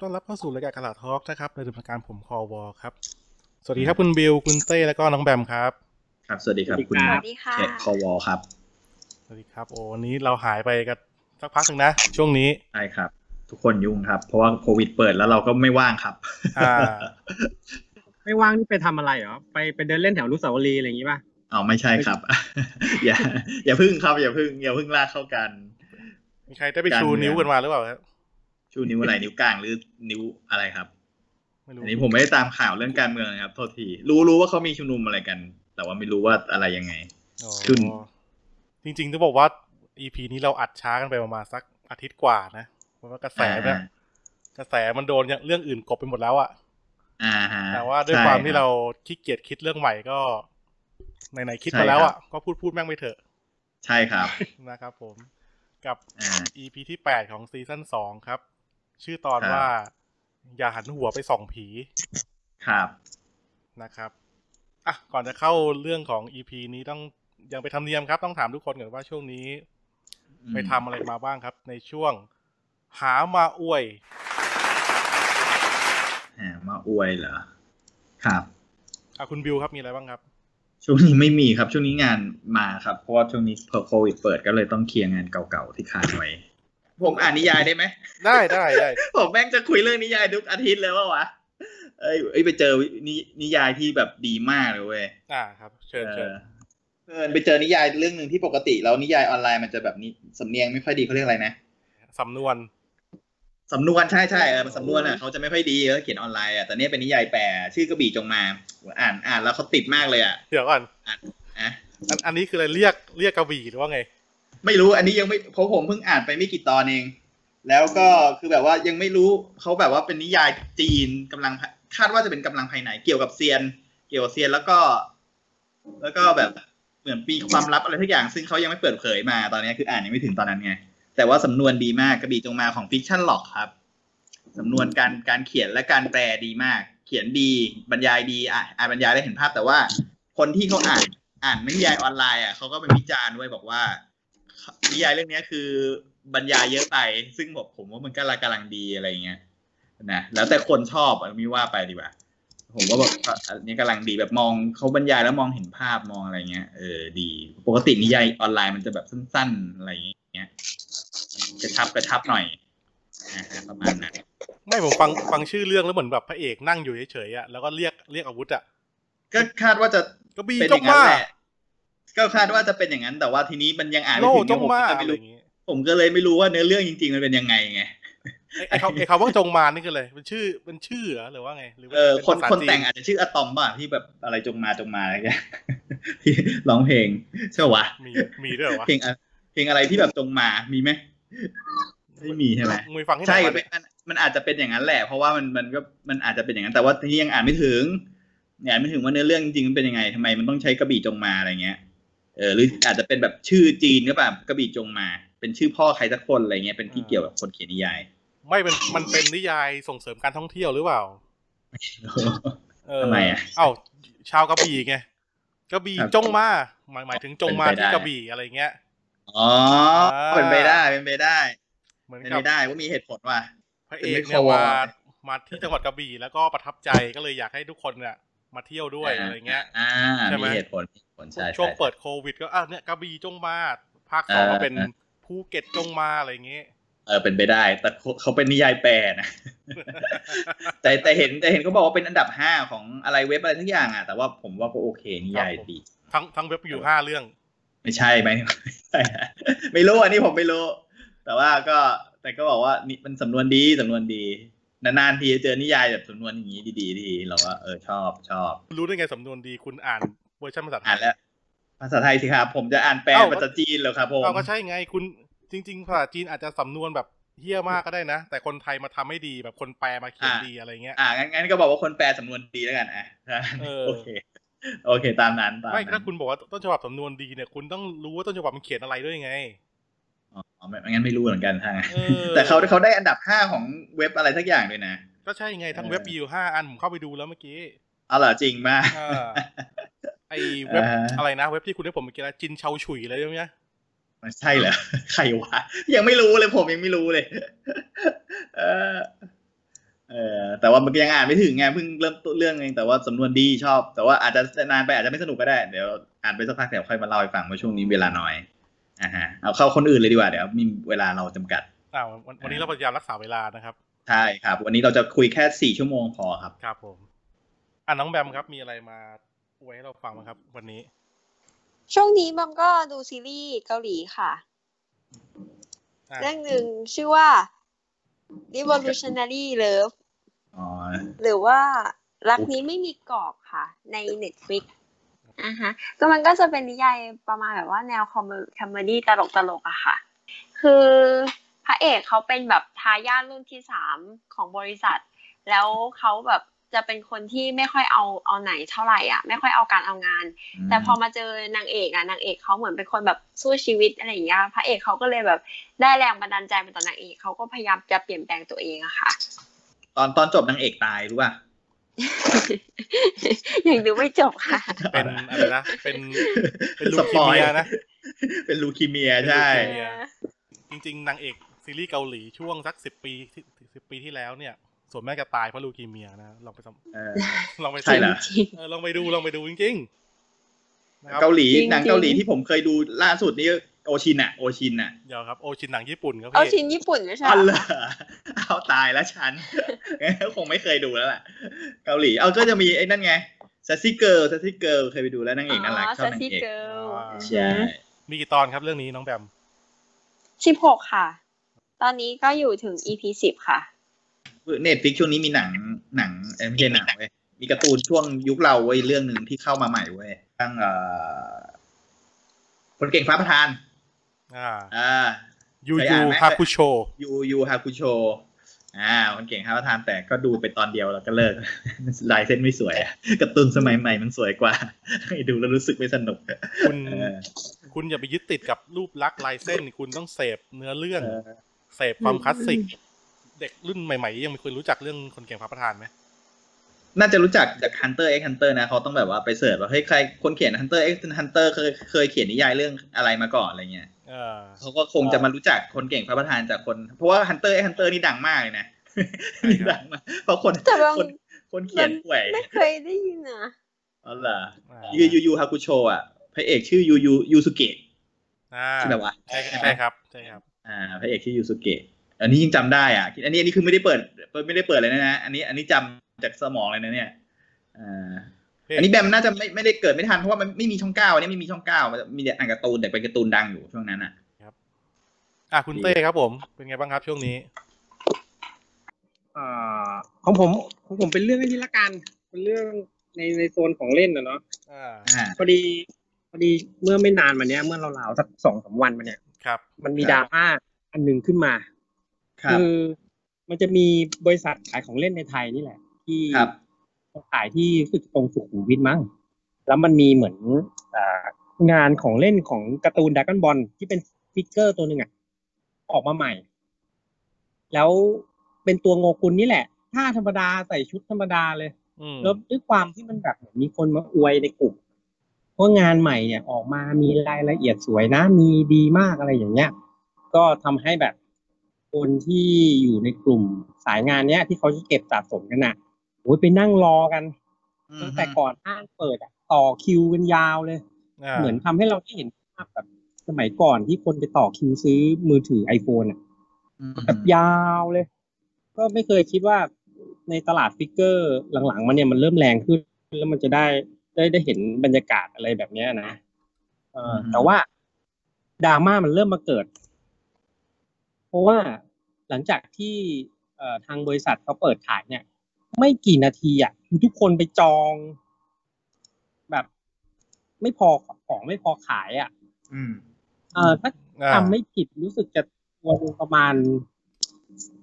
ต้อนรับเข้าสู่รายการกระดาษทอล์กนะครับโดยสำนักการผมคอวอครับ สวัสดีครับคุณบิวคุณเต้แล้วก็น้องแบมครับ ครับ สวัสดีครับ คุณ สวั เ สดีค่ะ ขตคอวอครับ สวัสดีครับ โอ้วันนี้เราหายไปกันสักพักหนึ่งนะ ช่วงนี้ ใช่ครับ ทุกคนยุ่งครับ เพราะว่าโควิดเปิดแล้วเราก็ไม่ว่างครับ อ่า ไม่ว่างนี่ไปทำอะไรเหรอ ไปไปเดินเล่นแถวอนุสาวรีย์อะไรอย่างงี้ป่ะ เอาไม่ใช่ครับ อย่า อย่าพึ่งครับ อย่าพึ่งอย่าพึ่งลากเข้ากัน มีใครได้ไปชูนิ้วกันมาหรือเปล่าครับ ชูนิ้วอะไรนิ้วกลางหรือนิ้วอะไรครับ ไม่รู้ อันนี้ผมไม่ได้ตามข่าวเรื่องการเมืองนะครับโทษที รู้รู้ว่าเขามีชุมนุมอะไรกัน แต่ว่าไม่รู้ว่าอะไรยังไง อ๋อ ขึ้น จริงๆจะบอกว่า EP นี้เราอัดช้ากันไปประมาณสักอาทิตย์กว่านะเพราะว่ากระแสเนี่ย อ่าก ระแสมันโดนอย่างเรื่องอื่นกลบไปหมดแล้วอะ อ่าฮะ แต่ว่าด้วย ใช่ ความที่ บ เราขี้เกียจคิดเรื่องใหม่ก็ไหนๆคิดมาแล้วอ่ะก็พูดพูดแม่งไปเถอะ ใช่ครับ นะครับผมกับ อ่า EP ที่ 8 ของซีซั่น2 ครับ ชื่อตอน ครับ ว่า อย่าหันหัวไปส่องผี ครับ นะครับอ่ะก่อนจะเข้าเรื่องของ EP นี้ต้องยังไปนทำเนียมครับ ต้องถามทุกคนก่อนว่าช่วงนี้ อืม ไปทำอะไรมาบ้างครับ ในช่วง หามาอวย อ่ามาอวยเหรอครับ อ่ะคุณบิวครับมีอะไรบ้างครับ ช่วงนี้ไม่มีครับช่วงนี้งานมาครับ เพราะว่าช่วงนี้พอโควิดเปิดก็เลยต้องเคลียร์งานเก่าๆที่ค้างไว้ ผมอ่านนิยายได้ไหม ได้ได้ได้ ผมแม่งจะคุยเรื่องนิยายทุกอาทิตย์เลยวะวะเอ้ยเอ้ยไปเจอนินิยายที่แบบดีมากเลยเว้ย อ่าครับเชิญ เอ เชิญ อเออไปเจอนิยายเรื่องหนึ่งที่ปกติแล้วนิยายออนไลน์มันจะแบบนี้สำเนียงไม่ค่อยดีเขาเรียกอะไรนะ สำนวน สำนวนใช่ใช่เออมันสำนวนอ่ะเขาจะไม่ค่อยดีแล้วเขียนออนไลน์อ่ะแต่เนี้ยเป็นนิยายแปลชื่อกระบี่จงมาอ่านอ่านแล้วเขาติดมากเลยอ่ะ เดี๋ยวก่อน อ่ะ อันอันนี้คืออะไรเรียกเรียกกระบี่หรือว่าไง ไม่รู้อันนี้ยังไม่เพราะผมเพิ่งอ่านไปไม่กี่ตอนเอง แล้วก็คือแบบว่ายังไม่รู้เขาแบบว่าเป็นนิยายจีนกำลังคาดว่าจะเป็นกำลังภายในเกี่ยวกับเซียน เกี่ยวกับเซียนแล้วก็ แล้วก็แบบเหมือนปีความลับอะไรทุกอย่าง ซึ่งเขายังไม่เปิดเผยมาตอนนี้คืออ่านยังไม่ถึงตอนนั้นไง แต่ว่าสำนวนดีมากกระบี่จงมาของฟิกชั่นหลอกครับสำนวนการการเขียนและการแปลดีมาก เขียนดีบรรยายดีอ่ะอ่านบรรยายได้เห็นภาพ แต่ว่าคนที่เขาอ่าน อ่านนิยายออนไลน์อ่ะเขาก็เป็นวิจารณ์ไว้ยบอกว่า นิยายเรื่องเนี้ยคือบรรยายเยอะไป ซึ่งผมผมว่ามันก็กำลังดีอะไรอย่างเงี้ยนะแล้วแต่คนชอบอะมีว่าไปดีกว่าผมก็บอกว่าอันนี้กำลังดีแบบมองเขาบรรยายแล้วมองเห็นภาพมองอะไรเงี้ยเออดี ปกตินิยายออนไลน์มันจะแบบสั้น ๆ อะไรอย่างเงี้ยกระชับกระชับหน่อยนะฮะประมาณนั้น ไม่ผมฟังฟังชื่อเรื่องแล้วเหมือนแบบพระเอกนั่งอยู่เฉยๆอ่ะแล้วก็เรียกเรียกอาวุธอ่ะ ก็คาดว่าจะ กระบี่ เป็น จ อง ย่างนั้ มา แหละก็คาดว่าจะเป็นอย่างนั้น แต่ว่าทีนี้มันยังอ่านไม่ โล่ ถึง จ เนี่ย ง ผม มา ก็ อะไรไม่รู้ อย่างงี้ ผมก็เลยไม่รู้ว่าเนื้อเรื่องจริง ๆ มันเป็นยังไงไง ไอ้ไอ้คำไอ้คำว่าจงมานี่คืออะไรเป็นชื่อเป็นชื่อเหรอหรือว่าไงหรือว่า เออ เป็ คน ภาษา คน จี แต่งอาจจะชื่ออะตอมป่ะที่แบบอะไรจงมาจงมาอะไรเงี้ย ที่ร้องเพลงใช่ปะวะ มีมีด้วยเหรอวะ เพลงอะเพลงอะไรที่แบบจงมามีไหมไม่มีใช่ไหม มึงไปฟังที่ไหน ใช่ มาเนี่ย มันมันอาจจะเป็นอย่างนั้นแหละ เพราะว่ามันมันก็มันอาจจะเป็นอย่างนั้น แต่ว่าที่ยังอ่านไม่ถึงอ่านไม่ถึงว่าเนื้อเรื่องจริงๆมันเป็นยังไงทำไมมันต้องใช้กระบี่จงมาอะไรเงี้ยเออหรืออาจจะเป็นแบบชื่อจีนก็แบบกระบี่จงมา เป็นชื่อพ่อใครสักคนอะไรเงี้ยเป็นที่เกี่ยวกับคนเขียนนิยาย ไม่เป็นมันเป็นนิยายส่งเสริมการท่องเที่ยวหรือเปล่า เออ ทำไมอะ เอ้าชาวกระบี่ไงกระบี่ ครับ จงมาหมายหมายถึงจงมา เป็นไปได้ ที่กระบี่อะไรเงี้ย อ๋อเป็นไปได้เป็นไปได้ เหมือน เป็น กั ไป บ ได้ว่ามีเหตุผลว่ะ พระเอกเนี่ เป็ยนไม่คอวอ มามาที่จังหวัดกระบี่แล้วก็ประทับใจก็เลยอยากให้ทุกคนเนี่ยมาเที่ยวด้วยอะไรเงี้ย อ่า ใช่ไหม มีเหตุผลมีเหตุผลใช่ ช่วง ใช่ เปิดโควิดก็อ่ะเนี่ยกระบี่จงมา ภาคสอง เออ ก็เป็น เออ ภูเก็ตจงมาอะไรอย่างเงี้ย เออเป็นไปได้ แต่เขาเขาเป็นนิยายแปล นะ แต่แต่เห็นแต่เห็นเขาบอกว่าเป็นอันดับห้าของอะไรเว็บอะไรทั้งอย่างอ่ะแต่ว่าผมว่าก็โอเคนิยายดี ทั้งทั้งเว็บอยู่ห้าเรื่อง ไม่ใช่ ไหมไม่ใช่ไม่รู้อันนี้ผมไม่รู้ แต่ว่าก็แต่ก็บอกว่านี่มันสำนวนดีสำนวนดี นานๆทีจะเจอนิยายแบบสำนวนอย่างนี้ดีๆทีเราก็เออชอบชอบ รู้ได้ไงสำนวนดีคุณอ่านเวอร์ชันภาษาไท อ่าย นแล้ว ภาษาไทยสิครับผมจะอ่านแปล เอ้า ภาษาจีนแล้วครับผม เราก็ใช่ไงคุณจริง ๆ ภาษาจีนอาจจะสำนวนแบบเฮี้ยมากก็ได้นะ แต่คนไทยมาทำให้ดีแบบคนแปลมาเขียนดีอะไรเงี้ย อ่างั้นงั้นก็บอกว่าคนแปลสำนวนดีแล้วกันอ่ะ เออ โอเค โอเคตามนั้นตาม ไม่ นั้ ถ้าน คุณบอกว่าต้นฉบับสำนวนดีเนี่ยคุณต้องรู้ว่าต้นฉบับมันเขียนอะไรด้วยไง อ๋อไม่งั้นไม่รู้เหมือนกันทางน เออ แต่เขาเขาได้อันดับห้าของเว็บอะไรสักอย่างด้วยนะ ก็ใช่ไงทั้งเว็บมีอยู่ห้าอันผมเข้าไปดูแล้วเมื่อกี้ เอาเหรอจริงมาก เออ ไอเว็บ อ่า อะไรนะเว็บที่คุณให้ผมเมื่อกี้นะจินเชาฉุยอะไรใช่ไหม มันใช่เหรอ ใครวะ ยังไม่รู้เลยผมยังไม่รู้เลย เออ เออแต่ว่ามันยังอ่านไม่ถึงไงเพิ่งเริ่มต้นเรื่องเองแต่ว่าสำนวนดีชอบ แต่ว่าอาจจะนานไปอาจจะไม่สนุกก็ได้เดี๋ยวอ่านไปสักพักเดี๋ยวค่อยมาเล่าให้ฟังว่าช่วงนี้เวลาน้อยอ่าฮะเอาเข้าคนอื่นเลยดีกว่าเดี๋ยวมีเวลาเราจำกัด อ่าวันวันนี้เราพยายามรักษาเวลานะครับ ใช่ครับ วันนี้เราจะคุยแค่สี่ชั่วโมงพอครับ ครับผม อ่ะน้องแบมครับ มีอะไรมาอวยให้เราฟังไหมครับ วัน นี้ ช่วงนี้บอมก็ดูซีรีส์เกาหลีค่ะ อ่ะ เรื่องหนึ่งชื่อว่า Revolutionary Love อ๋อ หรือว่ารักนี้ไม่มีกรอบค่ะ ใน Netflix อ่ะฮะก็มันก็จะเป็นนิยายประมาณแบบว่าแนวคอมคอมเมดี้ตลกตลกๆอะค่ะ คือพระเอกเขาเป็นแบบทายาทรุ่นที่สามของบริษัท แล้วเขาแบบจะเป็นคนที่ไม่ค่อยเอาเอาไหนเท่าไหร่อ่ะ ไม่ค่อยเอาการเอางาน แต่พอมาเจอนางเอกอะนางเอกเขาเหมือนเป็นคนแบบสู้ชีวิตอะไรอย่างเงี้ยพระเอกเขาก็เลยแบบได้แรงบันดาลใจมาจากนางเอกเขาก็พยายามจะเปลี่ยนแปลงตัวเองอะค่ะ ตอนตอนจบนางเอกตายรู้ป่ะ ยังดูไม่จบค่ะ เป็นอะไรนะ เป็น เป็นลู ส คี ปอย เมียนะ เป็นลูคีเมียใช่ เป็นลูคีเมีย จริงๆนางเอกซีรีส์เกาหลีช่วงสักสิบปีสิบปีที่แล้วเนี่ย ส่วนแม่จะตายเพราะลูคีเมียนะลองไปสัม เออ ลองไป ใช่เหรอ เออลองไปดูลองไปดูจริงๆนะครับ เกาหลี จริงๆ หนังเกาหลีที่ผมเคยดูล่าสุดนี่โอชินอะโอชินอะ เดี๋ยวครับโอชินหนังญี่ปุ่นครับ เอา พี่ ชิ้นญี่ปุ่นไม่ใช่ อ๋อ เห เห ร ร อ อเอาตายแล้วฉัน คงไม่เคยดูแล้วล่ะ เกาหลีเอาก็จะมีไอ้นั่นไงซัสซี่เกิร์ลซัสซี่เกิร์ลเคยไปดูแล้วนางเอกน่ารักชอบนาง ซี่ เอก เกิล อ่า ใช่ มีกี่ตอนครับเรื่องนี้น้องแบม สิบหกค่ะ ตอนนี้ก็อยู่ถึง EP สิบค่ะ เน็ตฟิกช่วงนี้มีหนังหนังเอ็มเคหนังเว้ยมีการ์ตูนช่วงยุคเราเว้ยเรื่องหนึ่งที่เข้ามาใหม่เว้ยตั้งเอ่อคนเก่งฟ้าประธาน อ่า อ่า ยู เคย ยู อ่านไหม ฮาคุโช ยูยูฮาคุโช อ่า มันเก่งครับประธานแต่ก็ดูไปตอนเดียวแล้วก็เลิ ก ลายเส้นไม่สวยอะการ์ตูนสมัยใหม่มันสวยกว่า ให้ดูแล้วรู้สึกไม่สนุก คุณ เออ คุณอย่าไปยึดติดกับรูปลักษณ์ลายเส้น คุณต้องเสพเนื้อเรื่อง เออ เสพความคลาสสิก เด็กรุ่นใหม่ๆ ยังไม่เคยรู้จักเรื่องคนเก่งพระประธานไหม น่าจะรู้จักจาก Hunter x Hunter นะเขาต้องแบบว่าไปเสิร์ชว่าเฮ้ยใครคนเขียน Hunter x Hunter เคยเคยเขียนนิยายเรื่องอะไรมาก่อนอะไรเงี้ย เออ เขาก็คงจะมารู้จักคนเก่งพระประธานจากคน เพราะว่า Hunter x Hunter นี่ดังมากเลยนะ ดังมากเพราะคน แต่บาง คนคนเขียนป่วย ไม่เคยได้ยินนะ อ๋อเหรอ อ่า ยูยูยูฮาคุโชอ่ะพระเอกชื่อยูยูยูสุเกะ อ่า ใช่ไหมวะ ใช่ใช่ครับใช่ครับ อ่าพระเอกชื่อยูสุเกะอันนี้ยิ่งจำได้อ่ะอันนี้อันนี้คือไม่ได้เปิดไม่ได้เปิดเลยนะนะอันนี้อันนี้จำจากสมองเลยนะเนี่ยอ่า เฮ้ย อันนี้แบมน่าจะไม่ไม่ได้เกิดไม่ทันเพราะว่ามันไม่มีช่องเก้าอันนี้ไม่มีช่องเก้ามันมีแต่อ่านการ์ตูนแต่เป็นการ์ตูนดังอยู่ช่วงนั้นอ่ะ อ่ะคุณเต้ครับผม เป็นไงบ้างครับช่วงนี้ อ่าของผมของผมเป็นเรื่องนี้ละกัน เป็นเรื่องในในโซนของเล่นนะเนาะ อ่า อ่า พอดีพอดีเมื่อไม่นานมาเนี้ยเมื่อเราวๆสักสองสามวันมาเนี้ย ครับ มันมี ค ด รับ ราม่าอันหนึ่งขึ้นมา ครับ คือมันจะมีบริษัทขายของเล่นในไทยนี่แหละ ที่ ครับ ขายที่รู้สึกตรงสุขุมวิทมั้งแล้วมันมีเหมือนอางานของเล่นของการ์ตูนดักกันบอลที่เป็นฟิกเกอร์ตัวหนึ่งอะออกมาใหม่ แล้วเป็นตัวโงกุลนี่แหละท่าธรรมดาใส่ชุดธรรมดาเลย อืม แล้วด้วยความที่มันแบบเหมือนมีคนมาอวยในกลุ่มว่างานใหม่เนี่ยออกมามีรายละเอียดสวยนะ มีดีมากอะไรอย่างเงี้ย ก็ทำให้แบบคนที่อยู่ในกลุ่มสายงานเนี้ย ที่เขาจะเก็บสะสมกันอ่ะโอ้ยไปนั่งรอกันตั้งแต่ก่อนห้างเปิดอ่ะต่อคิวกันยาวเลย า เหมือนทำให้เราได้เห็นภาพแบบสมัยก่อนที่คนไปต่อคิวซื้อมือถือ iPhone อ่ะ อืม แบบยาวเลย ก็ไม่เคยคิดว่าในตลาดฟิกเกอร์หลังๆ มันเนี่ยมันเริ่มแรงขึ้น แล้วมันจะได้ได้ได้เห็นบรรยากาศอะไรแบบเนี้ยนะเออแต่ว่าดราม่ามันเริ่มมาเกิด เพราะว่าหลังจากที่เอ่อทางบริษัทเขาเปิดขายเนี่ย ไม่กี่นาทีอ่ะทุกคนไปจอง แบบ ไม่พอของไม่พอขายอ่ะ อืม เออถ้า อ่า จำไม่ผิดรู้สึกจะตัวหนึ่งประมาณ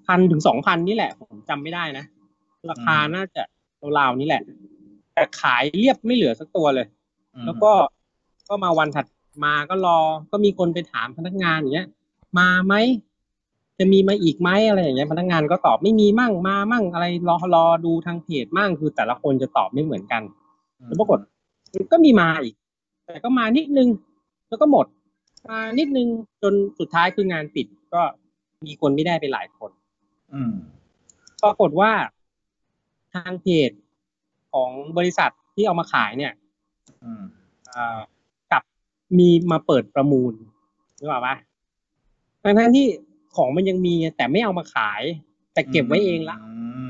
พันถึงสองพันนี่แหละ ผมจำไม่ได้นะ ราคาน่าจะราวๆนี่แหละ แต่ขายเรียบไม่เหลือสักตัวเลย อืม แล้วก็ก็มาวันถัดมาก็รอ ก็มีคนไปถามพนักงานอย่างเงี้ย มาไหมจะมีมาอีกไหมอะไรอย่างเงี้ยพนักงานก็ตอบไม่มีมั่งมามั่งอะไรรอรอดูทางเพจมั่งคือแต่ละคนจะตอบไม่เหมือนกัน แล้วปรากฏมันก็มีมาอีก แต่ก็มานิดนึง แล้วก็หมด มานิดนึงจนสุดท้ายคืองานปิด ก็มีคนไม่ได้ไปหลายคน อืม ปรากฏว่า ทางเพจของบริษัทที่เอามาขายเนี่ย อืม อ่ากลับมีมาเปิดประมูลหรือเปล่าวะทั้งทั้งๆที่ของมันยังมีแต่ไม่เอามาขาย แต่เก็บไว้เองละ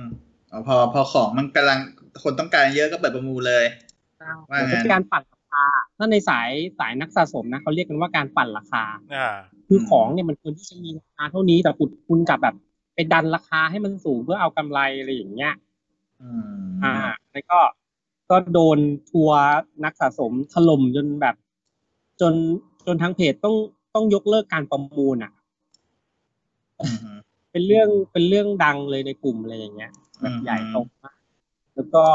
มอ๋อพอพอของมันกำลังคนต้องการเยอะก็เปิดประมูลเลย ว่าไง เป็นการปั่นราคา ถ้าในสายสายนักสะสมนะเขาเรียกกันว่าการปั่นราคา อ่า คือของเนี่ยมันควรที่จะมีราคาเท่านี้แต่คุณคุณกลับแบบไปดันราคาให้มันสูงเพื่อเอากำไรอะไรอย่างเงี้ย อืม อ่า แล้วก็ก็โดนทัวร์นักสะสมถล่มจนแบบ จนจนทางเพจต้องต้องยกเลิกการประมูลอ่ะ อืม เป็นเรื่องเป็นเรื่องดังเลยในกลุ่มอะไรอย่างเงี้ยแบบ อืม ใหญ่โตมากแล้วก็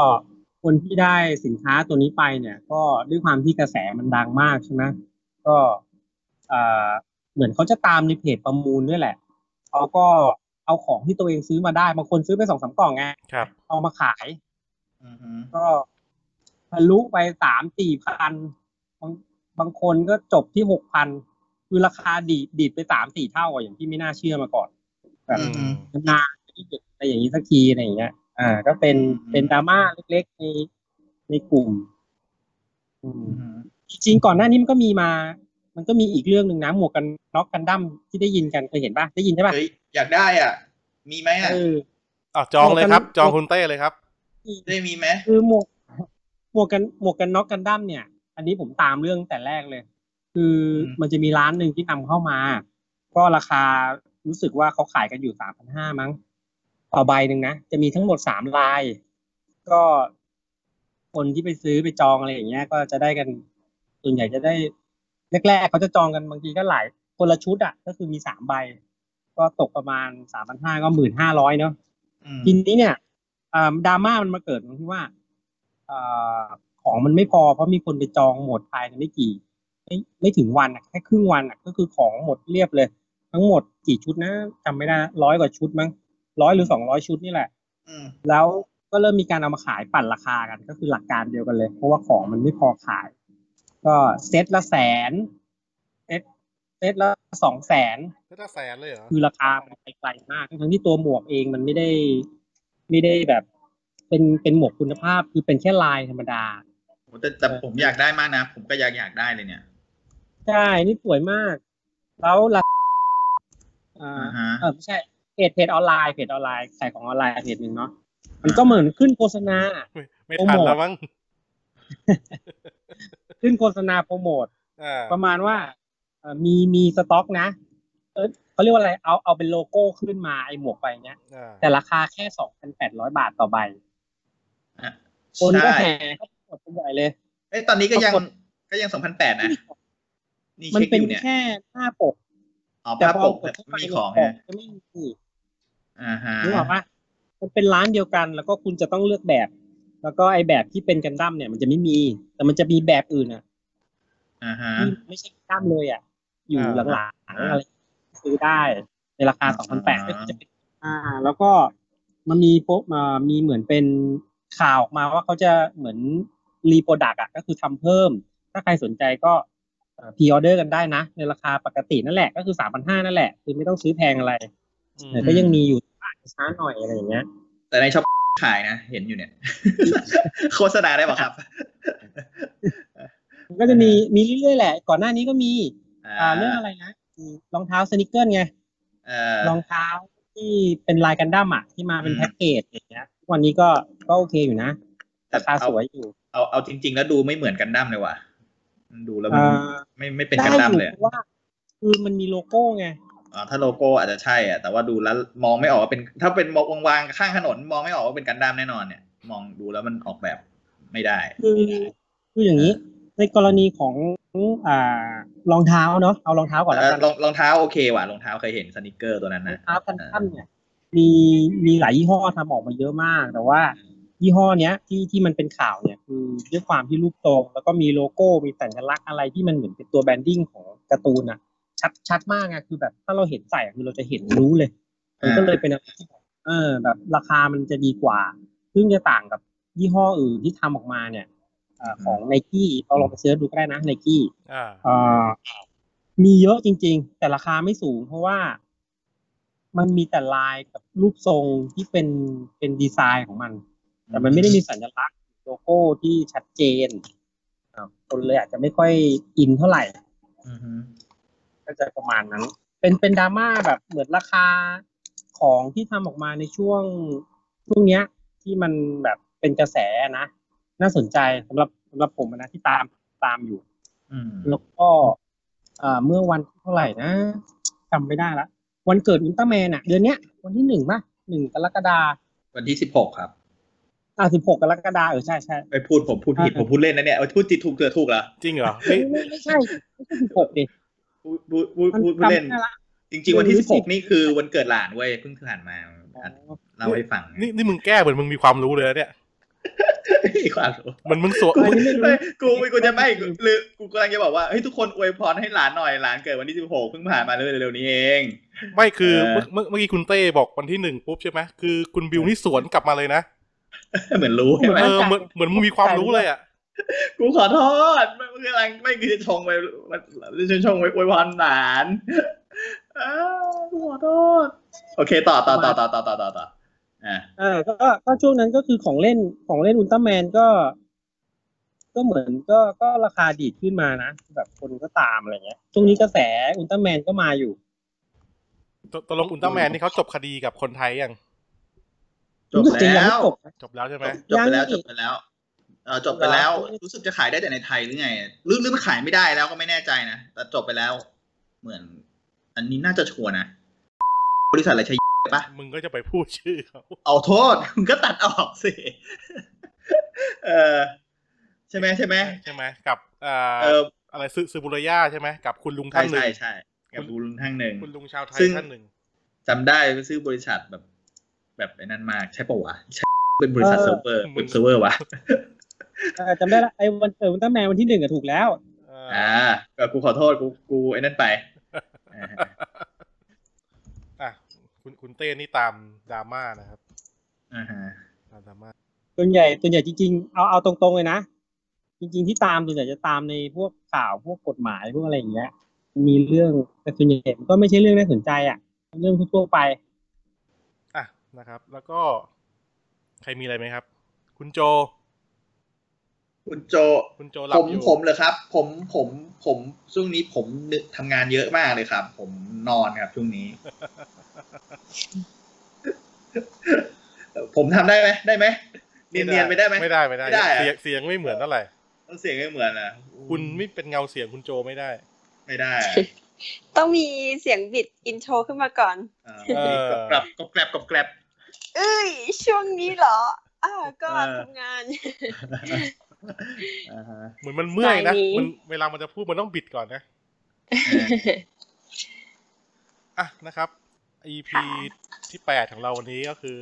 คนที่ได้สินค้าตัวนี้ไปเนี่ย ก็ด้วยความที่กระแสมันดังมากใช่ไหมก็เอ่อเหมือนเขาจะตามในเพจประมูลด้วยแหละเขาก็เอาของที่ตัวเองซื้อมาได้บางคนซื้อไปสองสามกล่องไง ครับ เอามาขาย อืมอืม ก็ทะลุไปสามสี่พันบางบางคนก็จบที่หกพันคือราคาดีดดีดไปสามสี่เท่าอะอย่างที่ไม่น่าเชื่อมาก่อน อื อื ม ม นานๆที่จะอะไรอย่างนี้สักทีอะไรอย่างเงี้ย อ่า ก็เป็น อืม เป็นดราม่าเล็กๆในในกลุ่มอืม อืม จริงๆก่อนหน้านี้มันก็มีมา มันก็มีอีกเรื่องหนึ่งนะหมวกกันน็อกกันดั้มที่ได้ยินกันเคยเห็นป่ะ ได้ยินใช่ป่ะ เฮ้ยอยากได้อ่ะ มีไหมอ่ะ เออ อ่ะจองเลยครับ โอ้ จองคุณเต้เลยครับ ได้มีไหม คือหมวกหมวกกันหมวกกันน็อกกันดั้มเนี่ย อันนี้ผมตามเรื่องแต่แรกเลย คือมันจะมีร้านหนึ่งที่นำเข้ามา ก็ราคารู้สึกว่าเขาขายกันอยู่สามพันห้ามั้งต่อใบหนึ่งนะ จะมีทั้งหมดสามลาย ก็คนที่ไปซื้อไปจองอะไรอย่างเงี้ย ก็จะได้กันส่วนใหญ่จะได้แรกๆเขาจะจองกันบางทีก็หลายคนละชุดอ่ะ ก็คือมีสามใบ ก็ตกประมาณสามพันห้าก็หมื่นห้าร้อยเนาะ อืม ทีนี้เนี่ยอ่าดราม่ามันมาเกิดตรงที่ว่าอ่าของมันไม่พอเพราะมีคนไปจองหมดภายในไม่กี่ ไม่ไม่ถึงวันอะแค่ครึ่งวันอะก็คือของหมดเรียบเลย ทั้งหมดกี่ชุดนะจำไม่ได้ร้อยกว่าชุดมั้งร้อยหรือสองร้อยชุดนี่แหละ อืม แล้วก็เริ่มมีการเอามาขายปั่นราคากัน ก็คือหลักการเดียวกันเลย เพราะว่าของมันไม่พอขาย ก็เซตละแสนเซตเซตละสองแสน ก็จะแสนเลยเหรอ คือราคามันไปไกลมากทั้งที่ตัวหมวกเองมันไม่ได้ไม่ได้แบบ เป็นเป็นหมวกคุณภาพคือเป็นแค่ลายธรรมดา โหแต่แต่ผมอยากได้มากนะ ผมก็อยากอยากได้เลยเนี่ย ใช่นี่สวยมาก แล้วราคาอ่า อ่าฮะ เออไม่ใช่เพจเพจออนไลน์เพจออนไลน์ขายของออนไลน์เพจหนึ่งเนาะมันก็เหมือนขึ้นโฆษณา ไม่ไม่ทัน โปรโมท แล้วมั้ง ขึ้นโฆษณาโปรโมท อ่า ประมาณว่าเอ่อมีมีสต็อกนะเออเขาเรียกว่าอะไรเอาเอาเป็นโลโก้ขึ้นมาไอหมวกใบเนี้ย อ่า แต่ราคาแค่สองพันแปดร้อยบาทต่อใบ อ่ะ คนก็ ใช่ แห่เข้าไปกดเป็นใหญ่เลย เอ้ยตอนนี้ก็ยัง ปรากฏ ก็ยังสองพันแปดนะ นี่ มัน เช็ค เป็ อน ยู่เนี่ย แค่หน้าปก อ๋อ แต่ ภาพ พอ ปก กดเข้าไป มี ใน ของ ป ไง กจะไม่มี อ่าฮะ นึกออกปะมันเป็นร้านเดียวกัน แล้วก็คุณจะต้องเลือกแบบ แล้วก็ไอแบบที่เป็นกันดั้มเนี่ย มันจะไม่มี แต่มันจะมีแบบอื่นอ่ะ อ่าฮะ ที่ไม่ใช่กันดั้มเลยอ่ะ อยู่หลังๆอะไรซื้อได้ ในราคา อ่า 2,800ก็คือจะเป็นอ่า แล้วก็มันมีโปะมามีเหมือนเป็นข่าวออกมาว่าเขาจะเหมือนรีโปรดักต์อ่ะก็คือทำเพิ่ม ถ้าใครสนใจก็พ r ออเดอร์กันได้นะ ในราคาปกตินั่นแหละก็คือ 3,500 นั่นแหละ คือไม่ต้องซื้อแพงอะไร อืม แต่ก็ยังมีอยู่บ้างช้าหน่อยอะไรอย่างเงี้ย แต่ในช็อป ขายนะ เห็นอยู่เนี่ย โฆษณาได้ป่ะครับ มันก็จะมีมีเรื่อยๆแหละ ก่อนหน้านี้ก็มีอ่า า เรื่องอะไรนะอืมรองเท้าสนิเกอร์ไง เอ่อ รองเท้าที่เป็นลายกันดั้มอ่ะที่มาเป็น อืม แพ็กเกจอย่างเงี้ยทุกวันนี้ก็ก็โอเคอยู่นะราคาสวยอยู่ เอาเอาจริง ๆ แล้วดูไม่เหมือนกันดั้มเลยว่ะมันดูแล้วมัน อ่า ไม่ไม่เป็น ได้ กันดั้ม อยู่ เลย เพราะว่าคือมันมีโลโก้ไง อ๋อถ้าโลโก้อาจจะใช่อ่ะแต่ว่าดูแล้วมองไม่ออกว่าเป็น ถ้าเป็นมองวางๆข้างถนน มองไม่ออกว่าเป็นกันดั้มแน่นอนเนี่ย มองดูแล้วมันออกแบบไม่ได้ คือคืออย่างนี้ ในกรณีของอ่ารองเท้าเนาะเอารองเท้าก่อนแล้วกัน เอ่อรองรองเท้าโอเคว่ะรองเท้าเคยเห็นสนิเกอร์ตัวนั้น รอง นะ เท้ากันดั้มเนี่ยมีมีหลายยี่ห้อทำออกมาเยอะมาก แต่ว่า ยี่ห้อเนี้ยที่ที่มันเป็นข่าวเนี่ยคือด้วยความที่รูปทรงแล้วก็มีโลโก้มีสัญลักษณ์อะไรที่มันเหมือนเป็นตัวแบรนดิ้งของการ์ตูนอะชัดชัดมากอะคือแบบถ้าเราเห็นใส่อะคือเราจะเห็นรู้เลย มันก็เลยเป็นอะไรที่แบบเออ แบบราคามันจะดีกว่า ซึ่งจะต่างกับยี่ห้ออื่นที่ทำออกมาเนี่ยเอ่อของไนกี้เราลองไปเสิร์ชดูก็ได้นะไนกี้ อ่า เอ่อมีเยอะจริง ๆ แต่ราคาไม่สูง เพราะว่ามันมีแต่ลายกับรูปทรงที่เป็นเป็นดีไซน์ของมัน แต่มันไม่ได้มีสัญลักษณ์โลโก้ที่ชัดเจนอ่าคนเลยอาจจะไม่ค่อยอินเท่าไหร่ อือฮึ ก็จะประมาณนั้น เป็นเป็นดราม่าแบบเหมือนราคาของที่ทำออกมาในช่วงช่วงเนี้ย ที่มันแบบเป็นกระแสนะ น่าสนใจสำหรับสำหรับผมนะที่ตามตามอยู่ อืม แล้วก็เอ่อเมื่อวันที่เท่าไหร่นะจำไม่ได้ละวันเกิดอุลตร้าแมนอะเดือนเนี้ย วันที่หนึ่งป่ะหนึ่งกรกฎา วันที่สิบหกครับ อ่ะสิบหกกรกฎาเออใช่ใช่ ไปพูดผมพูดผิด อ่า ผมพูดเล่นนะเนี่ยเอาพูดจิตถูกเกือถูกเหรอ จริงเหรอ ไม่ เฮ้ย ไม่ไม่ใช่ไม่ใช่สิบหกดิ พูดพูดพูด มัน พูด จำ เล่น ไม่ได้ละ จริง ๆ วันที่ หรือ สิบหก 10 นี่คือวันเกิดหลานเว้ยเพิ่งผ่านมา อ๋ อ่ะ อ เล่าให้ฟัง นี่นี่มึงแก้เหมือนมึงมีความรู้เลยนะเนี่ย มีความ รู้ เหมันมึงสว ด กูไม่กูกูจะไม่หรือกูกำลังจะบอกว่าเฮ้ยทุกคนอวยพรให้หลานหน่อยหลานเกิดวันที่สิบหกเพิ่งผ่านมาเร็วๆนี้เอง ไม่คือ เออ เมื่อเมื่อกี้คุณเต้บอกวันที่หนึ่งปุ๊บใช่ไหมคือคุณบิวนี่สวนกลับมาเลยนะ เหมือนรู้ใช่ไหม เออเหมือนเหมือนมึงมีความรู้เลยอ่ะ กูขอโทษไม่ไม่กำลังไม่คือจะชงไปจะชงไปอวยพรหลาน อ้าวกูขอโทษโอเคต่อต่อต่อต่อต่อต่อต่อต่ออ่ะ เออก็ก็ก็ช่วงนั้นก็คือของเล่นของเล่นอุลตร้าแมนก็ ก็เหมือนก็ก็ราคาดีดขึ้นมานะแบบคนก็ตามอะไรเงี้ยช่วงนี้กระแสอุลตร้าแมนก็มาอยู่ ตตกลงอุลตร้าแมนนี่เขาจบคดีกับคนไทยยัง จบ รู้สึกจะยั แล้ งวไม่จบนะ จบแล้วใช่ไหม จบไปแล้ว ยังไม่ จบไปแล้วเออจบไปแล้วรู้สึกจะขายได้แต่ในไทยหรือไงหรือหรือมันขายไม่ได้แล้วก็ไม่แน่ใจนะแต่จบไปแล้ว เหมือน อันนี้น่าจะชัวร์นะบริษัทอะไรใช้ปะ มึงก็จะไปพูดชื่อเขา เอาโทษ คุณก็ตัดออกสิ เออใช่ไหมใช่ไหม ใช่ไหมกับเอ่ เอ อ อ อะไรซึซูบุระย่าใช่ไหมกับคุณลุง ใช่ ท่านหนึ่ ใช่ ง ใช่กับคุณลุงท่านหนึ่ง คุณลุงชาวไทย ซึ่ง ท่านหนึ่ง จำได้ไปซื้อบริษัทแบบ แบบไอ้นั่นมากใช่ปะวะใช่เป็นบริษัทเซิร์ฟเวอร์เป็นเซิร์ฟเวอร์วะ เออจำได้ละไอ้วันเอออุลตร้าแมนวันที่หนึ่งอะถูกแล้ว เอออ อ่าก็กูขอโทษกูกูไอ้นั่นไป อ่าฮะ อ่ะคุณคุณเต้นี่ตามดราม่านะครับ อ่าฮะ ตามดราม่า ส่วนใหญ่ส่วนใหญ่จริงๆเอาเอาตรงๆเลยนะ จริง ๆที่ตามส่วนใหญ่จะตามในพวกข่าวพวกกฎหมายพวกอะไรอย่างเงี้ย มีเรื่องแต่ส่วนใหญ่มันก็ไม่ใช่เรื่องน่าสนใจอ่ะเรื่องทั่วๆไป อ่ะนะครับ แล้วก็ใครมีอะไรไหมครับ คุณโจ คุณโจ คุณโจหลับ ผม อยู่ ผมเหรอครับ ผมผมผมช่วงนี้ผมนึกทำงานเยอะมากเลยครับ ผมนอนครับช่วงนี้ ผมทำได้ไหมได้ไหมเนียนๆไปได้ไหม ไม่ได้ไม่ได้ ไม่ได้อะ เสียงเสียงไม่เหมือนเท่าไหร่ ต้องเสียงไม่เหมือนนะ คุณไม่เป็นเงาเสียงคุณโจไม่ได้ ไม่ได้ ต้องมีเสียงบิดอินโทรขึ้นมาก่อน เอเอออ กลับกลับกลับกลับกลับ เอ้ย ช่วงนี้เหรออ่าก็ เออ ทำงาน อ่าฮะ เหมือนมันเมื่อยนะ สายนี้ มันเวลามันจะพูดมันต้องบิดก่อนนะ อ่ะนะครับ EP ค่ะ ที่แปดของเราวันนี้ก็คือ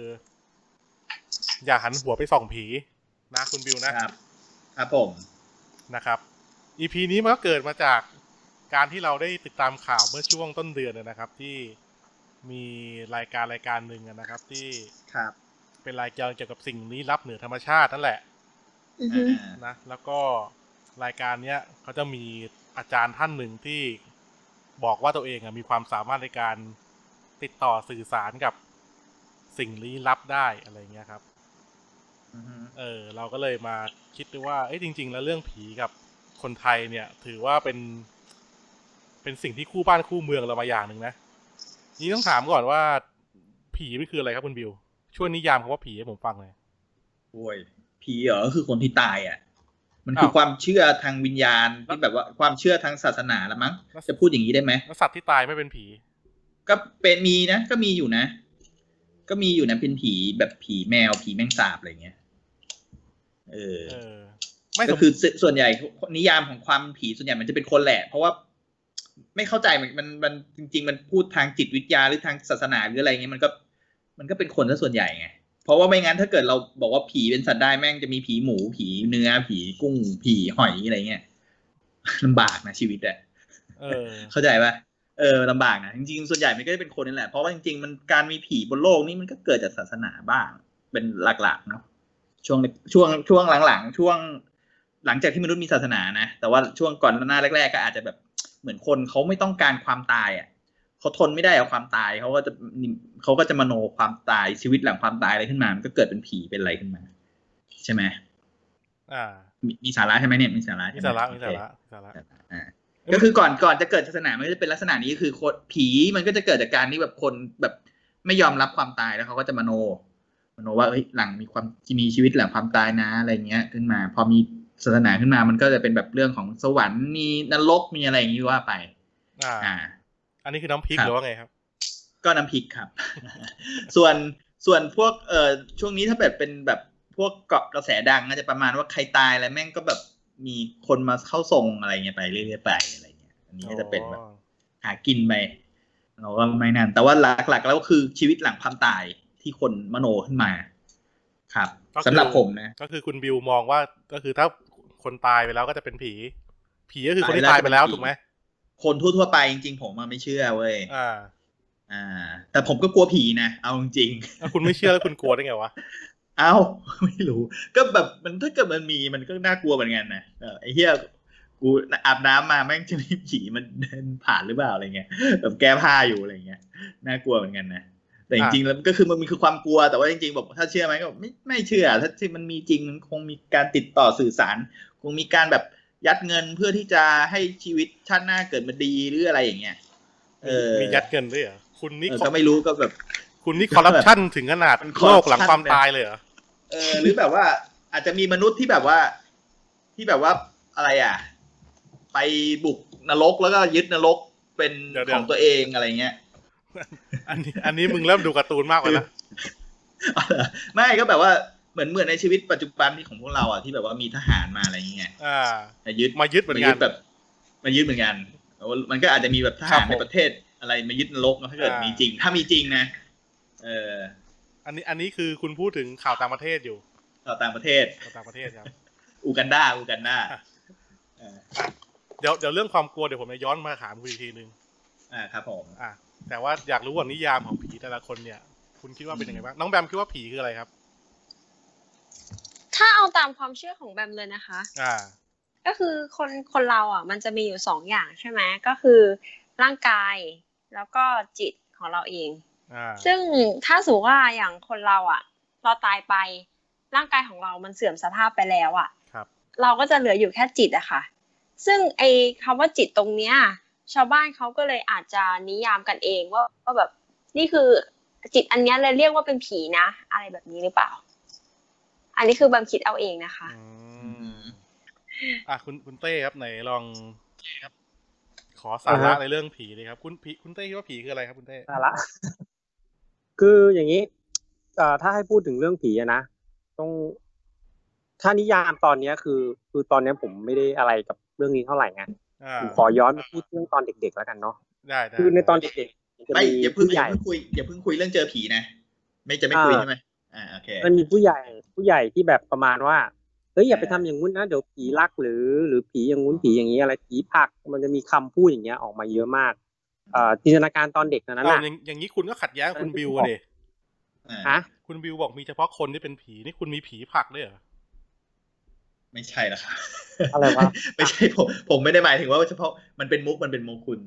อย่าหันหัวไปส่องผีนะคุณบิวนะครับ ครับผม นะครับ EP นี้มันก็เกิดมาจากการที่เราได้ติดตามข่าวเมื่อช่วงต้นเดือนนะครับ ที่มีรายการรายการหนึ่งนะครับ ที่ ครับ เป็นรายการเกี่ยวกับสิ่งลี้ลับเหนือธรรมชาตินั่นแหละ อือฮึ อ่า นะแล้วก็รายการเนี้ยเขาจะมีอาจารย์ท่านหนึ่งที่บอกว่าตัวเองอะมีความสามารถในการติดต่อสื่อสารกับสิ่งลี้ลับได้อะไรอย่างเงี้ยครับ อือฮึ เออเราก็เลยมาคิดดูว่าเอ้ยจริง ๆ แล้วเรื่องผีกับคนไทยเนี่ย ถือว่าเป็น เป็นสิ่งที่คู่บ้านคู่เมืองเรามาอย่างหนึ่งนะนี่ต้องถามก่อนว่า ผีมันคืออะไรครับคุณบิว ช่วยนิยามคำว่าผีให้ผมฟังหน่อย โอ้ยผีเหรอคือคนที่ตายอ่ะ มันคือ อ้าว ความเชื่อทางวิญญาณที่แบบว่าความเชื่อทางศาสนาละมั้ง แล้ว จะพูดอย่างนี้ได้ไหม แล้วสัตว์ที่ตายไม่เป็นผี ก็เป็นมีนะ ก็มีอยู่นะ ก็มีอยู่นะเป็นผีแบบผีแมวผีแมงสาบอะไรเงี้ยเออ เออ ไม่ส ก็ ม คือสส่วนใหญ่นิยามของความผีส่วนใหญ่มันจะเป็นคนแหละ เพราะว่าไม่เข้าใจมันมันมันจริง ๆ มันพูดทางจิตวิทยาหรือทางศาสนาหรืออะไรเงี้ยมันก็ มันก็เป็นคนซะส่วนใหญ่ไงเพราะว่าไม่งั้นถ้าเกิดเราบอกว่าผีเป็นสัตว์ได้แม่งจะมีผีหมูผีเนื้อผีกุ้งผีหอยอะไรเงี้ย ลำบากนะชีวิตอะ เออ เข้าใจปะเออลำบากนะจริงๆ ส่วนใหญ่มันก็จะเป็นคนนี่แหละ เพราะว่าจริงๆ มันการมีผีบนโลกนี่มันก็เกิดจากศาสนาบ้าง เป็นหลักๆเนาะช่วงช่วงช่วงหลังๆ ช่วง หลังจากที่มนุษย์มีศาสนานะ แต่ว่าช่วงก่อนหน้าแรก ๆ ก็อาจจะแบบเหมือนคนเขาไม่ต้องการความตายอ่ะเขาทนไม่ได้กับความตายเขาก็จะเขาก็จะมโนความตายชีวิตหลังความตายอะไรขึ้นมา มันก็เกิดเป็นผีเป็นอะไรขึ้นมา ใช่ไหม อ่า มีมีสาระใช่ไหมเนี่ยมีสาระใช่ มี ไห สาระ โอ มี เค สาระมีสาระ อ่าก็คือก่อนก่อนจะเกิดศาสนามันก็จะเป็นลักษณะนี้คือคนผีมันก็จะเกิดจากการที่แบบคนแบบไม่ยอมรับความตายแล้วเขาก็จะมโน มโนว่าเฮ้ยหลังมีความมีชีวิตหลังความตายนะอะไรเงี้ย ขึ้นมา พอมีศาสนาขึ้นมามันก็จะเป็นแบบเรื่องของสวรรค์มีนรกมีอะไรอย่างนี้ว่าไป อ่า อ่า อันนี้คือน้ำพริก ครับ หรือว่าไงครับ ก็น้ำพริกครับ ส่วนส่วนพวกเอ่อช่วงนี้ถ้าแบบเป็นแบบพวกเกาะกระแสดังก็จะประมาณว่าใครตายอะไรแม่งก็แบบมีคนมาเข้าทรงอะไรเงี้ยไปเรื่อยๆไปอะไรเงี้ยอันนี้ก็จะเป็นแบบหากินไปเราก็ไม่นั่นแต่ว่าหลักๆแล้วก็คือชีวิตหลังความตายที่คนมโนขึ้นมา ครับ ก็คือ สำหรับผมนะ ก็คือคุณบิวมองว่าก็คือถ้าคนตายไปแล้วก็จะเป็นผี ผีก็คือคนที่ตา ตาย ย ไป ไปแล้ แล้ว ว ถูกไหม คนทั่วๆไปจริงๆผมอะไม่เชื่อเว้ย อ่า อ่า แต่ผมก็กลัวผีนะเอาจริงๆ แล้วคุณไม่เชื่อแล้วคุณกลัวได้ไงวะ เอา ไม่รู้ ก็แบบมันถ้าเกิดมันมีมันก็น่ากลัวเหมือนกันนะเออไอ้เหี้ยกูอาบน้ำมาแม่งจะมีผีมันเดินผ่านหรือเปล่าอะไรเงี้ยแบบแก้ผ้าอยู่อะไรเงี้ยน่ากลัวเหมือนกันนะแต่จริงๆแล้วก็คือมันมันคือความกลัวแต่ว่าจริงๆบอกถ้าเชื่อไหมก็บอกไม่ไม่เชื่อ ถ้าที่มันมีจริงมันคงมีการติดต่อสื่อสาร คงมีการแบบยัดเงินเพื่อที่จะให้ชีวิตชาติหน้าเกิดมาดีหรืออะไรอย่างเงี้ยเออ มียัดเงินด้วยเหรอคุณนี่ เออก็ไม่รู้ก็แบบ คุณนี่คอร์รัปชันถึงขนาด มัน โลกหลังความ corruption นะ ตายเลยเหรอ เออหรือแบบว่าอาจจะมีมนุษย์ที่แบบว่า ที่แบบว่าอะไรอ่ะ ไปบุกนรกแล้วก็ยึดนรกเป็นของตัวเองอะไรเงี้ย อันนี้ อันนี้มึงเริ่มดูการ์ตูนมากกว่านะ เอาเหรอไม่ก็แบบว่าเหมือนเหมือนในชีวิตปัจจุบันที่ของพวกเราอ่ะที่แบบว่ามีทหารมาอะไรเงี้ย อ่า มายึด มายึดเหมือน มา กั ยึ น ดแบบมายึดเหมือนกันเอามันก็อาจจะมีแบบท ครั หา บผรม ในประเทศอะไรมายึดนรกนะถ้าเกิด อ่ามี มีจริง ถ้ามีจริงนะเออ อันนี้อันนี้คือคุณพูดถึงข่าวต่างประเทศอยู่ ต่อต่างประเทศ ข่าวต่างประเทศครับ อูกันดาอูกันดาเออ เดี๋ยวเดี๋ยวเรื่องความกลัวเดี๋ยวผมจะย้อนมาถามคุณอีกทีนึง อ่าครับผม อ่ะแต่ว่าอยากรู้ว่านิยามของผีแต่ละคนเนี่ย คุณคิดว่าเป็นยังไงบ้างน้องแบมคิดว่าผีคืออะไรครับ ถ้าเอาตามความเชื่อของแบมเลยนะคะ อ่า ก็คือคนคนเราอ่ะ มันจะมีอยู่สองอย่างใช่ไหมก็คือร่างกายแล้วก็จิตของเราเอง อ่า ซึ่งถ้าสูว่าอย่างคนเราอ่ะ เราตายไปร่างกายของเรามันเสื่อมสภาพไปแล้วอ่ะ ครับ เราก็จะเหลืออยู่แค่จิตอะค่ะ ซึ่งไอ้คำว่าจิตตรงเนี้ย ชาวบ้านเขาก็เลยอาจจะนิยามกันเองว่าว่าแบบนี่คือจิตอันเนี้ยเลยเรียกว่าเป็นผีนะ อะไรแบบนี้หรือเปล่า อันนี้คือบัมคิดเอาเองนะคะ อืมอ่ะคุณคุณเต้ครับไหนลองขอสา อ่า ระ ฮะ ในเรื่องผีเลยครับ คุณผีคุณเต้คิดว่าผีคืออะไรครับคุณเต้ สาระ คืออย่างนี้เอ่อถ้าให้พูดถึงเรื่องผีอะนะ ต้อง ถ้านิยามตอนเนี้ยคือ คือตอนเนี้ยผมไม่ได้อะไรกับเรื่องนี้เท่าไหร่ไง อ่า ผมขอย้อนมาพูดเรื่องตอนเด็ก ๆ แล้วกันเนาะ ได้ได้ คือในตอนเด็กๆจะ ไม่ มี อย่าเพิ่ง ผู้ อ ให ย่า ญ่ เพิ่งคุยอย่าเพิ่งคุยเรื่องเจอผีนะ ไม่จะไม่คุย อ่า ใช่ไหมอ่าโอเค มันมีผู้ใหญ่ผู้ใหญ่ที่แบบประมาณว่าเฮ้ยอย่าไป อ่า ทำอย่างงู้นนะเดี๋ยวผีรักหรือ หรือผีอย่างงู้นผีอย่างนี้อะไรผีผลักมันจะมีคำพูดอย่างเงี้ยออกมาเยอะมากเอ่อจินตนาการตอนเด็กนั้น เอา น่ะ อย่างอย่างนี้คุณก็ขัดแย้งกับคุณ เออ บิวอะดิ อ่า ฮะ คุณบิวบอกมีเฉพาะคนที่เป็นผีนี่คุณมีผีผลักด้วยเหรอ ไม่ใช่ละครับ อะไรวะ ไม่ใช่ผมผมไม่ได้หมายถึงว่าเฉพาะมันเป็นมุกมันเป็นมุกคุณ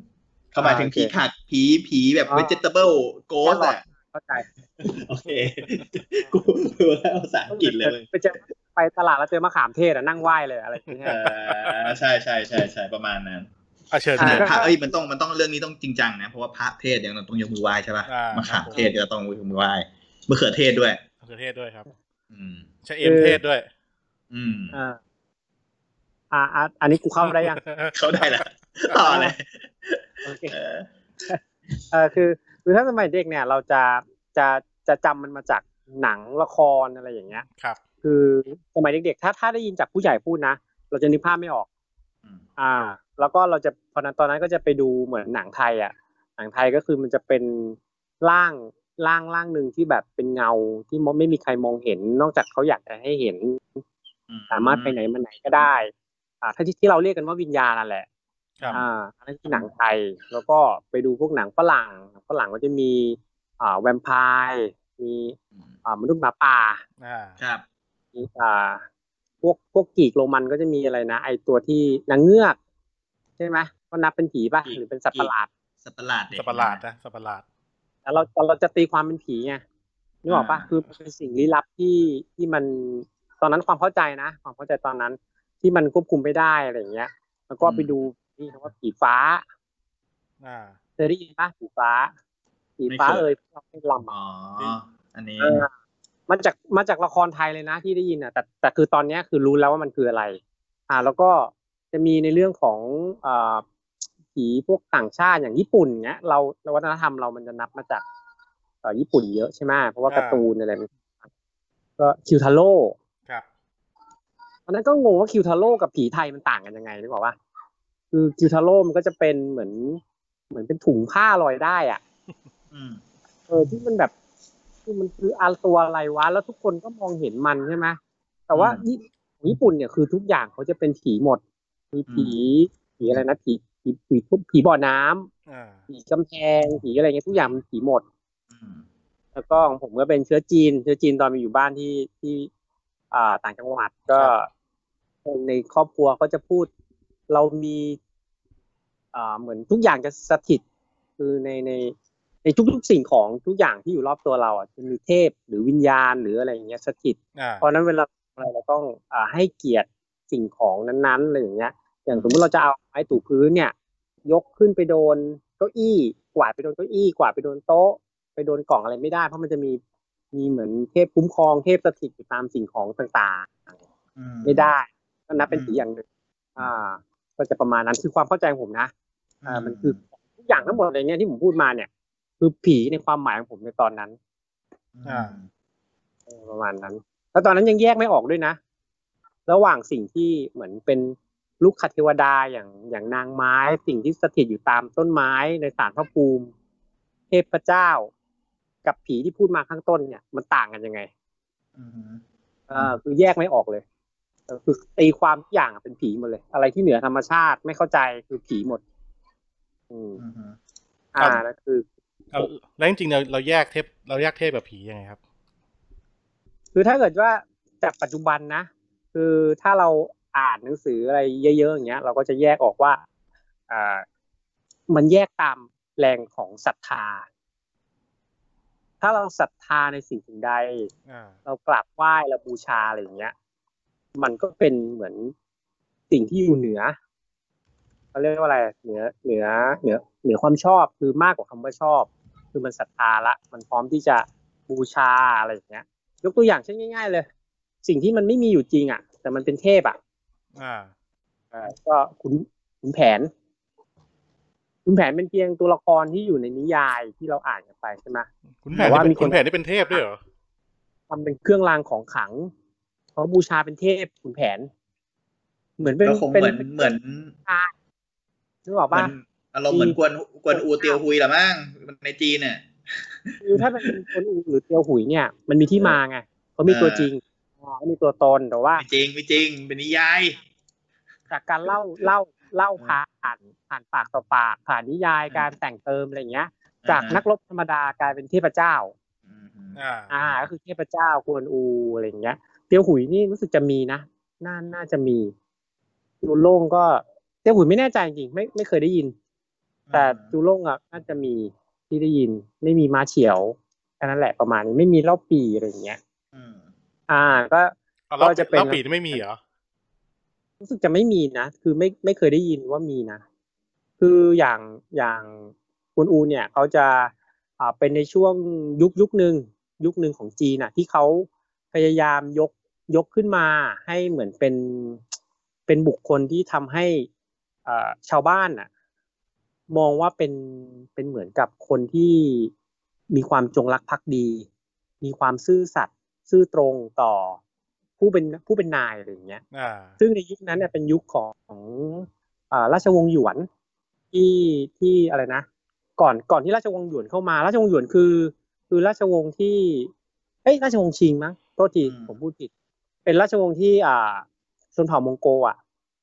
เขาหมายถึง อ่าโอเค ผีขัดผีผีแบบ อ่า เวจิเตเบิลโกสอ่ะ เข้าใจ โอเค กูกูได้ภาษาอังกฤษเลยเว้ย ไปเจอไปตลาดแล้วเจอมะขามเทศอะนั่งไหว้เลยอะไรอย่างเงี้ย อ่าใช่ใช่ใช่ใช่ประมาณนั้น อ่ะเชิญ อ่า เชิญ พระเอ้ยมันต้องมันต้องเรื่องนี้ต้องจริงจังนะเพราะว่าพระเทศยังต้องยกมือไหว้ใช่ป่ะ อ่าม มะขามเทศก็ต้องยกมือไหว้มะเขือเทศด้วย มะเขือเทศด้วยครับ อืม ชะเอมเทศด้วย อืม อ่าอ่าอ่าอันนี้กูเข้าได้ยัง เขาได้ละต่อเลย โอเค เออ เออคือคือถ้าสมัยเด็กเนี่ย เราจะจะจะจำมันมาจากหนังละครอะไรอย่างเงี้ย ครับ คือสมัยเด็กๆ ถ้าถ้าได้ยินจากผู้ใหญ่พูดนะ เราจะนึกภาพไม่ออก อืม อ่า แล้วก็เราจะตอนนั้นตอนนั้นก็จะไปดูเหมือนหนังไทยอ่ะ หนังไทยก็คือมันจะเป็นร่างร่างร่างหนึ่งที่แบบเป็นเงาที่มองไม่มีใครมองเห็น นอกจากเขาอยากจะให้เห็น อื สามารถไปไหนมาไหนก็ได้ อ่า ถ้าที่ที่เราเรียกกันว่าวิญญาณนั่นแหละ ครับ อ่าอันนั้นคือหนังไทย แล้วก็ไปดูพวกหนังฝรั่งหนังฝรั่งก็จะมี อ่า แวมไพร์ มี อืม อ่า มนุษย์หมาป่า อ่า ครับ มีอ่าพวกพวกกรีกโรมันก็จะมีอะไรนะ ไอตัวที่นางเงือกใช่ไหมก็นับเป็นผีป่ะ กรีก หรือเป็นสัตว์ประหลาด สัตว์ประหลาดเนี่ย สัตว์ประหลาดนะสัตว์ประหลาด แล้วเราเราจะตีความเป็นผีไงนึกออกป่ะ อ่า คือเป็นสิ่งลี้ลับที่ที่มัน ตอนนั้นความเข้าใจนะ ความเข้าใจตอนนั้น ที่มันควบคุมไม่ได้อะไรอย่างเงี้ย แล้วก็ไปดูนี่คำว่าผีฟ้า อ่า เคยได้ยินปะผีฟ้าผีฟ้า ไม่เคย เอ่ยเราไม่ลำ อ๋ ออะอันนี้ เออมันจากมาจากละครไทยเลยนะที่ได้ยินอ่ะแต่แต่คือตอนเนี้ยคือรู้แล้วว่ามันคืออะไร อ่า แล้วก็จะมีในเรื่องของเอ่อผีพวกต่างชาติอย่างญี่ปุ่นเนี้ยเราวัฒนธรรมเรามันจะนับมาจากเอ่อญี่ปุ่นเยอะใช่ไหมเพราะว่า อ่า การ์ตูนอะไรมันก็คิวทาโร่ ครับ ตอนนั้นก็งงว่าคิวทาโร่กับผีไทยมันต่างกันยังไงนึกออกปะคือคิวทาโร่มันก็จะเป็นเหมือน เหมือนเป็นถุงผ้าลอยได้อะ อืม เออที่มันแบบคือมันคืออาตัวอะไรวะ แล้วทุกคนก็มองเห็นมันใช่ไหมแต่ว่าญี่ญี่ปุ่นเนี่ยคือทุกอย่างเขาจะเป็นผีหมดมีผีผีอะไรนะผีผีผีทุบผีบ่อน้ำ อ่า ผีกำแพงผีอะไรเงี้ยทุกอย่างมันผีหมด อืม แล้วก็ของผมก็เป็นเชื้อจีน เชื้อจีนตอนไปอยู่บ้านที่ที่อ่าต่างจังหวัดก็ ในครอบครัวก็จะพูด เรามีอ่าเหมือนทุกอย่างจะสถิต คือในในในทุกๆสิ่งของทุกอย่างที่อยู่รอบตัวเราอ่ะจะมีเทพหรือวิญญาณหรืออะไรอย่างเงี้ยสถิต อ่า เพราะฉะนั้นเวลาเราเราต้องอ่าให้เกียรติสิ่งของนั้นๆอะไรอย่างเงี้ย อย่างสมมติเราจะเอาไม้ถูพื้นเนี่ย ยกขึ้นไปโดนเก้าอี้ กวาดไปโดนเก้าอี้ กวาดไปโดนโต๊ะ ไปโดนกล่องอะไรไม่ได้ เพราะมันจะมีมีเหมือนเทพคุ้มครองเทพสถิตอยู่ตามสิ่งของต่าง อื ๆ ไม่ได้ก็นับเป็นผีอย่างหนึ่งอ่า ก็จะประมาณนั้นคือความเข้าใจของผมนะอ่ามันคือทุกอย่างทั้งหมดอะไรเนี่ยที่ผมพูดมาเนี่ย คือผีในความหมายของผมในตอนนั้น อ่า เออประมาณนั้น แล้วตอนนั้นยังแยกไม่ออกด้วยนะ ระหว่างสิ่งที่เหมือนเป็นลูกคเทวดาอย่างอย่างนางไม้ สิ่งที่สถิตอยู่ตามต้นไม้ในศาลพระภูมิ เทพเจ้า กับผีที่พูดมาข้างต้นเนี่ย มันต่างกันยังไง อืม เออคือแยกไม่ออกเลยเออคือตีความทุกอย่างเป็นผีหมดเลย อะไรที่เหนือธรรมชาติไม่เข้าใจคือผีหมด อืม อืม อ่านั่นคือ เอาแล้วจริงๆเราเราแยกเทพเราแยกเทพกับผียังไงครับ คือถ้าเกิดว่าจากปัจจุบันนะ คือถ้าเราอ่านหนังสืออะไรเยอะๆอย่างเงี้ย เราก็จะแยกออกว่าอ่ามันแยกตามแรงของศรัทธา ถ้าเราศรัทธาในสิ่งสิ่งใด อ่า เรากราบไหว้เราบูชาอะไรอย่างเงี้ย มันก็เป็นเหมือนสิ่งที่อยู่เหนือเขาเรียกว่าอะไร เหนือเหนือเหนือเหนือความชอบคือมากกว่าคำว่าชอบ คือมันศรัทธาละ มันพร้อมที่จะบูชาอะไรอย่างเงี้ย ยกตัวอย่างเช่นง่าย ๆ เลย สิ่งที่มันไม่มีอยู่จริงอ่ะ แต่มันเป็นเทพอ่ะ อ่า เอ่อก็ขุนขุนแผนขุนแผนเป็นเพียงตัวละครที่อยู่ในนิยายที่เราอ่านกันไปใช่ไหม คุณแผ แต่ น ว่า นี่เป็ มี น คน คุณแผนนี่เป็นเทพด้วยเหรอ ทำเป็นเครื่องรางของขลังเพราะบูชาเป็นเทพขุนแผน เหมือนเป็น ก็คง เป็น เหมือนเหมือน นึกออก เหมือปะนอารมณ์เหมือนกวนกวนอูเตียวฮุยแหละมั้งในจีนเนี่ย คือถ้าเป็นคนอูหรือเตียวหุยเนี่ย มันมีที่มาไงเขามีตัวจริงเขามีตัวตนแต่ว่า ไม่จริงไม่จริง เป็นนิยาย จากการเล่าเล่าเล่าผ่านผ่านปากต่อปาก ผ่านนิยายการแต่งเติมอะไรอย่างเงี้ย จากนักรบธรรมดากลายเป็นเทพเจ้า อืมอืม อ่า อ่าก็คือเทพเจ้ากวนอูอะไรอย่างเงี้ย เตียวหุยนี่รู้สึกจะมีนะน่าน่าจะมีจูโล่งก็เตียวหุยไม่แน่ใจจริงไม่ไม่เคยได้ยิน แต่จูโล่งอ่ะน่าจะมีที่ได้ยิน ไม่มีม้าเฉียวแค่นั้นแหละประมาณนี้ไม่มีเล่าปีอะไรอย่างเงี้ย อืม อ่า ก็ เอาแล้ว ก็จะเป็น แล้วปีนี่ไม่มีเหรอ รู้สึกจะไม่มีนะ คือไม่ไม่เคยได้ยินว่ามีนะ คืออย่างอย่างกวนอูเนี่ยเขาจะอ่าเป็นในช่วงยุคยุคหนึ่งยุคหนึ่งของจีนน่ะ ที่เขาพยายามยกยกขึ้นมาให้เหมือนเป็นเป็นบุคคลที่ทำให้อ่าชาวบ้านน่ะ มองว่าเป็นเป็นเหมือนกับคนที่มีความจงรักภักดี มีความซื่อสัตย์ซื่อตรงต่อผู้เป็นผู้เป็นนายอะไรอย่างเงี้ย อ่า ซึ่งในยุคนั้นเนี่ยเป็นยุคของอ่าราชวงศ์หยวนที่ที่อะไรนะ ก่อนก่อนที่ราชวงศ์หยวนเข้ามา ราชวงศ์หยวนคือ คือราชวงศ์ที่เอ้ยราชวงศ์ชิงมั้งโทษทีผมพูดผิด เป็นราชวงศ์ที่อ่าชนเผ่ามองโกลอ่ะ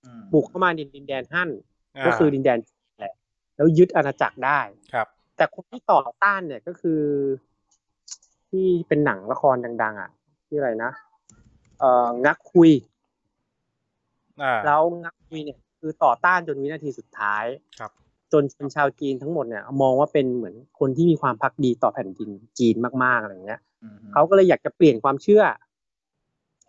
อืม บุกเข้ามาในดินแดนฮั่น อ่า ก็คือดินแดนจีนแหละแล้วยึดอาณาจักรได้ ครับ แต่คนที่ต่อต้านเนี่ยก็คือ ที่เป็นหนังละครดัง ๆ อ่ะที่อะไรนะเอ่องักคุย อ่า แล้วนักมีเนี่ยคือต่อต้านจนวินาทีสุดท้าย ครับ จนชนชาวจีนทั้งหมดเนี่ยมองว่าเป็นเหมือนคนที่มีความพักดีต่อแผ่นดินจีนมากๆอะไรเงี้ย อืม เขาก็เลยอยากจะเปลี่ยนความเชื่อ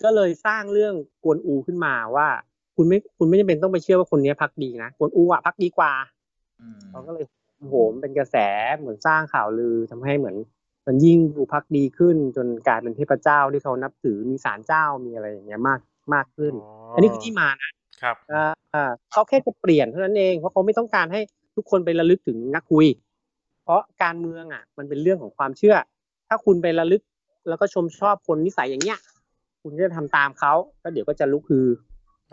ก็เลยสร้างเรื่องกวนอูขึ้นมาว่า คุณไม่คุณไม่จำเป็นต้องไปเชื่อว่าคนเนี้ยพักดีนะกวนอูอ่ะพักดีกว่า อืม เขาก็เลยโหมเป็นกระแสเหมือนสร้างข่าวลือทำให้เหมือน มันยิ่งดูพักดีขึ้น จนกลายเป็นเทพเจ้าที่เขานับถือมีศาลเจ้ามีอะไรอย่างเงี้ยมากมากขึ้น อันนี้คือที่มานะครับ อ่าอ่าเขาแค่จะเปลี่ยนเท่านั้นเองเพราะเขาไม่ต้องการให้ทุกคนไประลึกถึงนักคุย เพราะการเมืองอ่ะ มันเป็นเรื่องของความเชื่อ ถ้าคุณไประลึกแล้วก็ชมชอบคนนิสัยอย่างเงี้ย คุณจะทำตามเขาแล้วเดี๋ยวก็จะลุกฮือ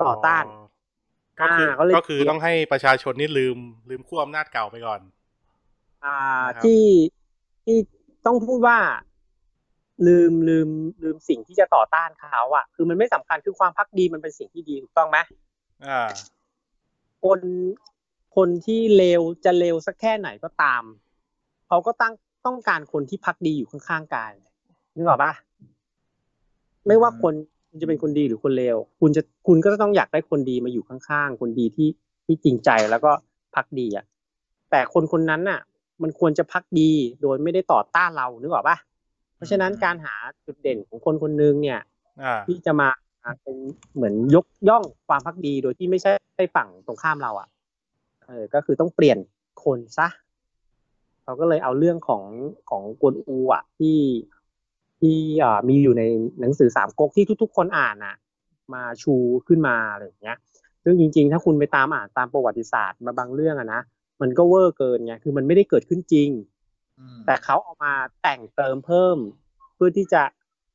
ต่อต้าน ก็คืออา เขาเลย ก็คือต้องให้ประชาชนนี่ลืมลืมขั้วอำนาจเก่าไปก่อน อ่า นะครับ ที่ที่ต้องพูดว่าลืมลืมลืมสิ่งที่จะต่อต้านเขาอะคือมันไม่สำคัญคือความพักดีมันเป็นสิ่งที่ดีถูกต้องไหม อ่า คนคนที่เลวจะเลวสักแค่ไหนก็ตาม เขาก็ตั้งต้องการคนที่พักดีอยู่ข้างๆกายนึกออกปะไม่ว่าคนคุณจะเป็นคนดีหรือคนเลวคุณจะคุณก็ต้องอยากได้คนดีมาอยู่ข้างๆ คนดีที่ที่จริงใจแล้วก็พักดีอะแต่คนคนนั้นน่ะ มันควรจะพักดีโดยไม่ได้ต่อต้านเรานึกออกปะเพราะฉะนั้นการหาจุดเด่นของคนคนหนึงเนี่ย อ่า ที่จะมาเป็นเหมือนยกย่องความพักดีโดยที่ไม่ใช่ฝั่งตรงข้ามเราอะ่ะ เออ ก็คือต้องเปลี่ยนคนซะเขาก็เลยเอาเรื่องของของกวนอูอ่ะ ที่ที่อ่ามีอยู่ในหนังสือสามก๊กที่ทุก ๆ คนอ่านอ่ะ มาชูขึ้นมาอะไรอย่างเงี้ย ซึ่งจริง ๆ ถ้าคุณไปตามอ่านตามประวัติศาสตร์มาบางเรื่องอะนะมันก็เวอร์เกินไงคือมันไม่ได้เกิดขึ้นจริง อืม แต่เขาเอามาแต่งเติมเพิ่ม เพื่อที่จะ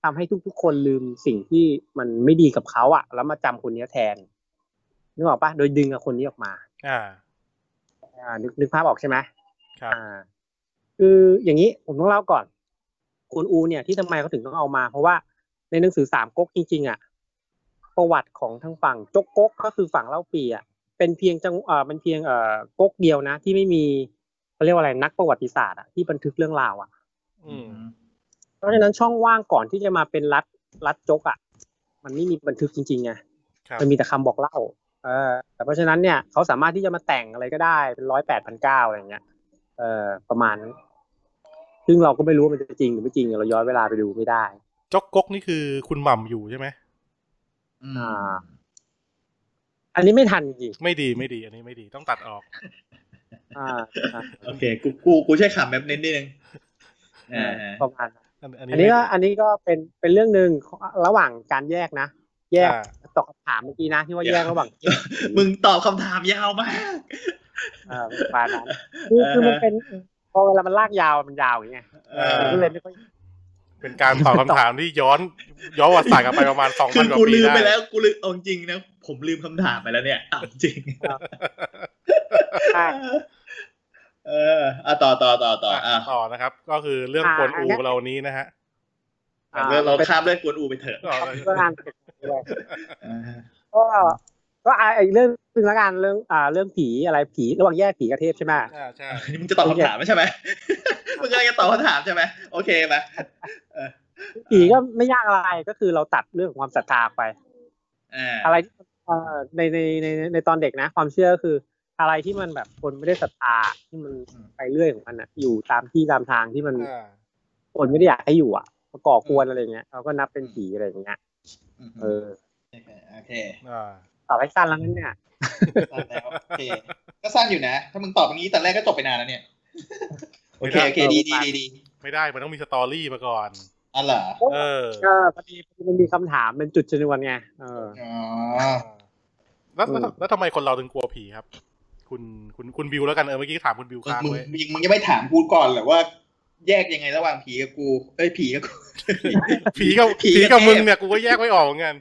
ทำให้ทุกๆ คนลืมสิ่งที่มันไม่ดีกับเขาอะแล้วมาจำคนเนี้ยแทนนึกออกปะโดยดึงเอาคนนี้ออกมา อ่า อ่านึกนึกภาพออกใช่ไหม ครับ อ่า คืออย่างนี้ผมต้องเล่าก่อนกวนอูเนี่ยที่ทำไมเขาถึงต้องเอามา เพราะว่าในหนังสือสามก๊กจริงๆอะประวัติของทางฝั่งจกก๊กก็คือฝั่งเล่าปีอะเป็นเพียงจังเอ่อเป็นเพียงเอ่อก๊กเดียวนะ ที่ไม่มีเขาเรียกว่าอะไรนักประวัติศาสตร์อะที่บันทึกเรื่องราวอะ อืม เพราะฉะนั้นช่องว่างก่อนที่จะมาเป็นรัฐรัฐจกอะ่ะ มันไม่มีบันทึกจริงๆไง ครับ มันมีแต่คำบอกเล่า เออแต่เพราะฉะนั้นเนี่ยเขาสามารถที่จะมาแต่งอะไรก็ได้เป็นร้อยแปดพันเก้าอะไรอย่างเงี้ยเออประมาณนั้นซึ่งเราก็ไม่รู้ว่ามันจะจริงหรือไม่จริงเราย้อนเวลาไปดูไม่ได้ จกกกนี่คือคุณหม่ำอยู่ใช่ไหม อืม อ่า อันนี้ไม่ทันจริง ไม่ดีไม่ดี อันนี้ไม่ดีต้องตัดออก ๆอ่าอ่า โอเค กูกูกูใช้คำแบบนิดนิดนึงอ่า ประมาณนั้น อันอัน อันนี้ นี้ ก็ ไม่ อันนี้ก็เป็นเป็นเรื่องหนึ่งของระหว่างการแยกนะ แยก อ่า ตอบคำถามเมื่อกี้นะที่ว่าแยกระหว่าง มึงตอบคำถามยาวมาก เออประมาณนั้นคือคือมันเป็นพอเวลามันลากยาวมันยาวอย่างเงี้ย เออ มันก็เลยไม่ค่อย เป็นการตอบคำถามที่ย้อนย้อนประวัติศาสตร์กลับไปประมาณสอง คื พัน อก ว่า กู ปี ลืม ได้ ไปแล้วกูลืมเอาจริงนะ ผมลืมคำถามไปแล้วเนี่ยเอาจริง ใช่ เอออ่ะต่อต่อต่อต่ออ่ะ อ่ะต่อนะครับ ก็คือเรื่อง อ่าก วนอู งั้น เรานี้นะฮะ อ่ เราเรา เป็น ข้ามเรื่องกวนอูไปเถอะ ต่อเลย เรื่องงานเสร็จเลย อ่า ก็ก็อ่ะอีกเรื่องหนึ่งละกันเรื่องอ่าเรื่องผีอะไรผีระหว่างแยกผีกับเทพใช่ไหม อ่าใช่ นี่มึงจะตอบคำถามใช่ไหม มึงกำลังจะตอบคำถามใช่ไหมโอเคมาเออ ผีก็ไม่ยากอะไรก็คือเราตัดเรื่องของความศรัทธาไป อ่า อะไรที่เอ่อในในในในตอนเด็กนะ ความเชื่อคืออะไรที่มันแบบคนไม่ได้ศรัทธาที่มันไปเรื่อยของมันอ่ะอยู่ตามที่ตามทางที่มัน อ่า คนไม่ได้อยากให้อยู่อ่ะมาก่อกวนอะไรเงี้ยเขาก็นับเป็นผีอะไรอย่างเงี้ย อืม เออ โอเค อ่า ตอบให้สั้นแล้วงั้นเนี่ย สั้นแล้วโอเค ก็สั้นอยู่นะ ถ้ามึงตอบอย่างนี้ตอนแรกก็จบไปนานแล้วเนี่ย โอเคโอเคดีดีดีดี ไม่ได้มันต้องมีสตอรี่มาก่อน อ๋อเหรอ เออ ก็พอดีมันมีคำถามเป็นจุดชนวนไงเออ อ๋อ แล้วแล้ว อืม แล้วทำไมคนเราถึงกลัวผีครับ คุณคุณคุณบิวแล้วกันเออเมื่อกี้ถามคุณบิวค้าง มึง ไว้ มึงมึงยังไม่ถามกูก่อนเหรอว่า แยกยังไงระหว่างผีกับกู เอ้ยผีกับกู ผีกับ ผี ผี กับ กับมึง เทพ เนี่ยกูก็แยกไม่ออกเหมือนกัน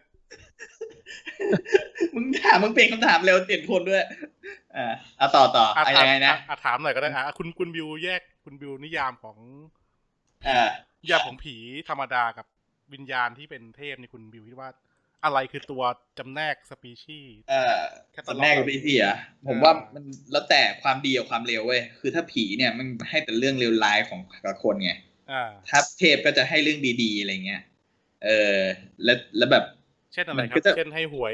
มึงถามมึงเปลี่ยนคำถามเร็วเปลี่ยนคนด้วย อ่าเอาต่อต่อ อ่ะ อะ อ่ะ ยังไงนะ อ่อ่ถามหน่อยก็ได้อ่ะอ่ะคุณคุณบิวแยกคุณบิวนิยามของ อ่า นิยามของผีธรรมดากับวิญญาณที่เป็นเทพในยคุณบิวคิดว่า อะไรคือตัวจำแนกสปีชีส์ เอ่อ แค่ตอตอนรนอบ แรกกับ เรา พี่เสียผม อ่า ว่ามันแล้วแต่ความดีกับความเลวเว้ยคือถ้าผีเนี่ยมันให้แต่เรื่องเลวร้ายของแต่ละคนไง อ่า ถ้าเทพก็จะให้เรื่องดีๆอะไรเงี้ยเออแล้วแล้วแบบ เช่นอะไรค มันก็ รับ จะ เช่นให้หวย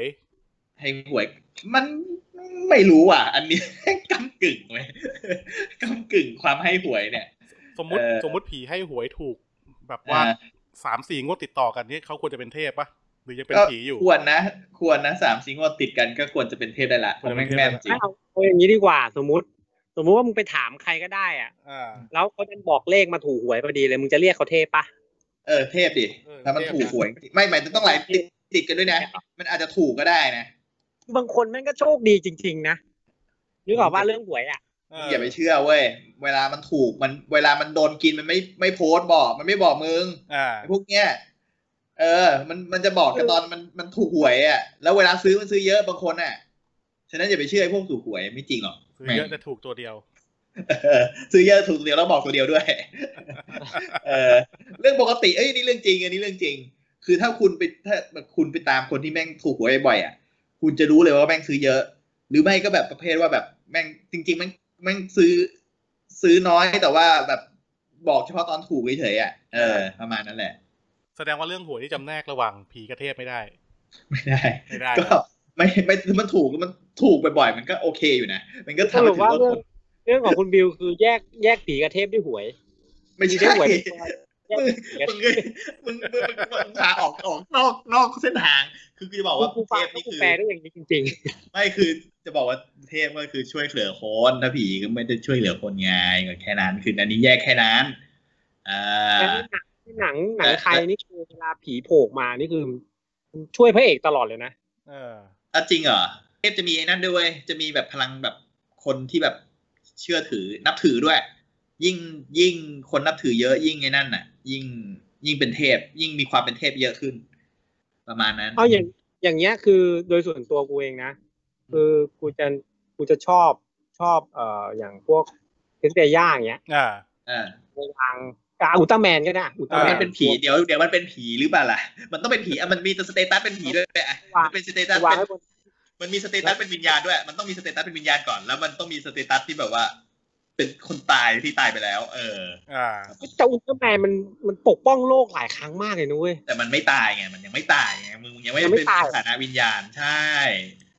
ให้หวย มันไม่รู้อ่ะ อันนี้ กำกึ่งเว้ย กำกึ่งความให้หวยเนี่ย สมมติ เอ่อ สมมติผีให้หวยถูกแบบว่า อ่า สามสี่งวดติดต่อกันเนี่ยเขาควรจะเป็นเทพปะ หรือยังเป็น ก็ ผีอยู่ ควรนะ ควรนะสามซิงค์วดติดกันก็ควรจะเป็นเทพได้ละ ค ผ วร ม จะเป็ แม่ น ง เทพ แม่นจริง ถ้าเอาเอาอย่างนี้ดีกว่า สมมุติ สมมุติว่ามึงไปถามใครก็ได้อ่ะ อ่า แล้วเขาจะบอกเลขมาถูกหวยพอดีเลยมึงจะเรียกเขาเทพปะ เออเทพดิ เออ ถ้ามัน เทพ ถูกหวยจริงไม่หมายถึงต้องหลายติดติดกันด้วยนะ มันอาจจะถูกก็ได้นะ บางคนแม่งก็โชคดีจริง ๆ นะนึกออกว่าเรื่องหวยอ่ะ เ อย่าไปเชื่อเว้ย เวลามันถูกมันเวลามันโดนกินมันไม่ไม่โพสต์บอก มันไม่บอกมึง อ่า ไอ้พวกเนี้ยเออ มันมันจะบอกกันตอนมันมันถูกหวยอ่ะ แล้วเวลาซื้อมันซื้อเยอะบางคนอ่ะ ฉะนั้นอย่าไปเชื่อไอ้พวกถูกหวยไม่จริงหรอก ซื้อเยอะแต่ถูกตัวเดียว เออซื้อเยอะถูกตัวเดียวแล้วบอกตัวเดียวด้วย เออเรื่องปกติเอ้ยนี่เรื่องจริงอันนี้เรื่องจริง คือถ้าคุณไปถ้าคุณไปตามคนที่แม่งถูกหวยบ่อยอ่ะคุณจะรู้เลยว่าแม่งซื้อเยอะ หรือไม่ก็แบบประเภทว่าแบบแม่งจริงๆแม่งแม่งซื้อ ซื้อน้อยแต่ว่าแบบบอกเฉพาะตอนถูกเฉยๆอ่ะเออ ประมาณนั้นแหละ แสดงว่าเรื่องหวยที่จำแนกระหว่างผีกับเทพไม่ได้ ไม่ได้ ไม่ได้ ก็ไม่ไม่มันถูกมันถูกบ่อยๆมันก็โอเคอยู่นะมันก็ ส ทำให้ รุป ถือ ว่า ว่า เรื่องเรื่องของคุณบิวคือแยกแยกผีกับเทพด้วยหวย ไม่ ผี ใช่ ได้หวยเป็นตัวแยก มึง ผีกัมึงเลยมึงบมึงมึงมึงพาออกออกนอกนอกเส้นทาง คือกูจะบอกว่า กู เท ฟัง พ แล้ว นี่ กู คือ แปลได้อย่างนี้จริง ไม่คือจะบอกว่าเทพก็คือช่วยเหลือคนถ้าผีก็ไม่ได้ช่วยเหลือคนไงก็แค่นั้น คืออันนี้แยกแค่นั้นอ่ ๆ แต่ า หนังหเอนังหนังอ ไทยนี่คือเวลาผีโผล่มานี่คือมันช่วยพระเอกตลอดเลยนะ เออ อ่ะจริงเหรอเทพจะมีไอ้นั่นด้วยเวยจะมีแบบพลังแบบคนที่แบบเชื่อถือนับถือด้วย ยิ่งยิ่งคนนับถือเยอะยิ่งไอ้นั่นน่ะ ยิ่งยิ่งเป็นเทพ ยิ่งมีความเป็นเทพเยอะขึ้น ประมาณนั้น เอาอย่างอย่างเงี้ยคือโดยส่วนตัวกูเองนะ คือกูจะกูจะชอบชอบเอ่ออย่างพวกเทนเตย่าอย่างเงี้ย อ่า อ่า ในทางอ่ะอุลตร้าแมนก็ได้อุลตร้า อ่ แม มัน นเป็นผีเดี๋ยวเดี๋ยวมันเป็นผีหรือเปล่าล่ะ มันต้องเป็นผีอ่ะมันมีสเตตัสเป็นผีด้วยอ่ะมันเป็นสเตตัส วาง เป็น ไว้บน มันมีสเตตัสเป็นวิญญาณด้วย มันต้องมีสเตตัสเป็นวิญญาณก่อน แล้วมันต้องมีสเตตัสที่แบบว่า เป็นคนตายที่ตายไปแล้ว เออ อ่า แต่อุลตร้าแมนมันมันปกป้องโลกหลายครั้งมากเลยนุ้ย แต่มันไม่ตายไง มันยังไม่ตายไง มึงยังไม่ ยังไม่ เป็น ตาย สถานะวิญญาณ ใช่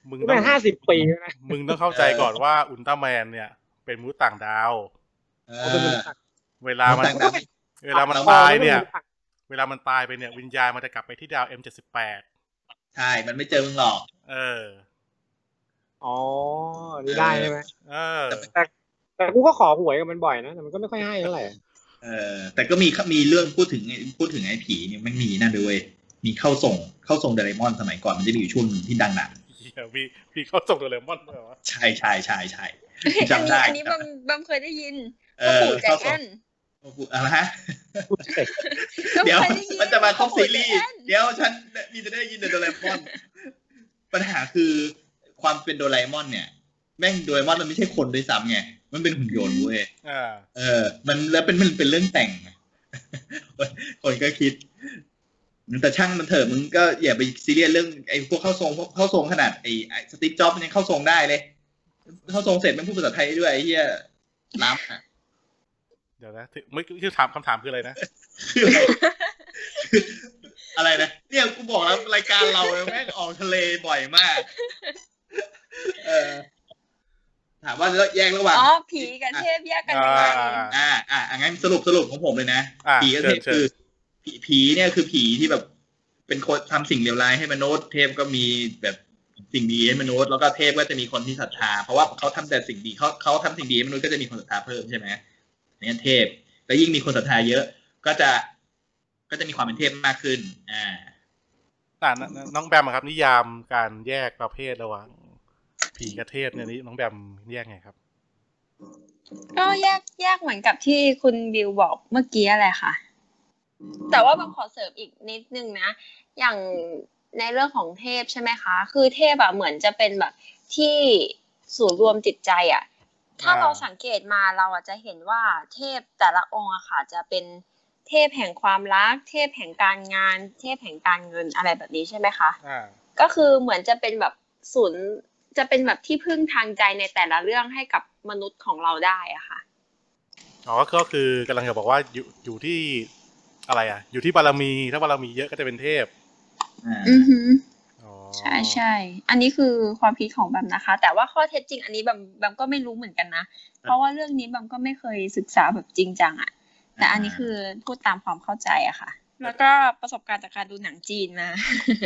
มึง ก็เป็นห้าสิบปีแล้วนะ มึงต้องเข้าใจก่อนว่าอุลตร้าแมนเนี่ย เป็นมนุษย์ต่างดาว เอ เขาเป็นม อ นุษย์ต่าง เวลามัน มนุษย์ต่างดาว เวลามัน ดว ตายเนี่ย ขป็มษต่าง เวลามันตายไปเนี่ย วิญญาณมันจะกลับไปที่ดาว M78 ใช่ มันไม่เจอมึงหรอก เออ อ๋ออันนี่ได้ใช่ไหม เออ แต่กูก็ขอหวยกับมันบ่อยนะแต่มันก็ไม่ค่อยให้เท่าไหร่ เออ แต่ก็มีมีเรื่องพูดถึงไอ้พูดถึงไอ้ผีเนี่ยมันมีนั่นด้วยเวยมีเข้าส่งเข้าส่งเดเรมอนสมัยก่อนมันจะมีอยู่ช่วงหนึ่งที่ดังหนัก เหี้ยพี่พี่เขาส่งโดเรมอนมาเหรอวะ ใช่ใช่ใช่ใช่ อัน จำ นี้ ได้ อันนี้บำบํเคยได้ยิน เอ พ่อ อ ปู่ใจ เข้า แอ ส่ง น อะไรฮะ กูเจ็บ ก็ เดี๋ยว เคยได้ยิน มันจะมาครบ พ่อ ซี ปู่ใจ รีส์ แอ้น เดี๋ยวฉันมีจะได้ยินแต่โดราเอมอน ปัญหาคือความเป็นโดราเอมอนเนี่ย แม่งโดราเอมอนมันไม่ใช่คนด้วยซ้ำไง มันเป็นหุ่นยนต์เว้ย อ่า เออ มันแล้วเป็นมันเป็นเรื่องแต่ง คนก็คิด แต่ช่างมันเถอะมึงก็อย่าไปซีเรียสเรื่องไอ้พวกเข้าทรงพวกเข้าทรงขนาดไอ้ไอ้สตีฟจ็อบส์มันยังเข้าทรงได้เลย เข้าทรงเสร็จมันพูดภาษาไทยด้วยไอ้เหี้ยล้ำอะ เดี๋ยวนะถึงไม่คือถามคำถามคืออะไรนะ คืออะไรคือ อะไรนะเนี่ยกูบอกแล้วรายการเราเนี่ยแม่งออกทะเลบ่อยมาก เออ ถามว่าแล้วแยกระหว่าง อ๋อ ผีกับเทพแยกกันยังไง อ่า อ่า อ่าอ่างั้นสรุปสรุปของผมเลยนะ อ่า ผีก็เทพ เชิญ คือผีผีเนี่ยคือผีที่แบบ เป็นคนทำสิ่งเลวร้ายให้มนุษย์ เทพก็มีแบบสิ่งดีให้มนุษย์แล้วก็เทพก็จะมีคนที่ศรัทธาเพราะว่าเขาทำแต่สิ่งดีเขาเขาทำสิ่งดีให้มนุษย์ก็จะมีคนศรัทธาเพิ่มใช่ไหมเนี่ยเทพแล้วยิ่งมีคนศรัทธาเยอะ ก็จะ ก็จะมีความเป็นเทพมากขึ้น อ่า อ่าน้องน้องแบมอะครับ นิยามการแยกประเภทระหว่างผีกับเทพเนี่ยนี่น้องแบมแยกไงครับ ก็แยกแยกเหมือนกับที่คุณบิวบอกเมื่อกี้อะไรค่ะ แต่ว่าบางขอเสริมอีกนิดนึงนะ อย่างในเรื่องของเทพใช่ไหมคะ คือเทพอะเหมือนจะเป็นแบบที่ศูนย์รวมจิตใจอะถ้า อ่า เราสังเกตมาเราอาจจะเห็นว่าเทพแต่ละองค์อะค่ะ จะเป็นเทพแห่งความรัก เทพแห่งการงาน เทพแห่งการเงินอะไรแบบนี้ใช่ไหมคะ อ่า ก็คือเหมือนจะเป็นแบบศูนย์จะเป็นแบบที่พึ่งทางใจในแต่ละเรื่องให้กับมนุษย์ของเราได้อะค่ะ อ๋อ ก็คือกำลังจะบอกว่าอยู่อยู่ที่อะไรอ่ะ อยู่ที่บารมี ถ้าบารมีเยอะก็จะเป็นเทพ อ่า อือฮึ อ๋อ ใช่ใช่อันนี้คือความคิดของแบมนะคะ แต่ว่าข้อเท็จจริงอันนี้แบมแบมก็ไม่รู้เหมือนกันนะ เพราะว่าเรื่องนี้แบมก็ไม่เคยศึกษาแบบจริงจังอะแต่อันนี้คือพูดตามความเข้าใจอะค่ะ แล้วก็ประสบการณ์จากการดูหนังจีนมา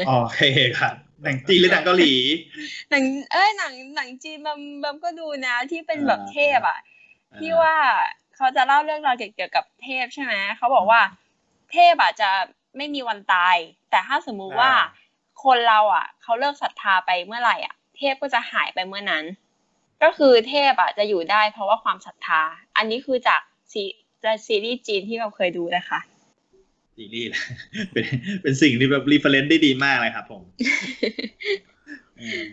โอเคครับหนังจีนหรือหนังเกาหลี หนังเอ้ยหนังหนังจีนบำบํก็ดูนะที่เป็นแบบ อ่า เทพอ่ะ ที่ว่าเขาจะเล่าเรื่องราวเกี่ยวกับเทพใช่ไหมเขาบอกว่า เทพอาจจะไม่มีวันตาย แต่ถ้าสมมุติว่า อ่า คนเราอ่ะเขาเลิกศรัทธาไปเมื่อไหร่อ่ะ เทพก็จะหายไปเมื่อนั้น ก็คือเทพอ่ะจะอยู่ได้เพราะว่าความศรัทธา อันนี้คือจากซีจะซีรีส์จีนที่เราเคยดูนะคะ ซีรีส์นะ เป็นเป็นสิ่งที่แบบรีเฟรนซ์ได้ดีมากเลยครับ ผมเออ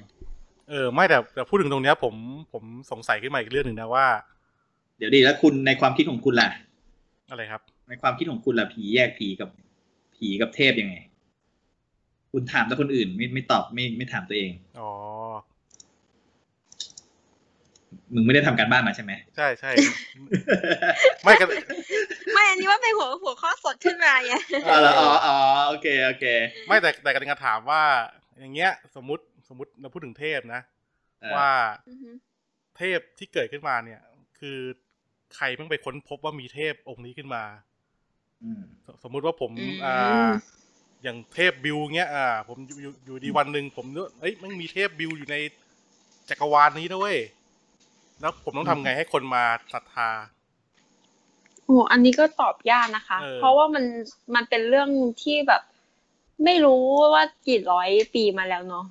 เออไม่แต่แต่พูดถึงตรงเนี้ยผมผมสงสัยขึ้นมาอีกเรื่องหนึ่งนะว่า เดี๋ยวดีแล้วคุณในความคิดของคุณล่ะ อะไรครับ ในความคิดของคุณล่ะผีแยกผีกับผีกับเทพยังไง คุณถามแต่คนอื่นไม่ไม่ตอบไม่ไม่ถามตัวเอง อ๋อ มึงไม่ได้ทำการบ้านมาใช่ไหม ใช่ ใช่ ไม่กัน ไม่อันนี้ว่าเป็นหัวหัวข้อสดขึ้นมาไง อ๋อเหรออ๋ออ๋อโอเคโอเค ไม่แต่แต่กันการถามว่า อย่างเงี้ย สมมติสมมติเราพูดถึงเทพนะ เออ ว่าเทพที่เกิดขึ้นมาเนี่ย คือใครเพิ่งไปค้นพบว่ามีเทพองค์นี้ขึ้นมา อืม สสมมุติว่าผม อืม อ่าอย่างเทพบิวเงี้ยอ่า ผมอยู่อยู่อยู่ดีวันหนึ่งผมเนกเอ้ยมันมีเทพบิวอยู่ในจักรวาลนี้ด้วยแล้วผมต้องทำไงให้คนมาศรัทธา โอ้อันนี้ก็ตอบยากนะคะ เออ เพราะว่ามันมันเป็นเรื่องที่แบบ ไม่รู้ว่ากี่ร้อยปีมาแล้วเนาะ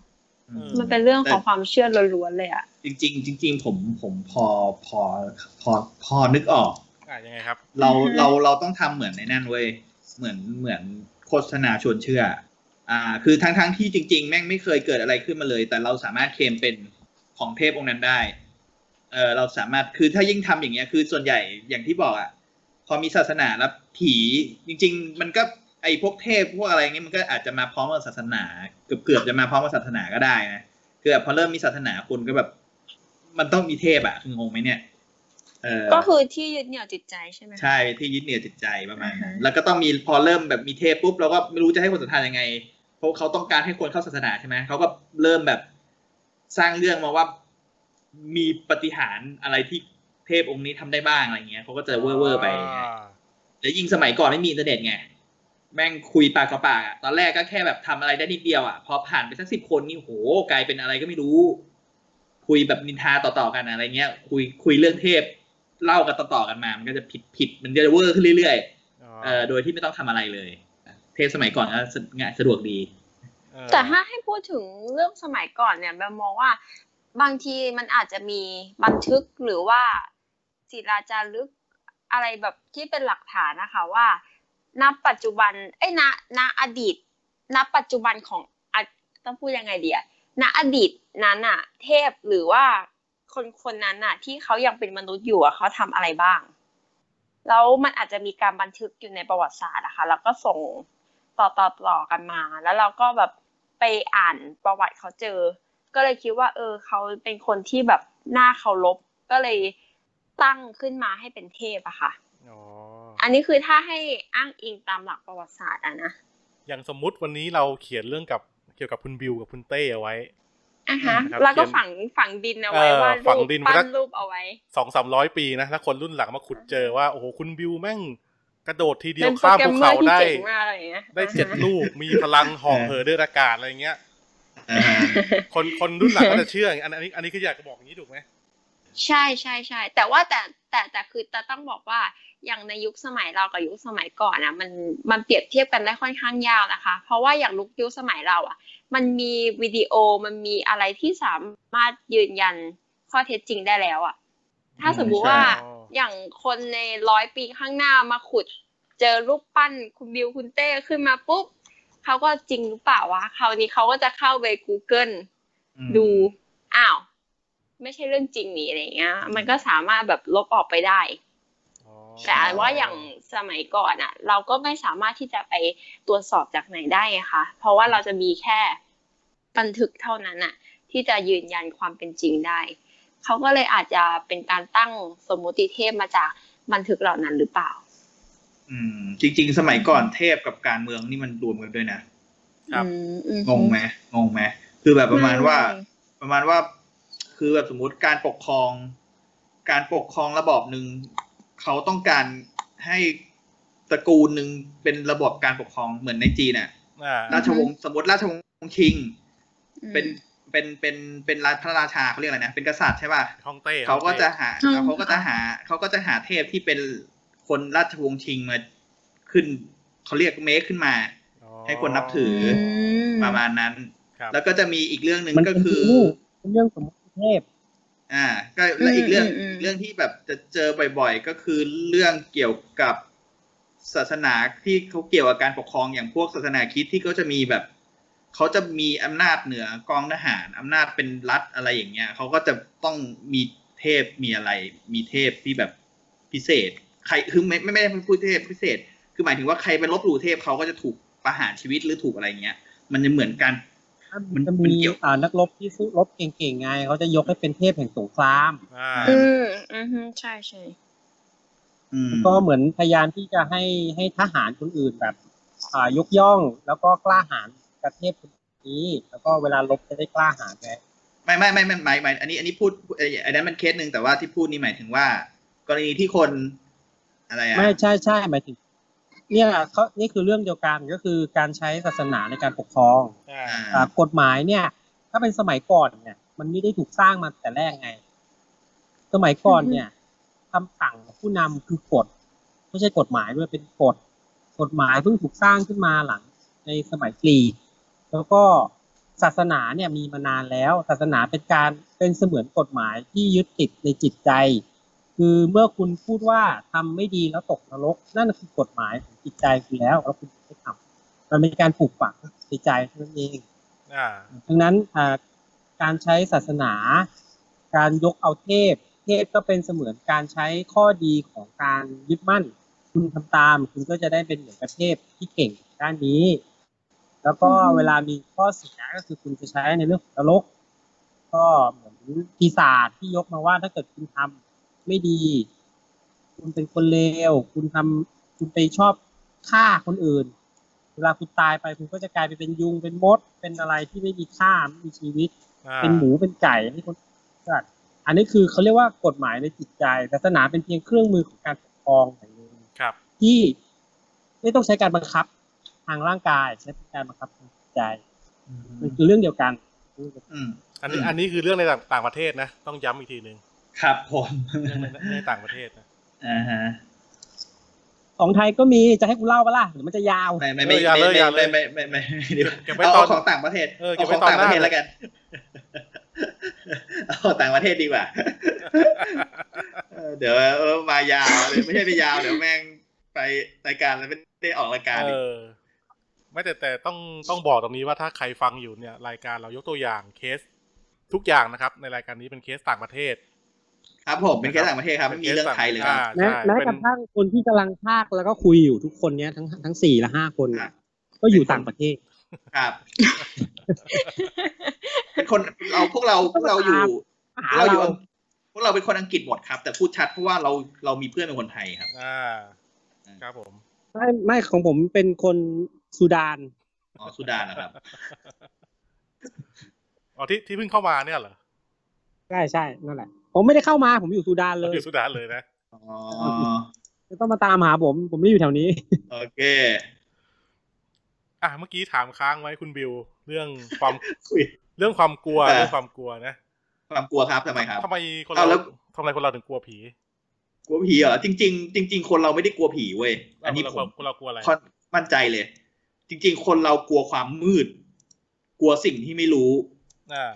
อืม มันเป็นเรื่องของ แต่ ความเชื่อล้วนๆเลยอะ จริง ๆ จริง ๆ ผมผมพอพอพอพอนึกออก อ่ายังไงครับ เราเราเราต้องทำเหมือนในนั่นเว้ยเหมือนเหมือนโฆษณาชวนเชื่อ อ่า คือทั้งทั้งที่จริง ๆ แม่งไม่เคยเกิดอะไรขึ้นมาเลย แต่เราสามารถเคลมเป็นของเทพองค์นั้นได้ เออเราสามารถคือถ้ายิ่งทำอย่างเงี้ยคือส่วนใหญ่อย่างที่บอกอ่ะพอมีศาสนาแล้วผีจริง ๆ มันก็ไอ้พวกเทพพวกอะไรเงี้ยมันก็อาจจะมาพร้อมกับศาสนา เกือบเกือบจะมาพร้อมกับศาสนาก็ได้นะคือแบบพอเริ่มมีศาสนาคนก็แบบ มันต้องมีเทพอ่ะคืองงไหมเนี่ยเออ ก็คือที่ยึดเหนี่ยวจิตใจใช่ไหมคะ ใช่ที่ยึดเหนี่ยวจิตใจประมาณนั้น อ่าฮะ แล้วก็ต้องมีพอเริ่มแบบมีเทพปุ๊บเราก็ไม่รู้จะให้คนศรัทธายังไง เพราะเขาต้องการให้คนเข้าศาสนาใช่ไหมเขาก็เริ่มแบบสร้างเรื่องมาว่ามีปฏิหารย์อะไรที่เทพองค์นี้ทำได้บ้างอะไรเงี้ยเขาก็จะเว่อร์ๆไปอย่างเงี้ย อ่า แล้วยิ่งสมัยก่อนไม่มีอินเทอร์เน็ตไง แม่งคุยปากต่อปากอะตอนแรกก็แค่แบบทำอะไรได้นิดเดียวอะพอผ่านไปสักสิบคนนี่โหกลายเป็นอะไรก็ไม่รู้ คุยแบบนินทาต่อๆกันอะไรเงี้ย คุยคุยเรื่องเทพเล่ากันต่อๆกันมา มันก็จะผิดผิดมันจะเวอร์ขึ้นเรื่อยๆเออโดยที่ไม่ต้องทำอะไรเลย เทพสมัยก่อนก็สะง่ายสะดวกดี แต่ถ้าให้พูดถึงเรื่องสมัยก่อนเนี่ยแบมมองว่า บางทีมันอาจจะมีบันทึกหรือว่าศิลาจารึกอะไรแบบที่เป็นหลักฐานนะคะว่า ณปัจจุบันเอ้ยณณอดีต ณปัจจุบันของอะต้องพูดยังไงดีอะณอดีตนั้นอะเทพหรือว่าคนคนนั้นอะที่เขายังเป็นมนุษย์อยู่อะเขาทำอะไรบ้าง แล้วมันอาจจะมีการบันทึกอยู่ในประวัติศาสตร์นะคะแล้วก็ส่ง ต่อต่อต่อกันมา แล้วเราก็แบบไปอ่านประวัติเขาเจอ ก็เลยคิดว่า เออเขาเป็นคนที่แบบน่าเคารพก็เลยตั้งขึ้นมาให้เป็นเทพอะค่ะ อ๋อ อันนี้คือถ้าให้อ้างอิงตามหลักประวัติศาสตร์อะนะ อย่างสมมุติวันนี้เราเขียนเรื่องกับเกี่ยวกับคุณบิวกับคุณเต้เอาไว้ อ่ะฮะ ครับ แล้วก็ เขียน ฝังฝังดินเอาไว้ เออ วาด ฝั รู ง ป ดินไว้ ปั้ สั น ก รูปเอาไว้ สองสามร้อยปีนะถ้าคนรุ่นหลังมาขุดเจอว่า โอ้โห คุณบิวแม่งกระโดดทีเดีย เป็ วน โปร ข้าม แกร ภู มเมอ เขา ร์ที่ ได้ เจ๋งมากอะไรอย่างเงี้ย ได้เจ็ด อ่าฮะ ลูก มีพลังห่อเหินด้วยอากาศอะไรเงี้ย อ่า คนคนรุ่นหลังก็จะเชื่ออันอันนี้อันนี้คืออยากจะบอกอย่างนี้ถูกไหม ใช่ใช่ใช่แต่ว่าแต่แต่แต่คือจะต้องบอกว่าอย่างในยุคสมัยเรากับยุคสมัยก่อนนะมันมันเปรียบเทียบกันได้ค่อนข้างยาวนะคะ เพราะว่าอย่างลุกยุคสมัยเราอ่ะ มันมีวิดีโอมันมีอะไรที่สามารถยืนยันข้อเท็จจริงได้แล้วอ่ะ ถ้าสมมุติว่า อ๋อ อ อ ย่างคนในร้อยปีข้างหน้ามาขุด เจอรูปปั้นคุณบิวคุณเต้ขึ้นมาปุ๊บเขาก็จริงหรือเปล่าวะคราวนี้เขาก็จะเข้าไป Google ดู อ้าว ไม่ใช่เรื่องจริงนี่อะไรอย่างเงี้ย มันก็สามารถแบบลบออกไปได้ อ๋อ แต่ว่าอย่างสมัยก่อนอะเราก็ไม่สามารถที่จะไปตรวจสอบจากไหนได้ไงคะเพราะว่าเราจะมีแค่บันทึกเท่านั้นอะที่จะยืนยันความเป็นจริงได้ เขาก็เลยอาจจะเป็นการตั้งสมมติเทพมาจากบันทึกเหล่านั้นหรือเปล่า อืม จริง ๆ สมัยก่อนเทพกับการเมืองนี่มันรวมกันด้วยนะ ครับ อืมอืม งงไหมงงไหมคือแบบประมาณว่า ไ ประมาณว่าคือแบบสมมุติการปกครอง การปกครองระบอบหนึ่งเขาต้องการให้ ตระกูลหนึ่งเป็นระบบการปกครองเหมือนในจีนน่ะ อ่า แล้ ราชวงศ์สมมติราชวงศ์คิง อืม เป็นเป็นเป็นเป็นราพระราชาเขาเรียกอะไรนะเป็นกษัตริย์ใช่ป่ะ ฮ่องเต้ เขาก็จะหา อืม เขาก็จะหาเขาก็จะหาเทพที่เป็นคนราชวงศ์ชิงมาขึ้นเขาเรียกเมคขึ้นมา อ๋อ ให้คนนับถือ ม ประมาณนั้น ครับ แล้วก็จะมีอีกเรื่องหนึ่ง มัน ก็ เป็น คือ เรื่องเป็นเรื่องสมมติเทพ อ่า ก็และอีกเรื่อง อืมอืมอืม เรื่องที่แบบจะเจอบ่อยๆ ก็คือเรื่องเกี่ยวกับศาสนาที่เขาเกี่ยวกับการปกครองอย่างพวกศาสนาคริดที่เขาจะมีแบบเขาจะมีอำนาจเหนือกองทหารอำนาจเป็นรัฐอะไรอย่างเงี้ยเขาก็จะต้องมีเทพมีอะไร มีเทพที่แบบพิเศษ ใครคือไม่ไม่ไม่ได้พูดเทพพิเศษ คือหมายถึงว่าใครไปลบหลู่เทพเขาก็จะถูกประหารชีวิตหรือถูกอะไรเงี้ย มันจะเหมือนกัน มันจะ มัน มี เกี่ยว อ่านักรบที่สู้รบเก่งๆไงเขาจะยกให้เป็นเทพแห่งสงคราม อ่า อืมอืมใช่ใช่ อืม ก็เหมือนพยายามที่จะให้ให้ทหารคนอื่นแบบอ่ายกย่องแล้วก็กล้าหาญกับเทพคนนี้ แล้วก็เวลาลบจะได้กล้าหาญไง ไม่ไม่ไม่ไม่หมายหมายอันนี้อันนี้พูดเอ่ออันนั้นมันเคสหนึ่งแต่ว่าที่พูดนี่หมายถึงว่า กรณีที่คนอะไรอ่ะ ไม่ใช่ใช่หมายถึงเนี่ยเขานี่คือเรื่องเดียวกันก็คือการใช้ศาสนาในการปกครอง อ่า อ่า อ่ากฎหมายเนี่ย ถ้าเป็นสมัยก่อนเนี่ย มันไม่ได้ถูกสร้างมาแต่แรกไง สมัยก่อนเนี่ยคำสั่งของผู้นำคือกฎไม่ใช่กฎหมายด้วยเป็นกฎกฎหมายเพิ่งถูกสร้างขึ้นมาหลัง ในสมัยกรีกแล้วก็ศาสนาเนี่ยมีมานานแล้ว ศาสนาเป็นการเป็นเสมือนกฎหมายที่ยึดติดในจิตใจ คือเมื่อคุณพูดว่าทำไม่ดีแล้วตกนรก นั่นคือกฎหมายของจิตใจคุณแล้วแล้วคุณไม่ทำมันเป็นการปลูกฝังในใจเท่านั้นเอง อ่า ดังนั้นอ่าการใช้ศาสนา การยกเอาเทพ เทพก็เป็นเสมือนการใช้ข้อดีของการยึดมั่น คุณทำตามคุณก็จะได้เป็นเหมือนกับเทพที่เก่งด้านนี้ แล้วก็เวลามีข้อเสียก็คือคุณจะใช้ในเรื่องของนรก ก็เหมือนปีศาจที่ยกมาว่าถ้าเกิดคุณทำไม่ดี คุณเป็นคนเลวคุณทำคุณไปชอบฆ่าคนอื่น เวลาคุณตายไปคุณก็จะกลายไปเป็นยุงเป็นมด เป็นอะไรที่ไม่มีค่าไม่มีชีวิต อ่า เป็นหมูเป็นไก่ที่คนสัตว์อันนี้คือเขาเรียกว่ากฎหมายในจิตใจศาสนาเป็นเพียงเครื่องมือของการปกครองอย่างหนึ่ง ครับ ที่ไม่ต้องใช้การบังคับทางร่างกายใช้เป็นการบังคับทางจิตใจมันคือเรื่องเดียวกัน อืม อันนี้ อืม อันนี้คือเรื่องในต่างต่างประเทศนะ ต้องย้ำอีกทีหนึ่ง ครับผม เรื่องในในต่างประเทศนะ อ่าฮะ ของไทยก็มีจะให้กูเล่าปะล่ะหรือมันจะยาว ไม่ไม่ไม่ เอออย่า ไม่ เลยอย่าเล ไม่ ย ไม่ไม่ไม่ไม่ไม่เดี๋ยว เก็บไว้ เอา ตอ เอา น ของต่างประเทศ เออเก็ เอา บไว้ของ ตอน ต่างประเทศ หน้า แล้วกัน เอาต่างประเทศดีกว่าเออเดี๋ยวเออมายาวเลยไม่ใช่ไปยาวเดี๋ยวแม่งไปรายการแล้วไม่ได้ออกรายการ เอ อีก อไม่แต่แต่ต้องต้องบอกตรงนี้ว่าถ้าใครฟังอยู่เนี่ย รายการเรายกตัวอย่างเคสทุกอย่างนะครับ ในรายการนี้เป็นเคสต่างประเทศ ครับผมเป็นแค่ต่างประเทศครับไม่มีเรื่องไทยเลยครับ อ่า แม้ ใช่ แม้ เป็น กระทั่งคนที่กำลังภาคแล้วก็คุยอยู่ทุกคนเนี้ยทั้งทั้งสี่และห้าคน ครั น่ะ บ ก็อยู่ต่างประเทศ ครับ เป็นคนเราพวกเราพวกเราอยู่ หา เราอยู่ เรา พวกเราเป็นคนอังกฤษหมดครับ แต่พูดชัดเพราะว่าเราเรามีเพื่อนเป็นคนไทยครับ อ่าครับผม ไม่ไม่ของผมเป็นคนสุดาน อ๋อสุดานนะครับ อ๋อที่ที่เพิ่งเข้ามาเนี่ยเหรอ ใช่ใช่นั่นแหละ ผมไม่ได้เข้ามาผมอยู่สุดานเล เรา ย อยู่สุดานเลยนะ อ๋อ ไม่ต้องมาตามหาผม ผมไม่ได้อยู่แถวนี้ โอเค อ่ะเมื่อกี้ถามค้างไว้คุณบิว เรื่องความ คุย เรื่องความกลัว อ่า เรื่องความกลัวนะ ความกลัวครับทำไมครับ ทำไมคน อ้า เรา วแล้ว ทำไมคนเราถึงกลัวผี กลัวผีเหรอจริง ๆ จริง ๆ คนเราไม่ได้กลัวผีเว้ยอันนี้ เรา ผ กลัว ม คนเรากลัวอะไร คอนมั่นใจเลย จริง ๆ คนเรากลัวความมืด กลัวสิ่งที่ไม่รู้ อ่า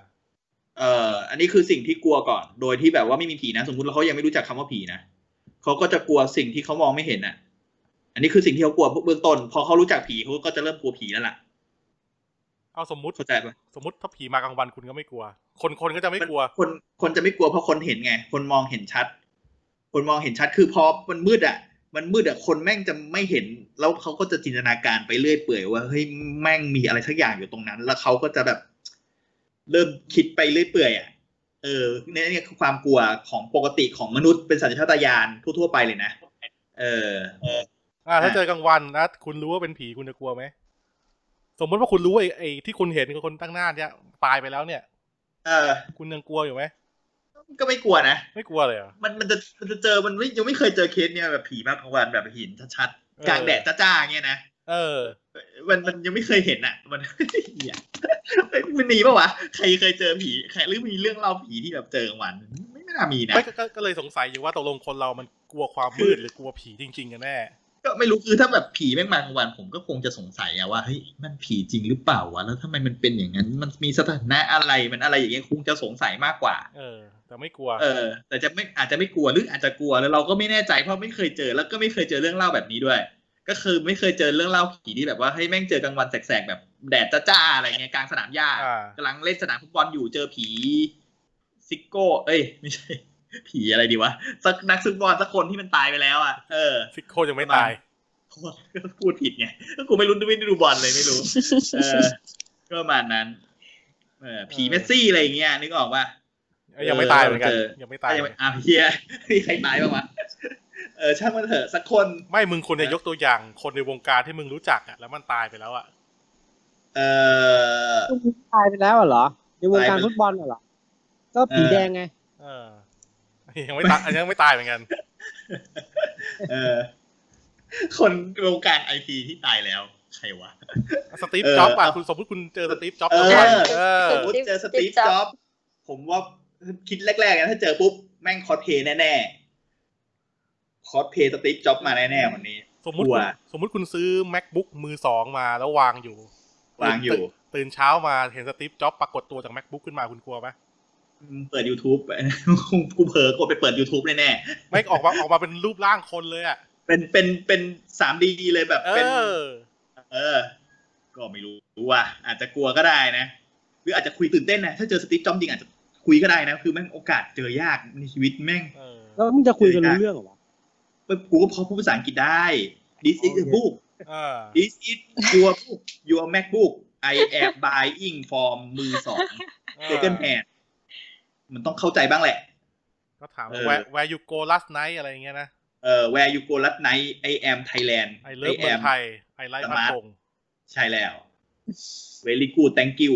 เอ่ออันนี้คือสิ่งที่กลัวก่อน โดยที่แบบว่าไม่มีผีนะ สมมติเราเขายังไม่รู้จักคำว่าผีนะเขาก็จะกลัวสิ่งที่เขามองไม่เห็นอ่ะ อันนี้คือสิ่งที่เขากลัวเบื้องต้น พอเขารู้จักผีเขาก็จะเริ่มกลัวผีแล้วล่ะ เอาสมมุติ เข้าใจปะ สมมติถ้าผีมากลางวันคุณก็ไม่กลัว คนคนก็จะไม่กลัว คนคนจะไม่กลัวเพราะคนเห็นไง คนมองเห็นชัด คนมองเห็นชัดคือพอมันมืดอ่ะ มันมืดอ่ะคนแม่งจะไม่เห็น แล้วเขาก็จะจินตนาการไปเรื่อยเปื่อยว่าเฮ้ยแม่งมีอะไรสักอย่างอยู่ตรงนั้น แล้วเขาก็จะแบบ เริ่มคิดไปเรื่อยเปื่อยอ่ะ เออเนี่ยเนี่ยคือความกลัวของปกติของมนุษย์เป็นสัญชาตญาณทั่วๆไปเลยนะ เออ อ่าถ้า อ่า เจอกลางวันนะคุณรู้ว่าเป็นผีคุณจะกลัวไหมสมมติว่าคุณรู้ว่าไอ้ไอ้ที่คุณเห็นกับคนตั้งหน้าเนี่ยตายไปแล้วเนี่ย เออ คุณยังกลัวอยู่ไหม ก็ไม่กลัวนะ ไม่กลัวเลยเหรอ มันมันจะมันจะเจอมันไม่ยังไม่เคยเจอเคสเนี่ยแบบผีมากกลางวันแบบเห็นชัด เออก ลางแดดจ้าๆเงี้ยนะ เออ มันมันยังไม่เคยเห็นอ่ะ มัน เหี้ยมันมีปะวะใครเคยเจอผีใครหรือมีเรื่องเล่าผีที่แบบเจอกลางวัน ไม่น่ามีนะ ไม่ก็ก็ก็เลยสงสัยอยู่ว่าตกลงคนเรามันกลัวความมืดหรือกลัวผีจริง ๆ กันแน่ ก็ไม่รู้คือถ้าแบบผีแม่งมากลางวัน ผมก็คงจะสงสัยอะว่าเฮ้ยมันผีจริงหรือเปล่าวะแล้วทำไมมันเป็นอย่างนั้น มันมีสถานะอะไรมันอะไรอย่างเงี้ยคงจะสงสัยมากกว่า เออ แต่ไม่กลัว เออ แต่จะไม่อาจจะไม่กลัวหรืออาจจะกลัวแล้วเราก็ไม่แน่ใจเพราะไม่เคยเจอแล้วก็ไม่เคยเจอเรื่องเล่าแบบนี้ด้วย ก็คือไม่เคยเจอเรื่องเล่าผีที่แบบว่าให้ยแม่งเจอกลางวันแสกๆแบบแดดจ้าๆอะไรเงี้ยกลางสนามหญ้า อ่า กำลังเล่นสนามฟุตบอลอยู่เจอผีซิโก้ เอ้ย ไม่ใช่ ผีอะไรดีวะสักนักฟุตบอลสักคนที่มันตายไปแล้วอ่ะเออ ซิกโคยังไม่ตาย โทษพูดผิดไงก็กูไม่รู้ไม่ได้ดูบอลเลยไม่รู้ เออก็ประมาณนั้นเออผีเมสซี่อะไรอย่างเงี้ยนึกออกป่ะ เอ้ยยังไม่ตาย เออ เหมือนกัน เจอ ยังไม่ตาย ถ้ายังไม่อ้าวเฮียมีใครตายบ้างวะเออช่างมันเถอะสักคน ไม่ มึงควรจะยกตัวอย่างคนในวงการที่มึงรู้จักอะแล้วมันตายไปแล้วอะ เออ ตายไปแล้วเหรอในวงการฟุตบอลเหรอ ก็ผีแดงไง เออ ยังไม่ ตายอันนี้ยังไม่ตายเหมือนกัน เออ คนวงการไอทีที่ตายแล้ว ใครวะ สตีฟ เออ จ็อบส์อะ เอา คุณสมมติคุณเจอสตีฟจ็อบ เออ ทุกวันเออ สมมติเจอสตีฟจ็อบส์ผมว่าคิดแรกๆนะถ้าเจอปุ๊บ แม่งคอสเพลย์แน่ๆคอสเพลย์สตีฟจ็อบส์มาแน่ๆวันนี้ สมมติ กลัว คุณสมมติคุณซื้อ macbook มือสองมาแล้ววางอยู่ วางอยู่ ตื่นตื่นเช้ามาเห็นสตีฟจ็อบส์ปรากฏตัวจาก macbook ขึ้นมาคุณกลัวไหม อืมเปิด YouTube ไป กูเผลอกดไปเปิด YouTube แน่ ไม่ออกมาอ อกมาเป็นรูปร่างคนเลยอะ ๆเป็นเป็นเป็นสามดีเลยแบบ เอ เป็น อ เออ ก็ไม่รู้ว่า อาจจะกลัวก็ได้นะ หรืออาจจะคุยตื่นเต้นนะ ถ้าเจอสตีฟจ็อบส์จริงอาจจะคุยก็ได้นะ คือแม่งโอกาสเจอยากในชีวิตแม่ง เออ แล้วมึงจะคุยกันรู้เรื่องเหรอวะ ปุ๊บกูก็พอพูดภาษาอังกฤษได้ this is a book เออ this is your book your macbook I am buying from มือสอง second hand มันต้องเข้าใจบ้างแหละ ก็ถาม เอ ว่า อ where where you go last night อะไรอย่างเงี้ยนะ เออ where you go last night I am Thailand I love เมือง am ไทย I like ส ฮ่อ มาร์ ง ท กง ใช่แล้ว very good thank you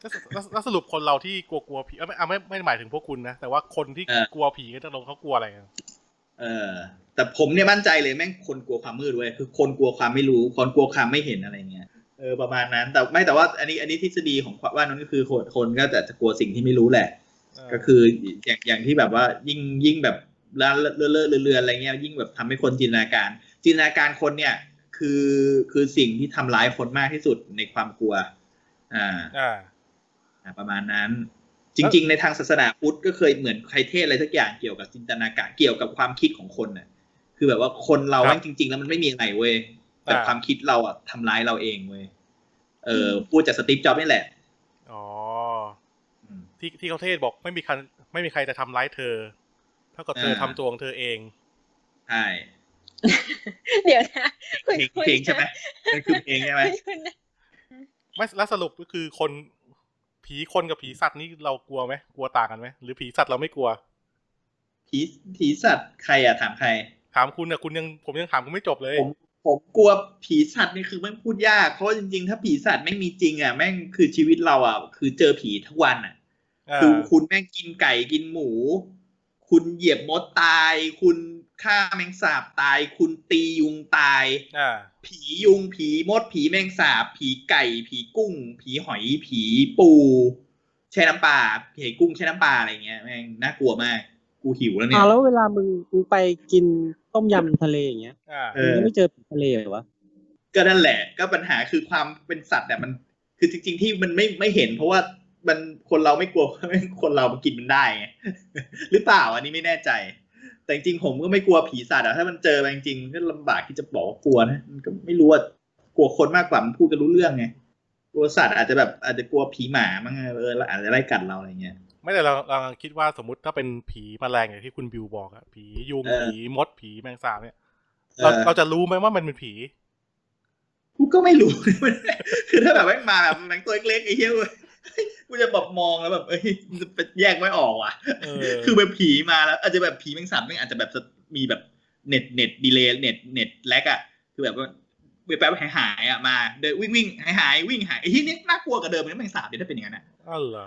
แล้วแล้วแล้วสรุปคนเราที่กลัวกลัวผีเอ้ยไม่เอาไม่ไม่หมายถึงพวกคุณนะ แต่ว่าคนที่ เออ กลัวผีก็จะลงเขากลัวอะไรกัน เออ แต่ผมเนี่ยมั่นใจเลยแม่งคนกลัวความมืดเว้ยคือคนกลัวความไม่รู้ คนกลัวความไม่เห็นอะไรเงี้ย เออประมาณนั้น แต่ไม่แต่ว่าอันนี้อันนี้ทฤษฎีของว่านั้นก็คือคนคนก็จะจะกลัวสิ่งที่ไม่รู้แหละ เออ ก็คืออย่างอย่างที่แบบว่ายิ่งยิ่งแบบละเลื่อนเรือนอะไรเงี้ยยิ่งแบบทำให้คนจินตนาการ จินตนาการคนเนี่ยคือคือสิ่งที่ทำร้ายคนมากที่สุดในความกลัว อ่า อ่า อ่ะประมาณนั้น จริง ๆ ในทางศาสนาพุทธก็เคยเหมือนใครเทศอะไรสักอย่างเกี่ยวกับจินตนาการเกี่ยวกับความคิดของคนน่ะ คือแบบว่าคนเรา ครับ แม่งจริง ๆ แล้วมันไม่มีอะไรเว้ยแต่ อ่า ความคิดเราอ่ะทำร้ายเราเองเว้ยเออพูดจากสตีฟจ็อบส์นี่แหละ อ๋อ อืม ที่ที่เขาเทศบอกไม่มีใครไม่มีใครจะทำร้ายเธอ เท่ากับเธอ อ่า ทำตัวของเธอเอง ใช่ เดี๋ยวนะ เพลงเพลงใช่ไหมนั่นคือเพลงใช่ไหม คุณนะ ไม่แล้วสรุปก็คือคนผีคนกับผีสัตว์นี่เรากลัวไหมกลัวต่างกันไหมหรือผีสัตว์เราไม่กลัว ผีผีสัตว์ใครอ่ะถามใคร ถามคุณนะคุณยังผมยังถามคุณไม่จบเลย ผมผมกลัวผีสัตว์นี่คือแม่งพูดยากเพราะว่าจริง ๆ ถ้าผีสัตว์แม่งมีจริงอ่ะแม่งคือชีวิตเราอ่ะคือเจอผีทุกวันอ่ะ เออ คือคุณแม่งกินไก่กินหมู คุณเหยียบมดตาย คุณฆ่าแมงสาบตาย คุณตียุงตาย อ่า ผียุงผีมดผีแมงสาบ ผีไก่ ผีกุ้ง ผีหอยผีปูแช่น้ำปลาผีกุ้งแช่น้ำปลาอะไรเงี้ยแม่งน่ากลัวมาก กูหิวแล้วเนี่ อ่าย แล้วเวลามึงมึงไปกินต้มยำทะเลอย่างเงี้ย อ่า เออมึงก็ไม่เจอผีทะเลเหรอวะ ก็นั่นแหละ ก็ปัญหาคือความเป็นสัตว์เนี่ยมัน คือจริง ๆ ที่มันไม่ไม่เห็น เพราะว่ามันคนเราไม่กลัว คนเรามันกินมันได้ไง หรือเปล่าอันนี้ไม่แน่ใจ แต่จริงๆผมก็ไม่กลัวผีสัตว์อะถ้ามันเจอมาจริงๆก็ลำบากที่จะบอกว่ากลัวนะมันก็ไม่รู้ว่ากลัวคนมากกว่ามันพูดกันรู้เรื่องไงกลัวสัตว์อาจจะแบบอาจจะกลัวผีหมามั้งเออแล้วอาจจะไล่กัดเราอะไรเงี้ย ไม่แต่เราเรากำลังคิดว่าสมมติถ้าเป็นผีแมลงอย่างที่คุณบิวบอกอะผียุง เออ ผีมดผีแมงสาบเนี่ย เออ เราเราจะรู้ไหมว่ามันเป็นผี กูก็ไม่รู้ คือถ้าแบบแม่งมาแบบแม่งตัวเล็กๆไอ้เหี้ยเว้ยกูจะแบบมองแล้วแบบเอ้ยมันจะแยกไม่ออกว่ะ เออ คือแบบผีมาแล้ว อาจจะแบบผีแมงสาบแม่งอาจจะแบบมีแบบเน็ตเน็ตดีเลย์เน็ตเน็ตแลกอ่ะคือแบบว่าแป๊บๆหายหายๆอ่ะมาเดินวิ่งวิ่งหายหายๆวิ่งหายไอ้ที่นี่น่ากลัวกว่าเดิมเลยแมงสาบเนี่ยถ้าเป็นอย่างนั้นอะ อ้าวเหรอ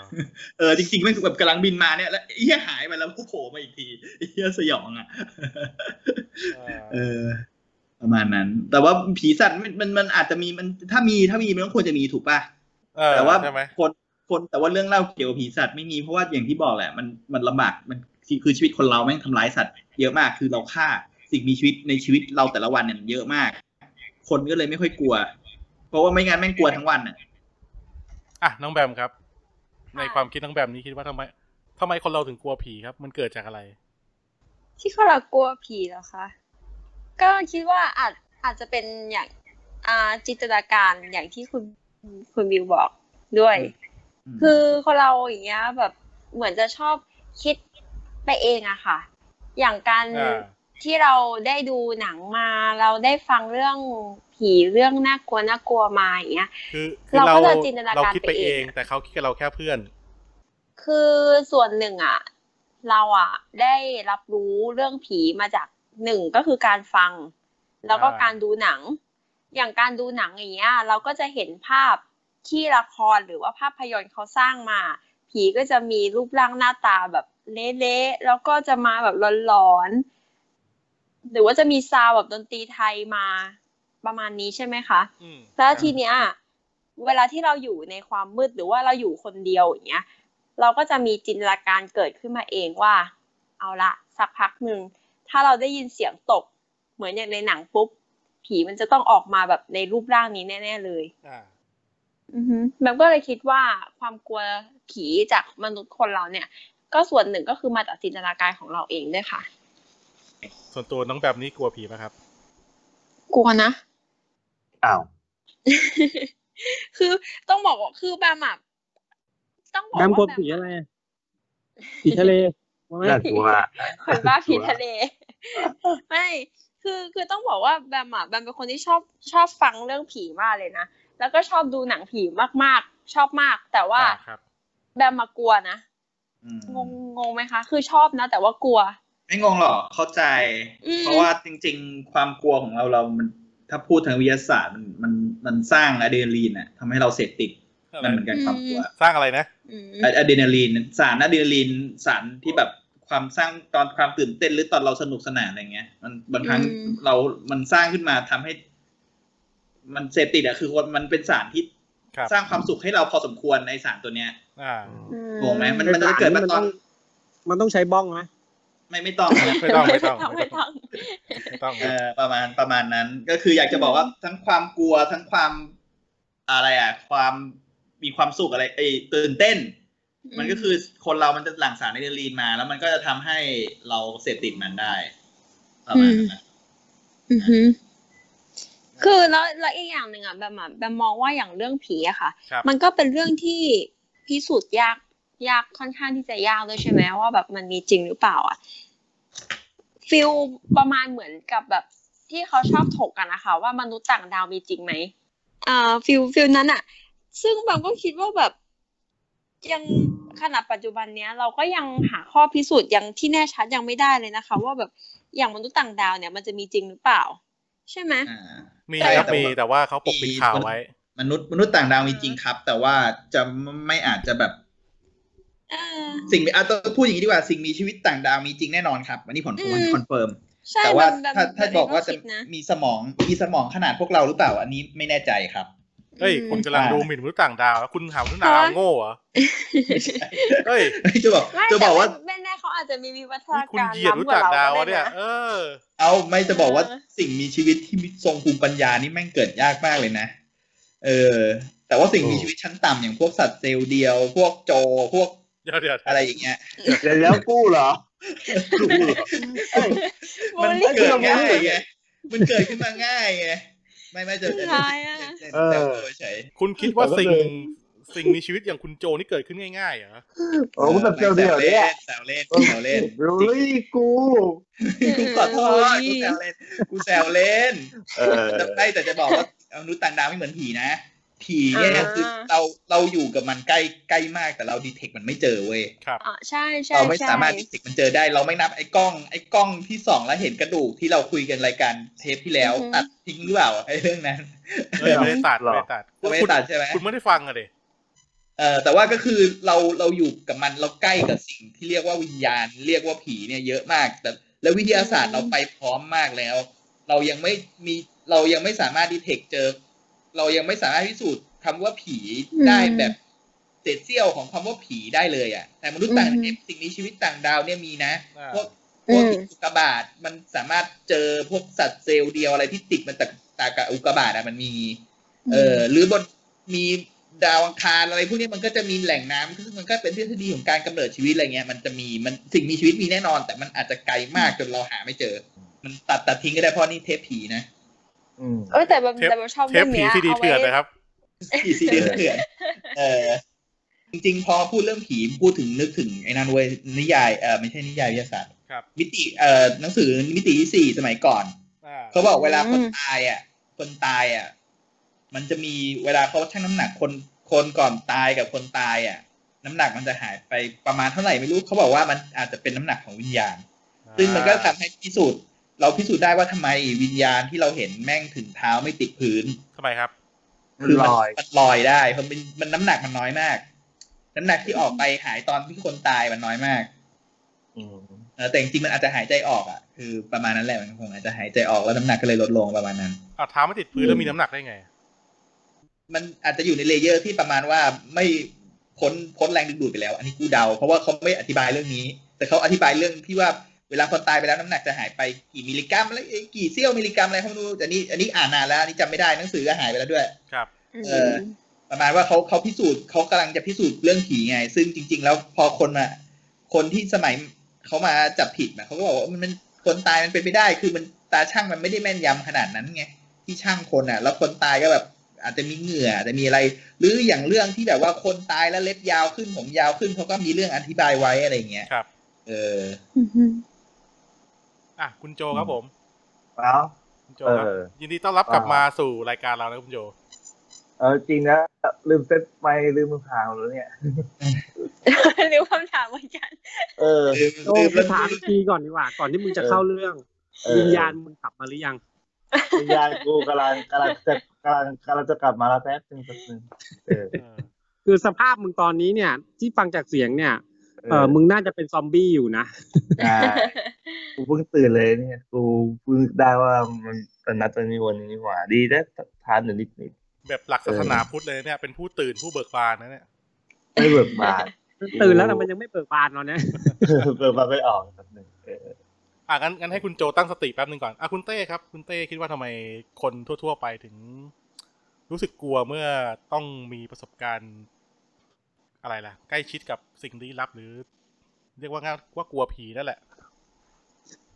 เออจริงๆแม่งแบบกำลังบินมาเนี่ยแล้วไอ้เหี้ยหายไปแล้วก็โผล่มาอีกทีไอ้เหี้ยสยองอ่ะ เออ เออ ประมาณนั้น แต่ว่าผีสัตว์มันมันมันอาจจะมีมันถ้ามีถ้ามีมันก็ควรจะมีถูกป่ะ เออ แต่ว่า ใช่ไหม คนคนแต่ว่าเรื่องเล่าเกี่ยวกับผีสัตว์ไม่มีเพราะว่าอย่างที่บอกแหละ มันมันลำบากมันคือคือชีวิตคนเราแม่งทำร้ายสัตว์เยอะมากคือเราฆ่าสิ่งมีชีวิตในชีวิตเราแต่ละวันเนี่ยมันเยอะมาก คนก็เลยไม่ค่อยกลัว เพราะว่าไม่งั้นแม่งกลัวทั้งวันอ่ะ อ่ะน้องแบมครับ ในความคิดน้องแบมนี้คิดว่าทำไมทำไมคนเราถึงกลัวผีครับ มันเกิดจากอะไร ที่คนเรากลัวผีเหรอคะก็คิดว่าอาจอาจจะเป็นอย่างอ่าจินตนาการอย่างที่คุณคุณบิวบอกด้วย ม คือคนเราอย่างเงี้ยแบบเหมือนจะชอบคิดไปเองอะค่ะ อย่างการ อ่า ที่เราได้ดูหนังมา เราได้ฟังเรื่องผีเรื่องน่ากลัวน่ากลัวมาอย่างเงี้ย คือคือ เรา เรา ก็จะจินตนาการ เราคิดไป ไปเอ เอง ง แต่เขาคิดกับเราแค่เพื่อน คือส่วนหนึ่งอะเราอะได้รับรู้เรื่องผีมาจากหนึ่งก็คือการฟัง แล้วก็ อ่า การดูหนัง อย่างการดูหนังอย่างเงี้ยเราก็จะเห็นภาพที่ละครหรือว่าภาพยนตร์เขาสร้างมา ผีก็จะมีรูปร่างหน้าตาแบบเละๆแล้วก็จะมาแบบร้อนๆหรือว่าจะมีซาวด์แบบดนตรีไทยมาประมาณนี้ใช่ไหมคะ อืม แล้วทีเนี้ยเวลาที่เราอยู่ในความมืดหรือว่าเราอยู่คนเดียวอย่างเงี้ย เราก็จะมีจินตนาการเกิดขึ้นมาเองว่า เอาละสักพักหนึ่งถ้าเราได้ยินเสียงตก เหมือนอย่างในหนังปุ๊บ ผีมันจะต้องออกมาแบบในรูปร่างนี้แน่ ๆ เลย อ่า อือฮึแบมก็เลยคิดว่าความกลัวผีจากมนุษย์คนเราเนี่ย ก็ส่วนหนึ่งก็คือมาจากจินตนาการของเราเองด้วยค่ะ ส่วนตัวน้องแบบนี้กลัวผีไหมครับ กลัวนะ อ้าว คือต้องบอกว่าคือแบมอะต้องบอก แบมกลัว ว่า ผี แบม อะไร อะ อะผีทะเลว่าไหม น่ากลัวอะ คนบ้าผีทะเล ไม่ คือคือต้องบอกว่าแบมอ่ะแบมเป็นคนที่ชอบชอบฟังเรื่องผีมากเลยนะ แล้วก็ชอบดูหนังผีมากๆ ชอบมาก แต่ว่า อ่ครับ แบมมากลัวนะ อืม งงงงไหมคะ คือชอบนะ แต่ว่ากลัว ไม่งงหรอกเข้าใจ อืม เพราะว่าจริง ๆ ความกลัวของเราเรามันถ้าพูดทางวิทยาศาสตร์มันมันมันสร้างอะดรีนาลีนอะทำให้เราเสพติดมันเหมือนกันความกลัว สร้างอะไรนะ อืม อะดรีนาลีนสารอะดรีนาลีนสารที่แบบความสร้างตอนความตื่นเต้นหรือตอนเราสนุกสนานอะไรเงี้ย มันบางครั้ง อืม เรา มันสร้างขึ้นมาทำให้ มันเสพติดอะคือมันเป็นสารที่ ครับ สร้างความสุขให้เราพอสมควรในสารตัวเนี้ย อ่า งงไหมมันมันจะเกิดมาตอน มันต้องใช้บ้องไหม ไม่ไม่ ต้องนะ ไม่ต้องไม่ต้อง ไม่ ไม่ ต้ ต้อ องง ไม่ต้อง เออประมาณประมาณนั้นก็คืออยากจะบอกว่าทั้งความกลัวทั้งความอะไรอ่ะ ความมีความสุขอะไรไอ้ยตื่นเต้น อืม มันก็คือคนเรามันจะหลั่งสารอะดรีนาลีนมา แล้วมันก็จะทำให้เราเสพติดมันได้ประมาณนั้นนะ อือฮึคือแล้วแล้วอีกอย่างหนึ่งอ่ะแบมอะแบมมองว่าอย่างเรื่องผีอะค่ะ ครับ มันก็เป็นเรื่องที่พิสูจน์ยากยากค่อนข้างที่จะยากด้วยใช่ไหมว่าแบบมันมีจริงหรือเปล่าอ่ะฟิลประมาณเหมือนกับแบบที่เขาชอบถกกันนะคะ ว่ามนุษย์ต่างดาวมีจริงไหมเอ่อฟิลฟิลนั้นอ่ะ ซึ่งบางก็คิดว่าแบบยังขณะปัจจุบันเนี้ย เราก็ยังหาข้อพิสูจน์ยังที่แน่ชัดยังไม่ได้เลยนะคะ ว่าแบบอย่างมนุษย์ต่างดาวเนี่ย มันจะมีจริงหรือเปล่า ใช่ไหม อ่า มี ใช่ ครับ แต่ว่ามี มีแต่ว่าเขาปกปิดข่าวไว้ มนุษย์มนุษย์ต่างดาวมีจริงครับ แต่ว่าจะไม่อาจจะแบบ เออ สิ่งมีอ่ะต้องพูดอย่างนี้ดีกว่าสิ่งมีชีวิตต่างดาวมีจริงแน่นอนครับอันนี้ผล อืม มันคอนเฟิร์ม ใช่ แต่ว่า มัน ถ้าถ้า มัน บอกว่าจะ คิดน มีสมองมีสมองขนาดพวกเราหรือเปล่า อันนี้ไม่แน่ใจครับ เอ้ย อืม คุณกำลังดูหมิ่นมนุษย์ต่างดาวแล้วคุณหามนุษย์ต่างดาวโง่เหรอ เอ้ย จะบอก ไม่ จะ แต่ บอกว่า แม่แน่ๆเขาอาจจะมีวิวัฒ นี่คุณนาการ เหยียดมนุษ ล้ำก ย์ ว่า ต่างดาวเราก็ อะ ได้ เนี่ย นะ เออ เอาไม่จะบอกว่า เออ สิ่งมีชีวิตที่มีทรงภูมิปัญญานี่แม่งเกิดยากมากเลยนะ เออ แต่ว่าสิ่งมี โอ้ ชีวิตชั้นต่ำอย่างพวกสัตว์เซลล์เดียว พวกโจพวก เดี๋ยวเดี๋ยว อะไรอย่างเงี้ย เดี๋ยวแล้วกู้เหรอกู้เหรอ มัน บูลลี่ เกิดง่ายไงมันเกิดขึ้นมาง่ายไงไม่ไม่จะ ง่ายอะ เออเฉย คุณคิดว่าสิ่ง แต่ก็เลย สิ่งมีชีวิตอย่างคุณโจนี่เกิดขึ้นง่ายๆเหรอ โอ้โหแบบเดียวเดียวเนี่ย แซวเล่นแซวเล่น บรูลี่กู กูขอโทษกูแซวเล่นกูแซวเล่น เออ แต่ไม่แต่จะบอกว่ามนุษย์ต่างดาวไม่เหมือนผีนะ ผีเนี่ย อ่า คือเราเราอยู่กับมันใกล้ใกล้มากแต่เราดีเทคมันไม่เจอเว้ย อ่ะใช่ใช่ เราไม่ ใช่ สามารถดีเทคมันเจอได้ เราไม่นับไอ้กล้อง ไอ้กล้องที่ส่องแล้วเห็นกระดูกที่เราคุยกันรายการเทปที่แล้วตัดทิ้งหรือเปล่าไอ้เรื่องนั้น เอ้ยไม่ได้ตัดไม่ได้ตัด เราไม่ คุณ ตัดใช่ไหม คุณไม่ได้ฟังอะเด็ เออแต่ว่าก็คือเราเราอยู่กับมันเราใกล้กับสิ่งที่เรียกว่าวิญญาณ เรียกว่าผีเนี่ยเยอะมากแต่แล้ววิทยาศาสตร์เราไปพร้อมมากแล้ว เรายังไม่มีเรายังไม่สามารถดีเทคเจอ เรายังไม่สามารถพิสูจน์คำว่าผีได้ อืม แบบเศษเสี้ยวของคำว่าผีได้เลยอ่ะ แต่มนุษย์ต่าง อืม เทพสิ่งนี้ชีวิตต่างดาวเนี่ยมีนะ อ่า พวกพวกติดอุกกาบาตมันสามารถเจอพวกสัตว์เซลล์เดียวอะไรที่ติดมันตากตากับอุกกาบาตอ่ะมันมี เออหรือบนมีดาวอังคารอะไรพวกนี้มันก็จะมีแหล่งน้ำซึ่งมันก็เป็นทฤษฎีของการกำเนิดชีวิตอะไรเงี้ยมันจะมีมันสิ่งมีชีวิตมีแน่นอน แต่มันอาจจะไกลมากจนเราหาไม่เจอ มันตัดตัดทิ้งก็ได้เพราะนี่เทปผีนะ อืม เอ้ยแต่แบบ เทป แต่แบบชอบ เทป เรื่อง ผี เนี้ย ที่ดี เอาไว้ เถื่อนนะครับ ผีซีเรียสเถื่อนเออจริงๆ พอพูดเรื่องผีพูดถึงนึกถึงไอ้นั่นเว้ยนิยายเออไม่ใช่นิยายวิทยาศาสตร์ ครับ มิติเอ่อหนังสือมิติที่สี่สมัยก่อน อ่า เขาบอกเวลา อืม คนตายอ่ะ คนตายอ่ะ มันจะมีเวลาเขาชั่งน้ำหนักคนคนก่อนตายกับคนตายอ่ะ น้ำหนักมันจะหายไปประมาณเท่าไหร่ไม่รู้เขาบอกว่ามันอาจจะเป็นน้ำหนักของวิญญาณ ซึ่งมันก็ทำให้พิสูจน์ เราพิสูจน์ได้ว่าทำไมวิญญาณที่เราเห็นแม่งถึงเท้าไม่ติดพื้น ทำไมครับ มัน คือมัน ลอย มันลอยได้เพราะมันมันน้ำหนักมันน้อยมาก น้ำหนักที่ออกไปหายตอนที่คนตายมันน้อยมาก อืม เออแต่จริงๆมันอาจจะหายใจออกอ่ะ คือประมาณนั้นแหละมันคงอาจจะหายใจออกแล้วน้ำหนักก็เลยลดลงประมาณนั้น อ่ะเท้าไม่ติดพื้นแล้วมีน้ำหนักได้ไง มันอาจจะอยู่ในเลเยอร์ที่ประมาณว่าไม่พ้นพ้นแรงดึงดูดไปแล้ว อันนี้กูเดา เพราะว่าเขาไม่อธิบายเรื่องนี้ แต่เขาอธิบายเรื่องที่ว่าเวลาคนตายไปแล้วน้ำหนักจะหายไปกี่มิลลิกรัมอะไรเอ้ยกี่เซี่ยวมิลลิกรัมอะไรเขาไม่รู้แต่นี่อันนี้อ่านนานแล้วอันนี้จำไม่ได้หนังสือก็หายไปแล้วด้วย ครับ เออ ประมาณว่าเขาเขาพิสูจน์เขากำลังจะพิสูจน์เรื่องผีไง ซึ่งจริง ๆ แล้วพอคนมาคนที่สมัยเขามาจับผิดนะเขาก็บอกว่ามันมันคนตายมันเป็นไปได้ คือมันตาช่างมันไม่ได้แม่นยำขนาดนั้นไงที่ช่างคนอ่ะ แล้วคนตายก็แบบ อาจจะมีเหงื่ออาจจะมีอะไร หรืออย่างเรื่องที่แบบว่าคนตายแล้วเล็บยาวขึ้นผมยาวขึ้นเขาก็มีเรื่องอธิบายไว้อะไรอย่างเงี้ย ครับ เออ อ่ะคุณโจครับผม แล้ว คุณโจครับ เออ ยินดีต้อนรับกลับ อ่าม มาสู่รายการเรานะคุณโจ เออจริงนะลืมเซ็ตไปลืมมือถามแล้วเนี่ย หรือคำถามเหมือนกัน เออ ลืม โอ้ ลืม กู เรื่อง ถามอีกทีก่อนดีกว่า ก่อนที่มึงจะเข้าเรื่อง เออ วิญญาณมึงกลับมาหรือยัง วิญญาณกูกำลังกำลังจะกำลังกำลังจะกลับมาแล้วแป๊บนึงแป๊บนึงเออ เออ คือสภาพมึงตอนนี้เนี่ย ที่ฟังจากเสียงเนี่ยเออมึงน่าจะเป็นซอมบี้อยู่นะ อ่ากูเพิ่งตื่นเลยเนี่ย กูเพิ่งได้ว่ามันมันนัดวันนี้วันนี้นี่หว่าดีนะทานหนึ่งนิดนิด แบบหลักศาสนาพุทธเลยเนี่ย เป็นผู้ตื่นผู้เบิกบานนะเนี่ย ไม่เบิกบาน ตื่นแล้วแต่มันยังไม่เปิดบานเราเนี่ย เบิกบานไม่ออกแป๊บนึงเออ อ่ะงั้นงั้นให้คุณโจตั้งสติแป๊บหนึ่งก่อน อ่ะคุณเต้ครับ คุณเต้คิดว่าทำไมคนทั่ว ๆ ไปถึง รู้สึกกลัวเมื่อต้องมีประสบการณ์อะไรล่ะ ใกล้ชิดกับสิ่งลี้ลับหรือ เรียกว่าง่ายว่ากลัวผีนั่นแหละ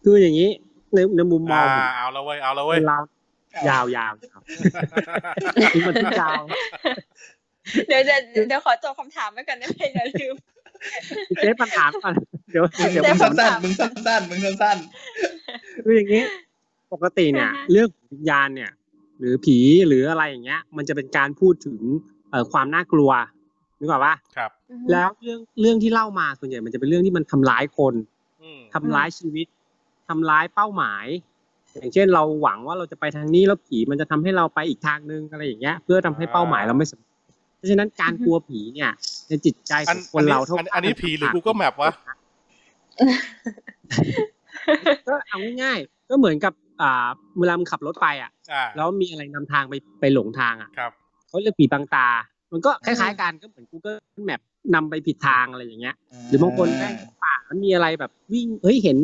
คืออย่างนี้ในในมุมมอ อ่าง ผม เอาแล้วเว้ยเอาแล้วเว้ย เรายาวยาวครับคือมันที่ยาว เดี๋ยวจะเดี๋ยวขอจบคำถามไว้ก่อนได้ไหมเดี๋ยวลืม เจ๊ปัญหาก่อนเดี๋ยวเดี๋ยว เจ๊ มึง ผม สั้นๆมึงสั้นๆมึงสั้น คืออย่างนี้ ปกติเนี่ย อ่าฮะ เรื่องวิญญาณเนี่ย หรือผีหรืออะไรอย่างเงี้ย มันจะเป็นการพูดถึงเอ่อความน่ากลัวนึกออกปะ ครับ แล้วเรื่องเรื่องที่เล่ามาส่วนใหญ่มันจะเป็นเรื่องที่มันทำร้ายคน อืม ทำร้ายชีวิตทำร้ายเป้าหมาย อย่างเช่นเราหวังว่าเราจะไปทางนี้แล้วผีมันจะทำให้เราไปอีกทางนึงอะไรอย่างเงี้ย เพื่อทำให้เป้าหมายเราไม่สำเร็จเพราะฉะนั้นการกลัวผีเนี่ย ในจิตใจข อัน องค อั น นนี้ เราเท่า อันอันนี้ผีหรือ กั Google Map วะ ก็เอาง่ายๆ ก็เหมือนกับอ่าเวลามึงขับรถไปอ่ะ อ่า แล้วมีอะไรนำทางไปไปหลงทางอ่ะ ครับ เขาเรียกผีบังตา มันก็คล้ายๆกันก็เหมือน Google Map นำไปผิดทางอะไรอย่างเงี้ย ๆ หรือบางคนแม่งป่ามันมีอะไรแบบวิ่งเฮ้ยเห็น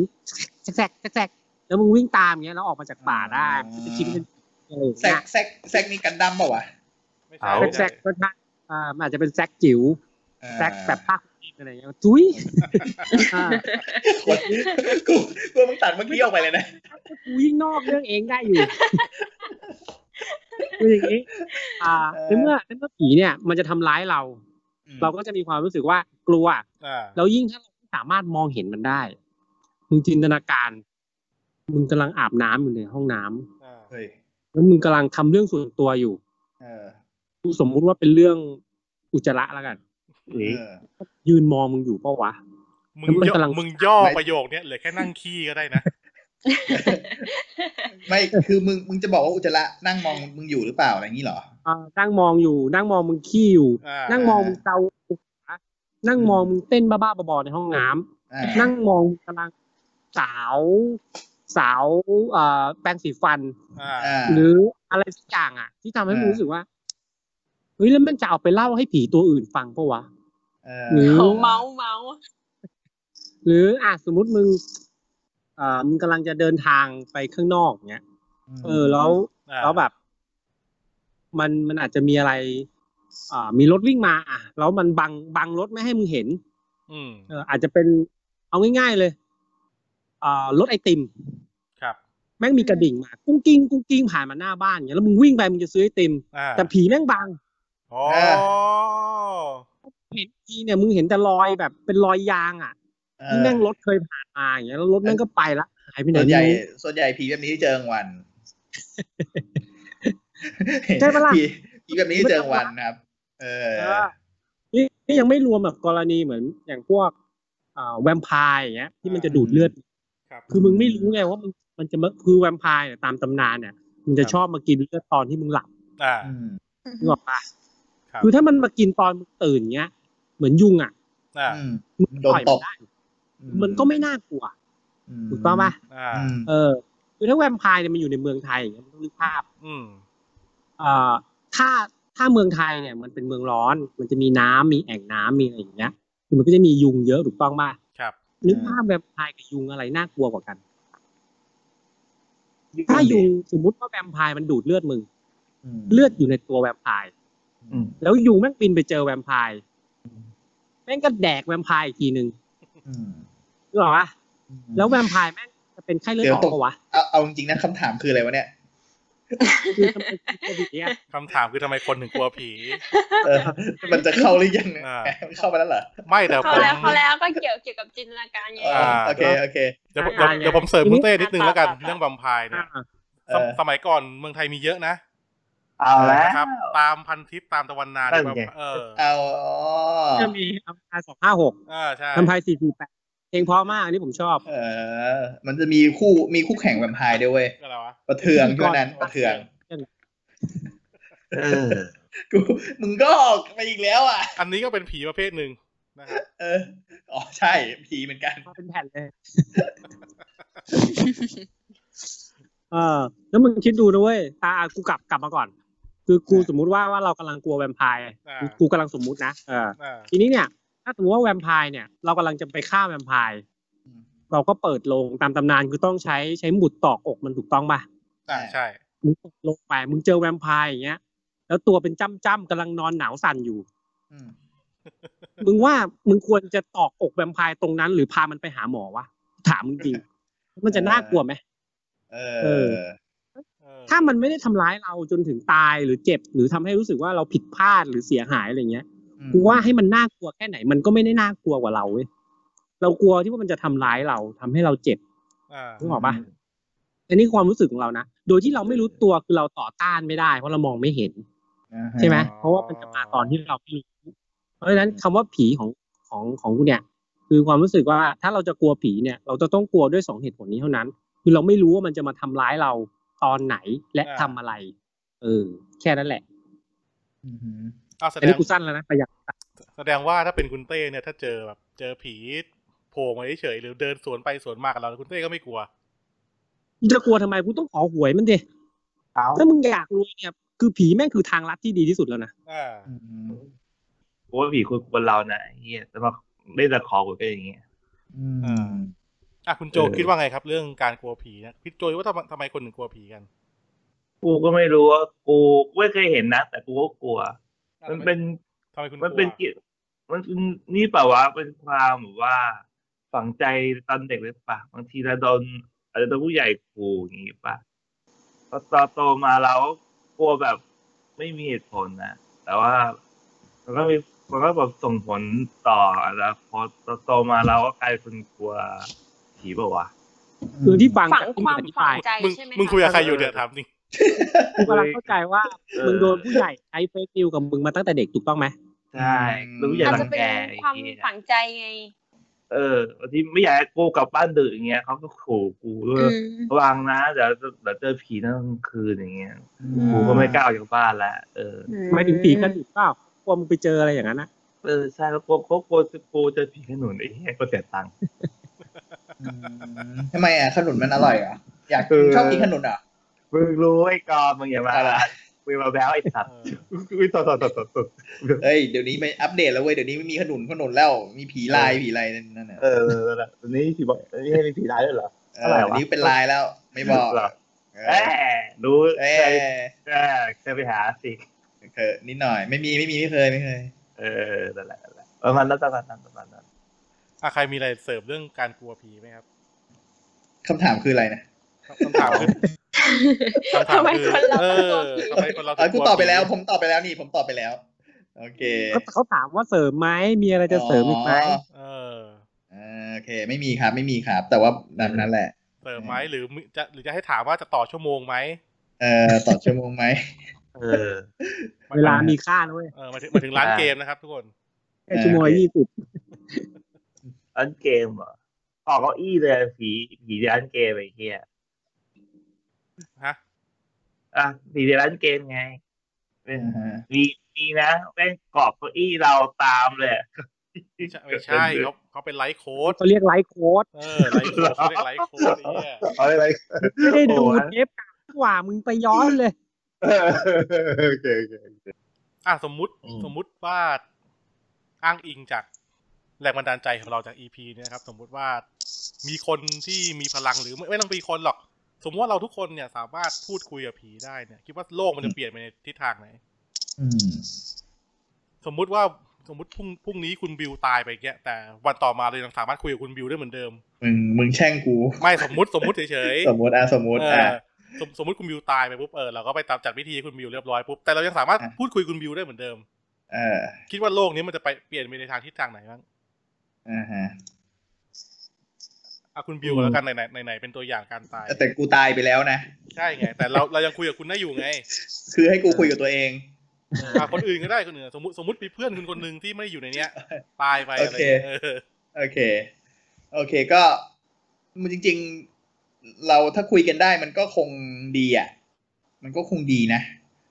แซกแซกแซกแล้วมึงวิ่งตามเงี้ยแล้วออกมาจากป่าได้มันจะคิดเป็นอะไรอย่าง แซก เงี้ย แซกแซกนี่กันดั้มเปล่าวะ ไม่ใช่ แซกแซกก็ใช่อ่ามันอาจจะเป็นแซกจิ๋ว อ่า แซกแบบภาคพื้นดินอะไรอย่างเงี้ยจุ้ยอ่า คน กูกูมึงตัดเมื่อกี้ออกไปเลยนะ กูยิ่งนอกเรื่องเองได้อยู่คืออย่างนี้อ่าในเมื่อในเมื่อผีเนี่ย มันจะทำร้ายเรา เราก็จะมีความรู้สึกว่ากลัว อ่า แล้วยิ่งถ้าเราไม่สามารถมองเห็นมันได้ มึงจินตนาการ มึงกำลังอาบน้ำอยู่ในห้องน้ำ อ่า เฮ้ย แล้วมึงกำลังทำเรื่องส่วนตัวอยู่ เออ สมมุติว่าเป็นเรื่องอุจจาระแล้วกัน เอ้ย เออ ยืนมองมึงอยู่เปะวะ มึง แล้วมัย่อกนำลัง มึงย่อ ไม่ ประโยคเนี้ยเหลือแค่นั่งขี้ก็ได้นะ ไม่คือมึงมึงจะบอกว่าอุจจาระนั่งมองมึงอยู่หรือเปล่าอะไรอย่างนี้เหรอ อ่านั่งมองอยู่ นั่งมองมึงขี้อยู่ อ่า นั่งมองมึงเกานั่งมองมึงเต้นบ้าๆบอๆในห้องน้ำ อ่า นั่งมองมึงกำลังสาว สาวเอ่อแปรงสีฟัน อ่า อ่า หรืออะไรสักอย่างอ่ะ ที่ทำให้ อ่า ผมรู้สึกว่าเฮ้ยแล้วมันจะเอาไปเล่าให้ผีตัวอื่นฟังปะวะ เอ หรือ อ เขาเมาส์เมาส์ หรืออ่ะสมมติมึงเอ่อมึงกำลังจะเดินทางไปข้างนอกเนี้ยเออแล้ว อ่า แล้วแบบ มันมันอาจจะมีอะไร อ่ามีรถวิ่งมา อ่ะแล้วมันบังบังรถไม่ให้มึงเห็น อืม เอออาจจะเป็นเอาง่าย ๆเลยอ่ารถไอติม ครับ แม่งมีกระดิ่งมากุ้งกิ้งกุ้งกิ้งผ่านมาหน้าบ้านอย่างเงี้ยแล้วมึงวิ่งไปมึงจะซื้อไอติม อ่า แต่ผีแม่งบัง อ๋อ เห็นทีเนี่ยมึงเห็นแต่รอยแบบเป็นรอยยางอ่ะ เอ ที่ อ แม่งรถเคยผ่านมาอย่างเงี้ยแล้วรถแม่งก็ไปละหายไปไหน ส่วน ไม่ ใหญ่ รู้ ส่วนใหญ่ผีแบบนี้ที่เจอกลางวัน ใช่ปะล่ะ ผีผีแบบนี้ที่เจอกลางวันนะครับ เออ เออนี่นี่ยังไม่รวมแบบกรณีเหมือนอย่างพวกอ่าแวมไพร์อย่างเงี้ยที่มันจะดูดเลือด ครับ คือมึงไม่รู้ไงว่ามันมันจะมาคือแวมไพร์เนี่ยตามตำนานเนี่ยมันจะ ครับ ชอบมากินเลือดตอนที่มึงหลับ อ่า อืม นึกออกปะ ครับ คือถ้ามันมากินตอนมึงตื่นเงี้ย เหมือนยุงอ่ะ อ่า อืม มึง โดน ปล่อยตบมันได้มันก็ไม่น่ากลัว อืม ถูกต้องปะ อ่า อืม เออคือถ้าแวมไพร์เนี่ยมันอยู่ในเมืองไทยอย่างเงี้ยมันต้องนึกภาพ อืม เอ่อถ้าถ้าเมืองไทยเนี่ยมันเป็นเมืองร้อน มันจะมีน้ำมีแอ่งน้ำมีอะไรอย่างเงี้ยคือมันก็จะมียุงเยอะถูกต้องป่ะ ครับ นึกภาพแบบไพายกับยุงอะไรน่ากลัวกว่ากัน ถ้ายุงสมมติว่าแวมไพายมันดูดเลือดมึง ม เลือดอยู่ในตัวแวมไพาย อืม แล้วยุงแม่งบินไปเจอแวมไพายแม่งก็แดกแวมไพายอีกทีหนึ่ง อืม นึกออกปะแล้วแวมไพายแม่งจะเป็นไข้เลือดออกปะวะ เอาเอาจริงๆนะคำถามคืออะไรวะเนี่ย คือทำไมถึงเป็นแบบนี้อะ คำถามคือทำไมคนถึงกลัวผี เออ มันจะเข้าหรือยังเนี่ย อ่า เข้ามาแล้วเหรอ ไม่แต่ผ เขา ม แล้วเขาแล้วก็เกี่ยวเกี่ยวกับจินตนาการไง อ๋ออ่าโอเค โอเค เดี๋ยวผมเดี๋ยวเดี๋ยวผมเสริมคุณเต้นิดนึงแล้วกัน เรื่องแวมไพร์เนี่ย อ่า เออ สมัยก่อนเมืองไทยมีเยอะนะ เอาแล้ว นะครับ ตามพันทิปตามตะวันนา นั่ เนี่ย นไง เออ เอาอ๋อ จะมีแวมไพายสองห้าหก อ่าใช่ แวมไพายสี่สี่แปดเพลงเพราะมากอันนี้ผมชอบ เออ มันจะมีคู่มีคู่แข่งแวมไพร์ด้วยเว้ย อะไรวะ ประเทืองช่วงนั้นประเทือง เออ กูมึงก็ออกไปอีกแล้วอ่ะ อันนี้ก็เป็นผีประเภทหนึ่งนะครับ เออ อ๋อใช่ผีเหมือนกัน มาเป็นแผ่นเลย เออ แล้วมึงคิดดูนะเว้ยอ่าอ่ากูกลับกลับมาก่อน คือกู อ่า สมมุติว่าว่าเรากำลังกลัวแวมไพร์ อ่า กูกำลังสมมุตินะ เออ อ่า ทีนี้เนี่ย ถ้าสมมติว่าแวมไพร์เนี่ย เรากำลังจะไปฆ่าแวมไพร์เราก็เปิดโลงตามตำนานคือต้องใช้ใช้หมุดตอกอกมันถูกต้องป่ะ อ่าใช่ มึงตกลงไป มึงเจอแวมไพร์อย่างเงี้ย แล้วตัวเป็นจ้ำจ้ำๆกำลังนอนหนาวสั่นอยู่ อืม มึงว่ามึงควรจะตอกอกแวมไพร์ตรงนั้น หรือพามันไปหาหมอวะ ถามมึงจริง มันจะน่ากลัวไหม เอ เอ อ อ ถ้ามันไม่ได้ทำร้ายเราจนถึงตายหรือเจ็บ หรือทำให้รู้สึกว่าเราผิดพลาดหรือเสียหายอะไรเงี้ยกูว่าให้มันน่ากลัวแค่ไหน มันก็ไม่ได้น่ากลัวกว่าเราเว้ยเรากลัวที่ว่ามันจะทำร้ายเราทำให้เราเจ็บ อ่า นึกออกปะอันนี้ความรู้สึกของเรานะโดยที่เราไม่รู้ตัวคือเราต่อต้านไม่ได้ เพราะเรามองไม่เห็น ใช่ไหม อ๋อ เพราะว่ามันจะมาตอนที่เราไม่รู้เพราะฉะนั้นคำว่าผีของของของกูเนี่ย คือความรู้สึกว่าถ้าเราจะกลัวผีเนี่ย เราจะต้องกลัวด้วยสองเหตุผลนี้เท่านั้น คือเราไม่รู้ว่ามันจะมาทำร้ายเราตอนไหนและ อ่า ทำอะไร เออ แค่นั้นแหละ อือหือ เอาแส อั ด นนี้ ง กูสั้นแล้วนะประหยัด แสดงว่าถ้าเป็นคุณเต้เนี่ย ถ้าเจอแบบ เจอผีโผล่มาเฉยๆหรือเดินสวนไปสวนมากับเราคุณเต้ก็ไม่กลัว จะกลัวทำไมกูต้องขอหวยมันดิ เอา ถ้ามึงอยากรวยเนี่ย คือผีแม่งคือทางลัดที่ดีที่สุดแล้วนะ อ่า อือหือ โอ้ยผีคนคนเรานะไอ้เฮียแต่ว่าเล่นละครกูก็อย่างเงี้ย อื อ่า ม อ่ะคุณโจ เออ คิดว่าไงครับ เรื่องการกลัวผีเนะพี่โจว่าทำไมทำไมคนถึงกลัวผีกัน กูก็ไม่รู้ว่ากูไม่เคยเห็นนะ แต่กูก็กลัว อ่ะ มันเป็น ทำไมคุณกลั มัน ว เป็นกิจมันเป็นนี่เปล่าวะเป็นความแบบว่า ฝังใจตอนเด็กหรือเปล่าบางทีเราโดนอาจจะโดนผู้ใหญ่ขู่อย่างงี้ป่ะพอตอนโตมาเราก็กลัวแบบไม่มีเหตุผลนะแต่ว่ามันก็มีมันก็แบบส่งผลต่ออนาคตตอนโตมาเราก็กลายเป็นกลัวผีเปล่าวะ คือที่ฟัง ฝัง จากที่ ความ อธิ ฝั บาง ย ใจ มึง ใช่ไหม มึงคุย ะ กับใครอยู่เนี่ยถามจริง กูกำลังเข้าใจว่า เออ มึงโดนผู้ใหญ่ไอ้เฟซนิวกับมึงมาตั้งแต่เด็กถูกต้องไหม ใช่หรือผู้ใหญ่ อาจ รั จะ ง เป็น แก ความ อย่างเงี้ย ฝังใจไง เออบางทีไม่อยากให้กูกลับบ้านดึกอย่างเงี้ยเขาก็ขู่กูด้วย อืม ระวังนะเดี๋ยวเดี๋ยวเจอผีตอนกลางคืนอย่างเงี้ย อืม กูก็ไม่กล้าออกจากบ้านละเออ หมายถึงผีกระดูกเปล่ากลัวมึงไปเจออะไรอย่างนั้นนะ เออใช่แล้วกูกูกูกูเจอผีขนุนไอ้เหี้ยกูเสียตังค์ อื ทำไมอ่ะขนุนมันอร่อยเหรออยาก เออ ชอบกินขนุนเหรอ มึงรู้ไอ้กอนมึงอย่ามา อะไร คุยมาแบ้วไอ้สัตว์อุ้ยต่อต่อต่อต่อต่อ เอ้ยเดี๋ยวนี้ไม่อัปเดตแล้วเว้ยเดี๋ยวนี้ไม่มีขนุนขนุนแล้วมีผีลายผีอะไรนั่นน่ะ เอออันนี้ผีบอกอันนี้ให้เป็นผีร้ายด้วยเหรอ เอ อะไร อ วะ นี่เป็นลายแล้ว ไม่บอก เหรอ เออแอบ รู้ เอ เอ้ อ เออเคยไปหาสิ เคยนิดหน่อย ไม่มีไม่มีไม่เคยไม่เคย เออนั่นแหละนั่นแหละประมาณนั้นประมาณนั้นประมาณนั้น อ่ะใครมีอะไรเสริมเรื่องการกลัวผีไหมครับ คำถามคืออะไรนะ คำถาม คือคำถาม ทำไม คือ คนเรา เออต้องกลัวผี ทำไมคนเรา เออกูตอบไปแล้ว ถึงก ผมตอบไปแล้วนี่ ผมตอบไปแล้ว โอเค เขาเขาถามว่าเสริมไหมมีอะไรจะเสริมอีกไหม ผีเออ อ๋อโอเค ไม่มีครับ ไม่มีครับ แต่ว่านั้นนั่นแหละ เสริมไหมหรือมิจะหรือจะให้ถามว่าจะต่อชั่วโมงไหม เอ่อต่อชั่วโมงไหม เออ เวลามีค่าด้วย เออมาถึงมาถึงร้านเกมนะครับ ทุกคน แค่ชั่วโมง โอเค ยี่สิบ อันเกมเหรอออกเก้าอี้เลยผีผีในร้านเกมไอ้เหี้ย ฮะ อ่ะผีในร้านเกมไงเป็น อ่าฮะ มีมีนะแม่งกรอบเก้าอี้เราตามเลย ไม่ใช่ไม่ใช่เขาเขาเป็นไลฟ์โค้ด เขาเรียกไลฟ์โค้ด เออไลฟ์โค้ดเขาเรียกไลฟ์โค้ดไอ้เนี่ย เอาอะไร ไม่ได้ดูเทปกลับดีกว่ามึงไปย้อนเลย โอ้โอเคโอเค อ่ะสมมุติ อืม สมมุติว่าอ้างอิงจากแรงบันดาลใจของเราจาก EP เนี่ยครับ สมมุติว่ามีคนที่มีพลังหรือไม่ไม่ต้องมีคนหรอก สมมติว่าเราทุกคนเนี่ยสามารถพูดคุยกับผีได้เนี่ย คิดว่าโลกมันจะเปลี่ยนไปในทิศทางไหน อืม สมมุติว่าสมมติพรุ่งพรุ่งนี้คุณบิวตายไปเงี้ยแต่วันต่อมาเรายังสามารถคุยกับคุณบิวได้เหมือนเดิม มึงมึงแช่งกู ไม่สมมุติสมมุติเฉยๆ สมมติอ่ะสมมติ เอ อ่ะ อสมสมมติคุณบิวตายไปปุ๊บเออเราก็ไปตามจัดพิธีให้คุณบิวเรียบร้อยปุ๊บแต่เรายังสามารถ อ่ะ พูดคุยคุณบิวได้เหมือนเดิม เออ คิดว่าโลกนี้มันจะไปเปลี่ยนไปในทางทิศทางไหนบ้าง อ่าฮะ อ่ะคุณบิว อืม แล้วกันไหนไหนไหนๆเป็นตัวอย่างการ ตาย แต่กูตายไปแล้วนะ ใช่ไง แต่เราเรายังคุยกับคุณได้อยู่ไง คือให้กูคุยกับตัวเอง อ่ะคนอื่นก็ได้คนอื่นสมมติสมมติมีเพื่อนคุณคนหนึ่งที่ไม่ได้อยู่ในเนี้ย ตายไปอะไร โอเค เงี้ยเออ โอเค โอเคก็มันจริง ๆ เราถ้าคุยกันได้มันก็คงดีอ่ะ มันก็คงดีนะ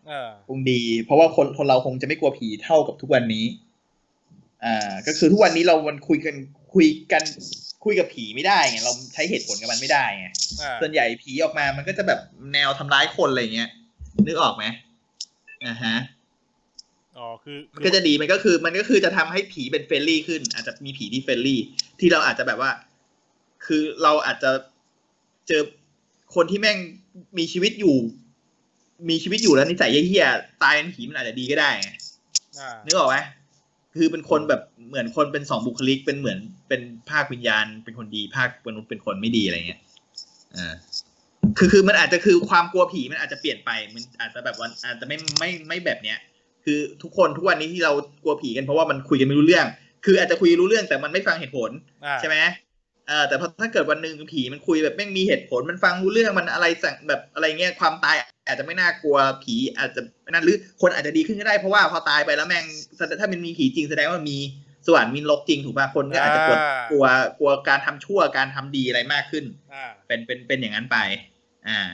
เออ คงดี เพราะว่าคนคนเราคงจะไม่กลัวผีเท่ากับทุกวันนี้ อ่า ก็คือทุกวันนี้เรามันคุยกันคุยกันคุยกับผีไม่ได้ไงเราใช้เหตุผลกับมันไม่ได้ไง อ่ะ ส่วนใหญ่ผีออกมามันก็จะแบบแนวทำร้ายคนอะไรเงี้ยนึกออกไหมอ่าฮะ อ๋อคือ มัคืนอ ก็จะดีมันก็คือ มันก็คือจะทำให้ผีเป็นเฟรนลี่ขึ้น อาจจะมีผีที่เฟรนลี่ ที่เราอาจจะแบบว่า คือเราอาจจะเจอคนที่แม่งมีชีวิตอยู่ มีชีวิตอยู่แล้วนิสัยเหี้ยๆตายเป็นผีมันอาจจะดีก็ได้ไง อ่ะ นึกออกไหมคือเป็นคนแบบเหมือนคนเป็นสองบุคลิก เป็นเหมือนเป็นภาควิญญาณ เป็นคนดีภาคมนุษย์เป็นคนไม่ดีอะไรเงี้ย อ่า คือคือมันอาจจะคือความกลัวผีมันอาจจะเปลี่ยนไป มันอาจจะแบบวันอาจจะไม่ไม่ไม่แบบเนี้ย คือทุกคนทุกวันนี้ที่เรากลัวผีกันเพราะว่ามันคุยกันไม่รู้เรื่อง คืออาจจะคุยรู้เรื่องแต่มันไม่ฟังเหตุผล อ่ะ ใช่ไหมเออแต่พอถ้าเกิดวันหนึ่งผีมันคุยแบบแม่งมีเหตุผลมันฟังรู้เรื่องมันอะไรสั่งแบบอะไรเงี้ยความตายอาจจะไม่น่ากลัวผีอาจจะนั่นหรือคนอาจจะดีขึ้นก็ได้เพราะว่าพอตายไปแล้วแม่งถ้ามันมีผีจริงแสดงว่ามีสวรรค์มีนรกจริงถูกป่ะคนก็อาจจะกลัวกลัวกลัวการทำชั่วการทำดีอะไรมากขึ้น อ่ะ เป็นเป็นเป็นอย่างนั้นไป อ่า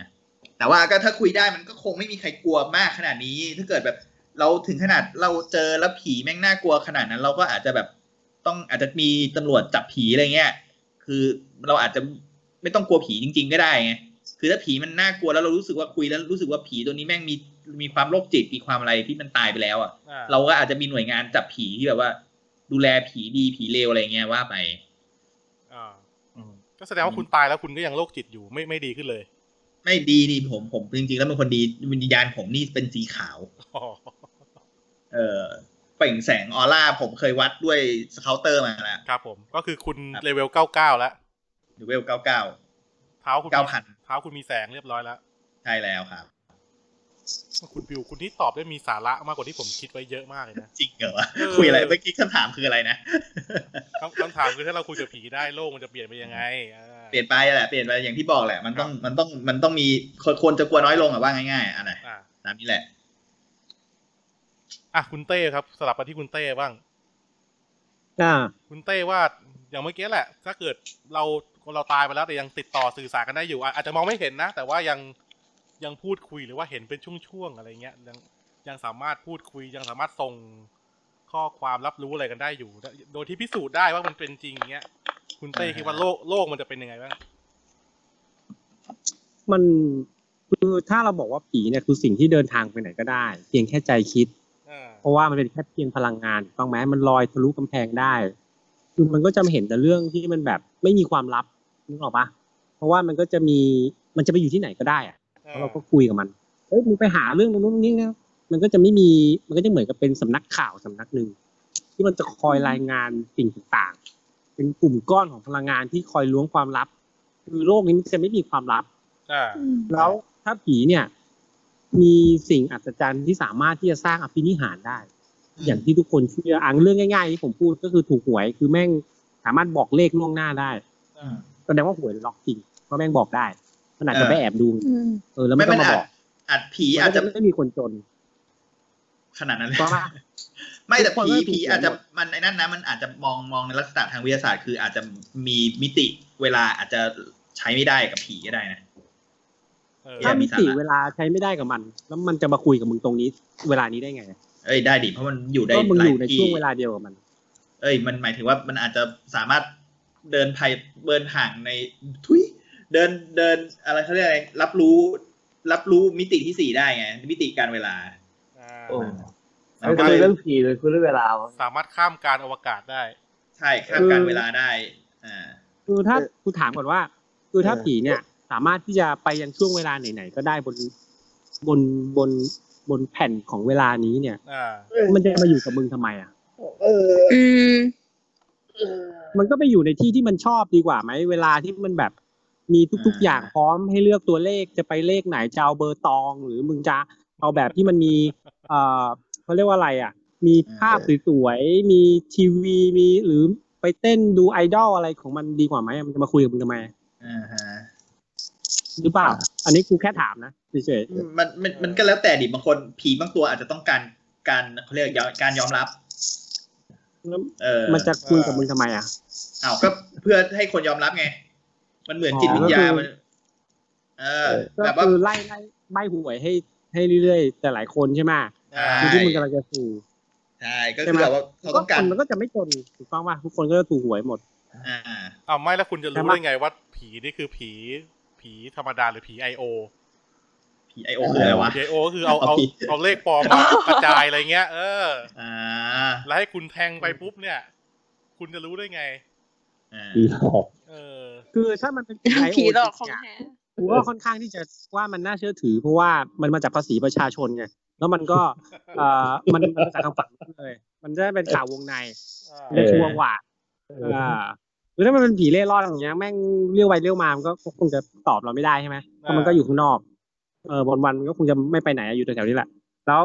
แต่ว่าก็ถ้าคุยได้มันก็คงไม่มีใครกลัวมากขนาดนี้ ถ้าเกิดแบบเราถึงขนาดเราเจอแล้วผีแม่งน่ากลัวขนาดนั้น เราก็อาจจะแบบต้องอาจจะมีตำรวจจับผีอะไรเงี้ย คือเราอาจจะไม่ต้องกลัวผีจริง ๆ ก็ได้ไง คือถ้าผีมันน่ากลัวแล้วเรารู้สึกว่าคุยแล้วรู้สึกว่าผีตัวนี้แม่งมีมีความโรคจิตมีความอะไรที่มันตายไปแล้วอ่ะ อ่ะ เราก็อาจจะมีหน่วยงานจับผีที่แบบว่า ดูแลผีดีผีเลวอะไรเงี้ยว่าไป อ่ะ อืม ก็แสดงว่าคุณตายแล้วคุณก็ยังโรคจิตอยู่ไม่ไม่ดีขึ้นเลย ไม่ดีดีผมผมจริงๆ แล้วเป็นคนดีวิญญาณผมนี่เป็นสีขาว อ๋อ เออเปล่งแสงออร่าผมเคยวัดด้วยสเคาน์เตอร์มาแล้ว ครับผมก็คือคุณ ครับ เลเวลเก้าเก้าแล้ว หรือเวลเก้าเก้า เท้าคุณ เก้า มี พัน เท้าคุณมีแสงเรียบร้อยแล้ว ใช่แล้วครับ คุณบิวคุณนี่ตอบได้มีสาระมากกว่าที่ผมคิดไว้เยอะมากเลยนะ จริงเหรอวะ เออ คุยอะไรเมื่อกี้คำถามคืออะไรนะ คำคำถามคือถ้าเราคุยกับผีได้โลกมันจะเปลี่ยนไปยังไงอ่า เปลี่ยนไปแหละเปลี่ยนไปอย่างที่บอกแหละ มันต้องมันต้องมันต้องมีคนคนจะกลัวน้อยลงอะว่าง่ายๆอะนะ อ่ะ ตามนี้แหละ อ่ะคุณเต้ครับสลับมาที่คุณเต้บ้าง อ่า คุณเต้ว่าอย่างเมื่อกี้แหละ ถ้าเกิดเราเราตายไปแล้วแต่ยังติดต่อสื่อสารกันได้อยู่อ่ะอาจจะมองไม่เห็นนะ แต่ว่ายังยังพูดคุยหรือว่าเห็นเป็นช่วงๆอะไรเงี้ยยังยังสามารถพูดคุยยังสามารถส่งข้อความรับรู้อะไรกันได้อยู่ โดยที่พิสูจน์ได้ว่ามันเป็นจริงอย่างเงี้ย คุณเต้คิดว่าโลกโลกมันจะเป็นยังไงบ้าง มันคือถ้าเราบอกว่าผีเนี่ยคือสิ่งที่เดินทางไปไหนก็ได้ เพียงแค่ใจคิด อ่า เพราะว่ามันเป็นแค่เพียงพลังงานถูกต้องไหมมันลอยทะลุกำแพงได้ คือมันก็จะเห็นแต่เรื่องที่มันแบบไม่มีความลับนึกออกปะเพราะว่ามันก็จะมีมันจะไปอยู่ที่ไหนก็ได้อะ อ่ แล้วเราก็คุยกับมันเอ้ยมึงไปหาเรื่องตรงนู้นตรงนี้นะมันก็จะไม่มีมันก็จะเหมือนกับเป็นสำนักข่าวสำนักหนึ่งที่มันจะคอยรายงานสิ่งต่างๆ เป็นกลุ่มก้อนของพลังงานที่คอยล้วงความลับ คือโลกนี้มันจะไม่มีความลับ อ่า แล้วถ้าผีเนี่ย มีสิ่งอัศจรรย์ที่สามารถที่จะสร้างอภินิหารได้ อย่างที่ทุกคนเชื่ออังเรื่องง่ายๆที่ผมพูดก็คือถูกหวย คือแม่งสามารถบอกเลขล่วงหน้าได้ อืม แสดงว่าหวยล็อกจริงเพราะแม่งบอกได้ขนาด เออ จะไปแอบดู อืม เออแล้วไม่ ไม่ ต้ มั อนงมา อาจบอก อาจผี มั อาน จจะก็จะไม่มีคนจน ขนาดนั้นเลย เพราะว่า ไม่แต่ ทุกคน ผี ก็ถูก ผี หวย อาจจะ หมด มันไอ้นั่นนะมันอาจจะมองมองในลักษณะทางวิทยาศาสตร์ คืออาจจะมีมิติเวลาอาจจะใช้ไม่ได้กับผีก็ได้นะ เออ ผี ถ้ามิ มี ติ สาระ เวลาใช้ไม่ได้กับมัน แล้วมันจะมาคุยกับมึงตรงนี้ เวลานี้ได้ไง เอ้ยได้ดิเพราะมันอยู่ใน ก็มึง หลา อย ยู่ใน ที่ ช่วงเวลาเดียวกับมัน เอ้ย มันหมายถึงว่ามันอาจจะสามารถเดินภัยเดินห่างในทุยเดินเดินอะไรเขาเรียกอะไรรับรู้ รับรู้มิติที่สี่ได้ไงมิติการเวลา อ่า โอ้ มัน ไม่ ก็เลยคุย เรื่องผีเลยคุยเรื่องเวลา สามารถข้ามการอวกาศได้ ใช่ข้ามการเวลาได้อ่า คือถ้า เออ กูถามก่อนว่า คือถ้า เออ ผีเนี่ย สามารถที่จะไปยังช่วงเวลาไหนๆก็ได้บนบนบนบนแผ่นของเวลานี้เนี่ย อ่า มันจะมาอยู่กับมึงทำไมอ่ะ เออ อืม มันก็ไปอยู่ในที่ที่มันชอบดีกว่าไหมเวลาที่มันแบบมีทุก อ่า ๆอย่างพร้อมให้เลือกตัวเลขจะไปเลขไหนจะเอาเบอร์ตอง หรือมึงจะเอาแบบที่มันมีเอ่อเขาเรียกว่าอะไรอ่ะ มีภาพสวยๆมีทีวีมีหรือไปเต้นดูไอดอลอะไรของมันดีกว่าไหมมันจะมาคุยกับมึงทำไม อ่าฮะ หรือเปล่า อันนี้กูแค่ถามนะเฉย อืมมันมันมันก็แล้วแต่ดิบางคนผีบางตัวอาจจะต้องการการเขาเรียกการยอมรับ ๆแล้ว เออ มันจะคุยกับมึงทำไมอ่ะ อ้าวก็เพื่อให้คนยอมรับไง มันเหมือนจิตวิญญาณ อ๋อก็คือ มัน เออ ก็ แบบว่า คือไล่ไล่ไล่หวยให้ให้เรื่อยๆ แต่หลายคนใช่ไหม ใช่ คือที่มึงกำลังจะสื่อ ใช่ก็คือแบบว่าเขา ก็ ต้อง ค การ นมันก็จะไม่จนถูกต้องป่ะทุกคนก็จะถูกหวยหมด อ่า เอาไม่แล้วคุณจะรู้ แต่ว่า ได้ไงว่าผีนี่คือผีผีธรรมดาหรือผีไอโอ ผีไอโอคืออะไรวะ ผีไอโอก็คือเอาเอา เอาผี เอาเลขปลอม มากระจายอะไรเงี้ย เออ อ่า แล้วให้คุณแทงไปปุ๊บเนี่ย คุณจะรู้ได้ไง อ่า เออ คือถ้ามันเป็น IO ผีหลอกข จ อง ริๆะ แท้ กูว่าค่อนข้างที่จะว่ามันน่าเชื่อถือ เพราะว่ามันมาจากภาษีประชาชนไงแล้วมันก็เอ่อมันมันมาจากทางฝั่งนู้นเลย มันจะเป็นข่าววงในมันจะชัวร์กว่าอ่าคือถ้ามันเป็นผีเล่ร่อนอย่างเงี้ยแม่งเลี้ยวไปเลี้ยวมามันก็คงจะตอบเราไม่ได้ใช่ไหมเพราะมันก็อยู่ข้างนอก เออวันวันๆมันก็คงจะไม่ไปไหนอะอยู่แถวๆนี้แหละ แล้ว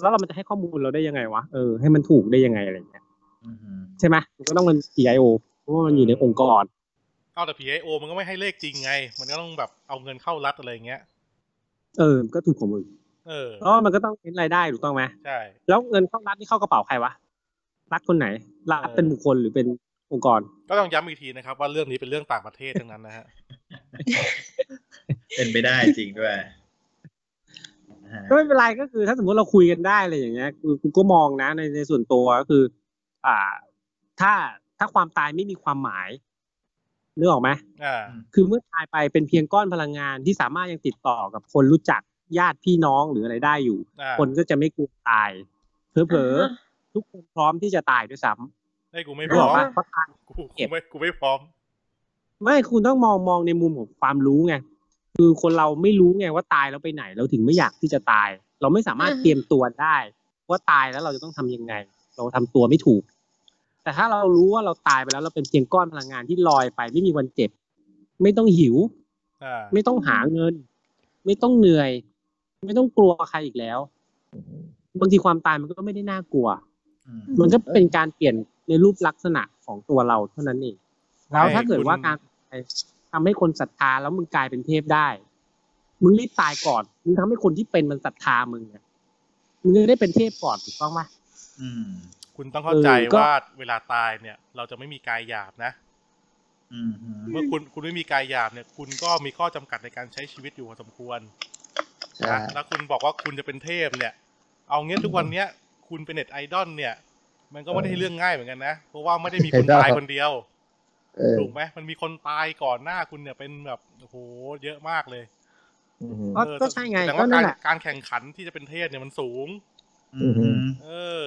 แล้วเรามันจะให้ข้อมูลเราได้ยังไงวะเออให้มันถูกได้ยังไงอะไรอย่างเงี้ย อืม ใช่ไหมมันก็ต้องเป็น CIO เพราะว่ามันอยู่ในองค์กร เอาแต่ผีไอโอมันก็ไม่ให้เลขจริงไง มันก็ต้องแบบเอาเงินเข้ารัฐอะไรเงี้ย เออมันก็ถูกของมึง เออ เพราะว่ามันก็ต้องเป็นรายได้ถูกต้องไหม ใช่ แล้วเงินเข้ารัฐนี่เข้ากระเป๋าใครวะรัฐคนไหนรัฐเป็นบุคคลหรือเป็นองค์กร ก็ต้องย้ำอีกทีนะครับ ว่าเรื่องนี้เป็นเรื่องต่างประเทศทั้งนั้นนะฮะ เป็นไปได้จริงด้วยอ่า ก็ไม่เป็นไรก็คือถ้าสมมติเราคุยกันได้อะไรอย่างเงี้ยคือกูก็มองนะในในส่วนตัวก็คือ อ่า ถ้าถ้าความตายไม่มีความหมายนึกออกไหม อ่า คือเมื่อตายไปเป็นเพียงก้อนพลังงานที่สามารถยังติดต่อกับคนรู้จักญาติพี่น้องหรืออะไรได้อยู่ อ่า คนก็จะไม่กลัวตายเผลอๆทุกคนพร้อมที่จะตายด้วยซ้ ไอ้ยกู ำ ไม่ นึ พ กอ ร้ อ อกม ปะเพราะตาย กูกูไม่กูไม่พร้อม ไม่คุณต้องมองมองในมุมของความรู้ไงคือคนเราไม่รู้ไงว่าตายแล้วไปไหนเราถึงไม่อยากที่จะตาย เราไม่สามารถ อือฮึ เตรียมตัวได้ว่าตายแล้วเราจะต้องทำยังไง เราทำตัวไม่ถูก แต่ถ้าเรารู้ว่าเราตายไปแล้วเราเป็นเพียงก้อนพลังงานที่ลอยไป ไม่มีวันเจ็บ ไม่ต้องหิว อ่า ไม่ต้องหาเงิน ไม่ต้องเหนื่อย ไม่ต้องกลัวใครอีกแล้วบางทีความตายมันก็ไม่ได้น่ากลัว อืม มันก็เป็นการเปลี่ยนในรูปลักษณะของตัวเราเท่านั้นเอง แล้วถ้าเกิดว่าการทำให้คนศรัทธาแล้วมึงกลายเป็นเทพได้ มึงรีบตายก่อน มึงทำให้คนที่เป็นมันศรัทธามึงเนี่ยมึงจะได้เป็นเทพก่อนถูกต้องไหม อืม คุณต้องเข้าใจ เออก็ ว่าเวลาตายเนี่ย เราจะไม่มีกายหยาบนะ อืม เมื่อคุณคุณไม่มีกายหยาบเนี่ย คุณก็มีข้อจำกัดในการใช้ชีวิตอยู่พอสมควร ใช่ นะแล้วคุณบอกว่าคุณจะเป็นเทพเนี่ย เอาเงี้ยทุกวันเนี้ย คุณเป็นเน็ตไอดอลเนี่ย มันก็ไม่ได้เรื่องง่ายเหมือนกันนะ เพราะว่าไม่ได้มีคน เออ ตายคนเดียว เออ ถูกไหมมันมีคนตายก่อนหน้าคุณเนี่ยเป็นแบบโอ้โหเยอะมากเลย อืม ก็ เออ ก็ใช่ไง แต่ ก็ ว่า นั่ กาน ร แหละ การแข่งขันที่จะเป็นเทศเนี่ยมันสูง อืม เออ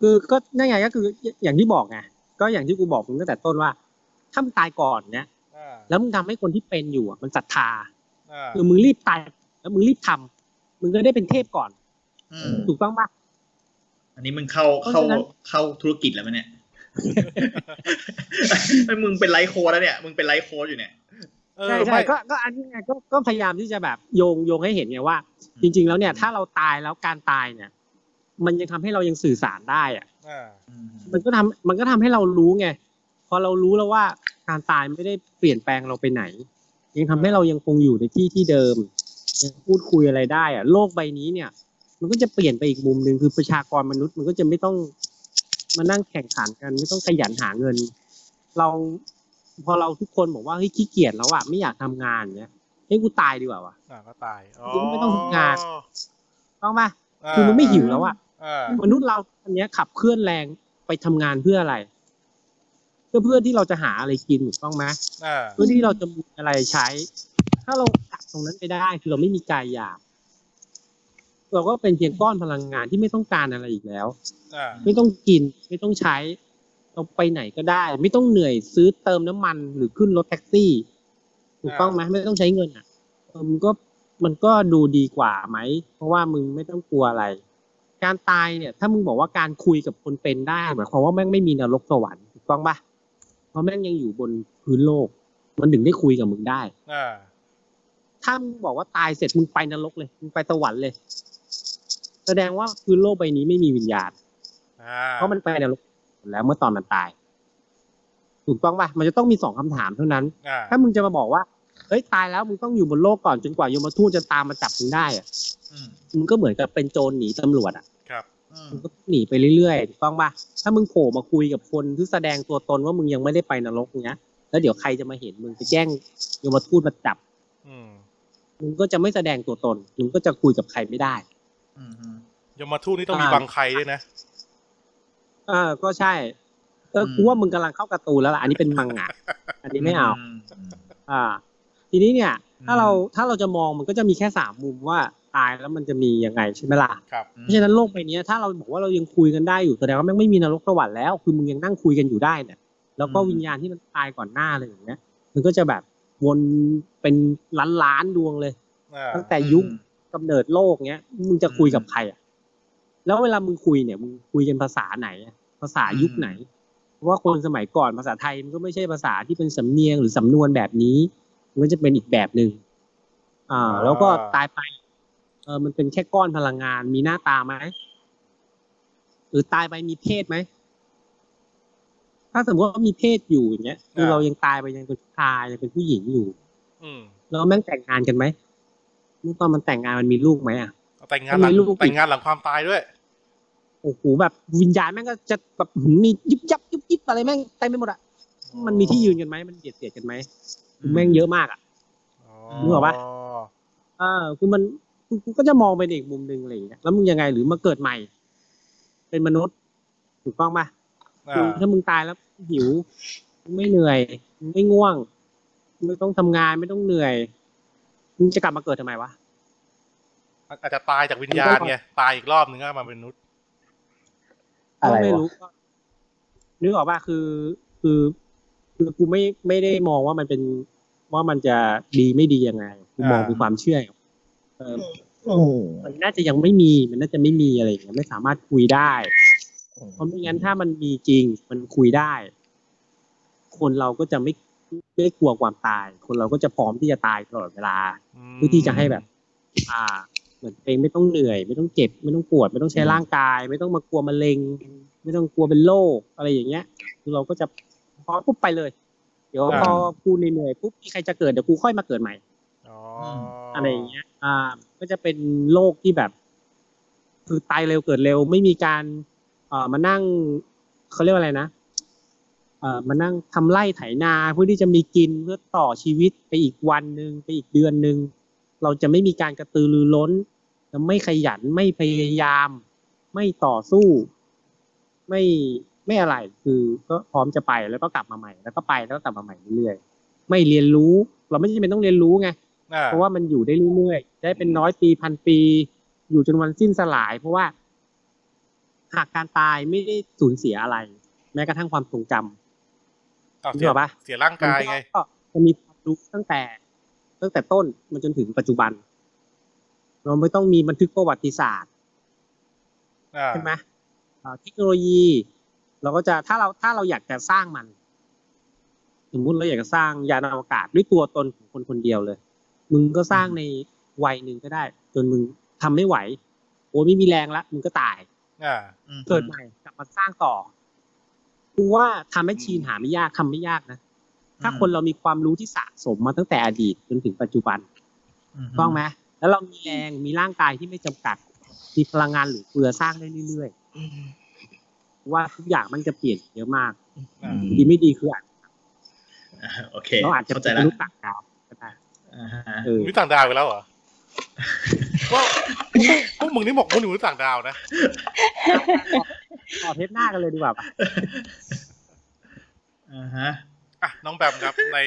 คือก็นั่นไงก็คืออย่างที่บอกไงก็อย่างที่กูบอกมึงตั้งแต่ต้นว่าถ้ามึงตายก่อนเนี่ย อ่า แล้วมึงทำให้คนที่เป็นอยู่อะมันศรัทธา อ่า คือมึงรีบตายแล้วมึงรีบทำมึงก็ได้เป็นเทพก่อน อืม ถูกต้องปะ อันนี้มึงเข้า เพราะ เข้า ฉะนั้น เข้าธุรกิจแล้วมั้ยเนี่ย ไอ้มึงเป็นไลฟ์โค้ดแล้วเนี่ย มึงเป็นไลฟ์โค้ดอยู่เนี่ย เออ ใช่ใช่ ไม่ ก็ก็อันนี้ไงก็ก็พยายามที่จะแบบโยงโยงให้เห็นไงว่า จริง ๆ แล้วเนี่ยถ้าเราตายแล้วการตายเนี่ย มันยังทำให้เรายังสื่อสารได้อะ อ่า มันก็ทำมันก็ทำให้เรารู้ไงพอเรารู้แล้วว่าการตายไม่ได้เปลี่ยนแปลงเราไปไหน ยังทำให้เรายังคงอยู่ในที่ที่เดิมยังพูดคุยอะไรได้อะโลกใบนี้เนี่ย มันก็จะเปลี่ยนไปอีกมุมหนึ่งคือประชากรมนุษย์มันก็จะไม่ต้องมานั่งแข่งขันกันไม่ต้องขยันหาเงิน เราพอเราทุกคนบอกว่าเฮ้ยขี้เกียจแล้วอะไม่อยากทำงานเนี้ยเฮ้ยกูตายดีกว่าวะ อ่าก็ตาย กูไม่ต้องทำงาน ต้องปะ า คือมันไม่หิวแล้วอะ อ่า มนุษย์เราอันเนี้ยขับเคลื่อนแรงไปทำงานเพื่ออะไรก็เพื่อที่เราจะหาอะไรกินถูกต้องไหม อ่า เพื่อที่เราจะมีอะไรใช้ ถ้าเราตัดตรงนั้นไปได้คือเราไม่มีกายหยาบเราก็เป็นเพียงก้อนพลังงานที่ไม่ต้องการอะไรอีกแล้ว อ่า ไม่ต้องกินไม่ต้องใช้ เราไปไหนก็ได้ ไม่ต้องเหนื่อยซื้อเติมน้ำมันหรือขึ้นรถแท็กซี่ถูกต้องไหมไม่ต้องใช้เงินอ่ะเออมันก็มันก็ดูดีกว่าไหม เพราะว่ามึงไม่ต้องกลัวอะไร การตายเนี่ย ถ้ามึงบอกว่าการคุยกับคนเป็นได้หมายความว่าแม่งไม่มีนรกสวรรค์ถูกต้องปะเพราะแม่งยังอยู่บนพื้นโลก มันถึงได้คุยกับมึงได้ อ่า ถ้ามึงบอกว่าตายเสร็จมึงไปนรกเลยมึงไปสวรรค์เลย แสดงว่าพื้นโลกใบนี้ไม่มีวิญญาณ อ่า เพราะมันไปนรกแล้วเมื่อตอนมันตาย ถูกต้องป่ะมันจะต้องมีสองคำถามเท่านั้น อ่า ถ้ามึงจะมาบอกว่าเฮ้ยตายแล้วมึงต้องอยู่บนโลกก่อนจนกว่าโยมทูตจะตามมาจับมึงได้อะมึงก็เหมือนกับเป็นโจรหนีตำรวจอ่ะ ครับ มึงก็หนีไปเรื่อยๆถูกต้องป่ะถ้ามึงโผล่มาคุยกับคนที่แสดงตัวตนว่ามึงยังไม่ได้ไปนรกเนี้ยแล้วเดี๋ยวใครจะมาเห็นมึงไปแจ้งโยมทูตมาจับ อืม มึงก็จะไม่แสดงตัวตนมึงก็จะคุยกับใครไม่ได้ ยมทูตนี่ต้องมีบังใครด้วยนะ เออก็ใช่เอออ ม กูว่ามึงกำลังเข้าการ์ตูนแล้วล่ะอันนี้เป็นมังงะอันนี้ไม่เอา อ่าทีนี้เนี่ย ถ้า อืม เราถ้าเราจะมองมันก็จะมีแค่สามมุมว่าตายแล้วมันจะมียังไงใช่ไหมล่ะ ครับ เพราะฉะนั้นโลกใบเนี้ยถ้าเราบอกว่าเรายังคุยกันได้อยู่แสดงว่าแม่งไม่มีนรกสวรรค์แล้ว คือมึงยังนั่งคุยกันอยู่ได้เนี่ยแล้วก็ อืม วิญญาณที่มันตายก่อนหน้าอะไรอย่างเงี้ย มันก็จะแบบวนเป็นล้านล้านๆดวงเลย อ่า ตั้งแต่ยุคกำเนิดโลกเงี้ยมึงจะคุยกับใครอ่ะแล้วเวลามึงคุยเนี่ยมึงคุยกันภาษาไหนอะภาษายุคไหนเพราะว่าคนสมัยก่อนภาษาไทยมันก็ไม่ใช่ภาษาที่เป็นสำเนียงหรือสำนวนแบบนี้ มันก็จะเป็นอีกแบบหนึ่งอ่า อ่า แล้วก็ตายไปเออมันเป็นแค่ก้อนพลังงาน มีหน้าตาไหมหรือตายไปมีเพศไหมถ้าสมมติว่ามีเพศอยู่อย่างเงี้ยคือเรายังตายไปยังเป็นผู้ชายยังเป็นผู้หญิงอยู่ อืม แล้วแม่งแต่งงานกันไหมเมื่อตอนมันแต่งงานมันมีลูกไหมอ่ะ เอาแต่งงานหลัง มีลูกอีก แต่งงานหลังความตายด้วย โอ้โหแบบวิญญาณแม่งก็จะแบบหืมมียุบยับยุบยิบอะไรแม่งเต็มไปหมดอ่ะ มันมีที่ยืนกันไหมมันเบียดเสียดกันไหมแม่งเยอะมากอ่ะ นึกออกปะ เออคือมันกูก็จะมองไปในอีกมุมหนึ่งอะไรอย่างเงี้ยแล้วมึงยังไงหรือมาเกิดใหม่ เป็นมนุษย์ ถูกต้องปะ อ่า คือถ้ามึงตายแล้วหิวมึงไม่เหนื่อยมึงไม่ง่วงมึงไม่ต้องทำงานไม่ต้องเหนื่อยมึงจะกลับมาเกิดทำไมวะ อาจจะตายจากวิญญาณไง ตายอีกรอบนึงก็มาเป็นมนุษย์ ก็ อะไร ไม่ วะ รู้ก็นึกออกว่าคือคือคือกูไม่ไม่ได้มองว่ามันเป็นว่ามันจะดีไม่ดียังไงกูมอง อ่า เป็นความเชื่อเออ อืม มันน่าจะยังไม่มี มันน่าจะไม่มีอะไรอย่างเงี้ยไม่สามารถคุยได้ เพราะไม่งั้นถ้ามันมีจริง มันคุยได้ คนเราก็จะไม่ไม่กลัวความตาย คนเราก็จะพร้อมที่จะตายตลอดเวลา ม เพื่อที่จะให้แบบ อ่า เหมือนตัวเองไม่ต้องเหนื่อย ไม่ต้องเจ็บ ไม่ต้องปวด ไม่ต้องใช้ร่างกาย ไม่ต้องมากลัวมะเร็ง ไม่ต้องกลัวเป็นโรคอะไรอย่างเงี้ยคือเราก็จะพอปุ๊บไปเลย เดี๋ยวพอกูเหนื่อยๆปุ๊บมีใครจะเกิดเดี๋ยวกูค่อยมาเกิดใหม่ อ๋อ อะไรอย่างเงี้ย อ่า ก็จะเป็นโรคที่แบบ คือตายเร็วเกิดเร็ว ไม่มีการเอ่อมานั่งเขาเรียกว่าอะไรนะ เอ่อมานั่งทำไร่ไถนาเพื่อที่จะมีกินเพื่อต่อชีวิตไปอีกวันหนึ่งไปอีกเดือนหนึ่งเราจะไม่มีการกระตือรือร้นจะไม่ขยันไม่พยายาม ไม่ต่อสู้ ไม่ ไม่อะไรคือก็พร้อมจะไปแล้วก็กลับมาใหม่ แล้วก็ไปแล้วก็กลับมาใหม่เรื่อยๆไม่เรียนรู้ เราไม่จำเป็นต้องเรียนรู้ไง อ่า เพราะว่ามันอยู่ได้เรื่อยๆ ได้เป็นร้อยปีพันปี อยู่จนวันสิ้นสลาย เพราะว่า หากการตายไม่ได้สูญเสียอะไร แม้กระทั่งความทรงจำ เอา นึ เสี ก ย ออกปะ เสียร่างกายไง มันก็จะมีความรู้ตั้งแต่ ตั้งแต่ต้นมันจนถึงปัจจุบัน เราไม่ต้องมีบันทึกประวัติศาสตร์ อ่า ใช่ไหมอ่าเทคโนโลยี เราก็จะถ้าเราถ้าเราอยากจะสร้างมัน สมมุติเราอยากจะสร้างยานอวกาศด้วยตัวตนของคนคนเดียวเลย มึงก็สร้างในวัยหนึ่งก็ได้ จนมึงทำไม่ไหว โอ้ไม่มีแรงละมึงก็ตาย อ่า อืม เกิดใหม่กลับมาสร้างต่อกูว่าทำให้ชีนหาไม่ยากทำไม่ยากนะ ถ้าคนเรามีความรู้ที่สะสมมาตั้งแต่อดีตจนถึงปัจจุบัน อืม ถูกต้องไหมแล้วเรามีแรงมีร่างกายที่ไม่จำกัด มีพลังงานเหรือเฟือสร้างได้เรื่อยๆเพราะว่าทุกอย่างมันจะเปลี่ยนเยอะมาก อ่า ดีไม่ดีคืออาจ อ่าโอเค เราอาจจะ เข้าใจ เป็น ละ มนุษย์ต่างดาวก็ได้ อ่าฮะ เออ มนุษย์ต่างดาวไปแล้วเหรอ ว่า พวกมึงนี่หมกมุ่นอยู่มนุษย์ต่างดาวนะ ต่อเทปหน้ากันเลยดีกว่าปะ อ่าฮะ อ่ะน้องแบมครับ ใน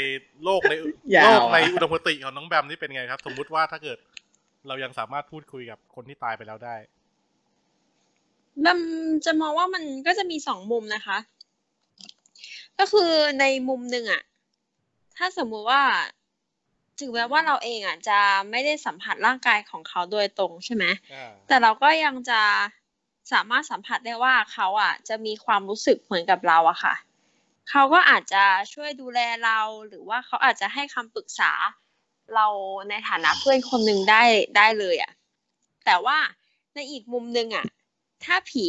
โลกใน ยาว โล อะ กในอุดมคติของน้องแบมนี่เป็นไงครับ สมมุติว่าถ้าเกิด เรายังสามารถพูดคุยกับคนที่ตายไปแล้วได้ แบ มจะมองว่ามันก็จะมีสองมุมนะคะ ก็คือในมุมหนึ่งอะถ้าสมมุติว่า ถึงแม้ว่าเราเองอะจะไม่ได้สัมผัสร่างกายของเขาโดยตรงใช่ไหม อ่า แต่เราก็ยังจะสามารถสัมผัสได้ว่าเขาอ่ะ จะมีความรู้สึกเหมือนกับเราอะค่ะ เขาก็อาจจะช่วยดูแลเราหรือว่าเขาอาจจะให้คำปรึกษาเราในฐานะเพื่อนคนหนึ่งได้ได้เลยอะแต่ว่าในอีกมุมหนึ่งอะถ้าผี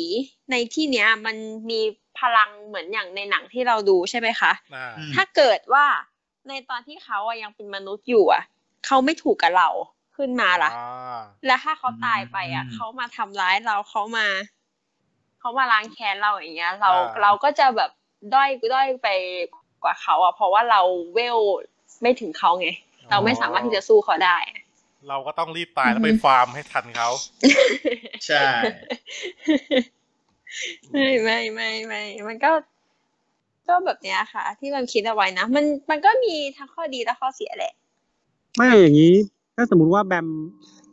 ในที่เนี้ย มันมีพลังเหมือนอย่างในหนังที่เราดูใช่ไหมคะ อ่า อืม ถ้าเกิดว่าในตอนที่เขาอะยังเป็นมนุษย์อยู่อะเขาไม่ถูกกับเราขึ้นมาล่ะ อ่า แล้วถ้าเขาตายไปอ่ะ อืม เขามาทำร้ายเราเขามาเขามาล้างแค้นเราอย่างเงี้ย เรา อ่า เราก็จะแบบด้อยด้อยไปกว่าเขาอ่ะเพราะว่าเราเวลไม่ถึงเขาไง เราไม่สามารถที่จะสู้เขาได้ เราก็ต้องรีบตายแล้วไป อือฮึ ฟาร์มให้ทันเขา ใช่ ไม่ไม่ไม่ไม่มันก็ก็แบบเนี้ยค่ะ ที่มันคิดเอาไว้นะมันมันก็มีทั้งข้อดีและข้อเสียแหละ ไม่อย่างนี้ ถ้าสมมติว่าแบม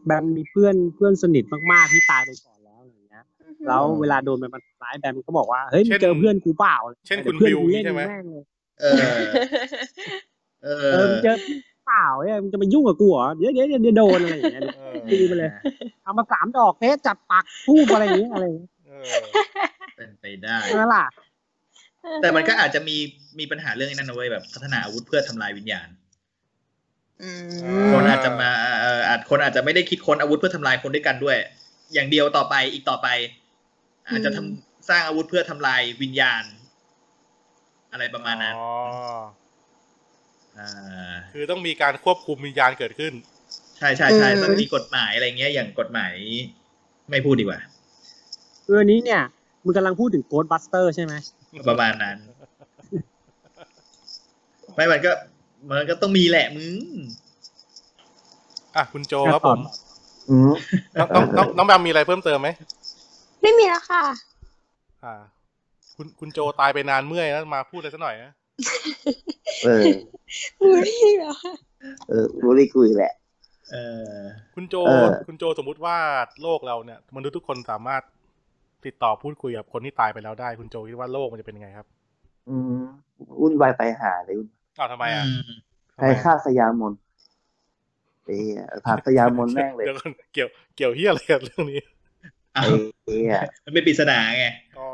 แบมมีเพื่อนเพื่อนสนิทมากๆที่ตายไปก่อนแล้วอะไรอย่างเงี้ย แล้วเวลาโดนมันทำร้ายแบมก็บอกว่าเฮ้ยมึงเจอเพื่อนกูเปล่าอะไร เช่น งี้ย คุณ ดี๋บิยว เพื่อนกูเล่น ใช่ไหม แม่งเลย เออ เอ เออ อ มึงเจอเปล่าเนี่ยมึงจะมายุ่งกับกูเหรอ เดี๋ยวเดี๋ยวเดี๋ยวโดนอะไรอย่างเงี้ย เออ ตีมาเลย เอามาสามดอกเพชรจับปักทูบอะไรอย่างเงี้ยอะไรอย่างเงี้ย เออ เป็นไปได้ ใช่ไหมล่ะ แต่มันก็อาจจะมีมีปัญหาเรื่องไอ้นั้นนะเว้ยแบบพัฒนาอาวุธเพื่อทำลายวิญญาณ คนอาจจะมาเอ่ออาจคนอาจจะไม่ได้คิดค้นอาวุธเพื่อทำลายคนด้วยกันด้วย อย่างเดียวต่อไปอีกต่อไป อาจจะทำ อืม สร้างอาวุธเพื่อทำลายวิญญาณ อะไรประมาณนั้น อ๋อ า คือต้องมีการควบคุมวิญญาณเกิดขึ้น ใช่ใช่ใช่ อืม ต้องมีกฎหมายอะไรเงี้ย อย่างกฎหมาย ไม่พูดดีกว่า เอออนนี้เนี่ยมึงกำลังพูดถึงโกดบัสเตอร์ใช่ไหม ประมาณนั้น ไม่มันก็ มันก็ต้องมีแหละมึง อ่ะคุณโจครับผม อืม น้องน้องน้องน้องแบมมีอะไรเพิ่มเติมไหม ไม่มีแล้วค่ะ อ่า คุณคุณโจตายไปนานเมื่อยแล้วมาพูดอะไรสักหน่อยนะ เออ บูลลี่เหรอ เออบุรีกุยแหละ เออ คุณโจ เออ คุณโจสมมุติว่าโลกเราเนี่ยมนุษย์ทุกคนสามารถติดต่อพูดคุยกับคนที่ตายไปแล้วได้ คุณโจคิดว่าโลกมันจะเป็นยังไงครับ อืมวุ่นวายไปหาเลย อ้าวทำไมอ่ะ ใครฆ่าสยามนเอ้ยผ่านสยามนแม่งเลย ดี๋วก่อนเกี่ยวเกี่ยวเฮียอะไรกับเรื่องนี้ เอา เอ้ย มันเป็นปริศนาไง อ๋อ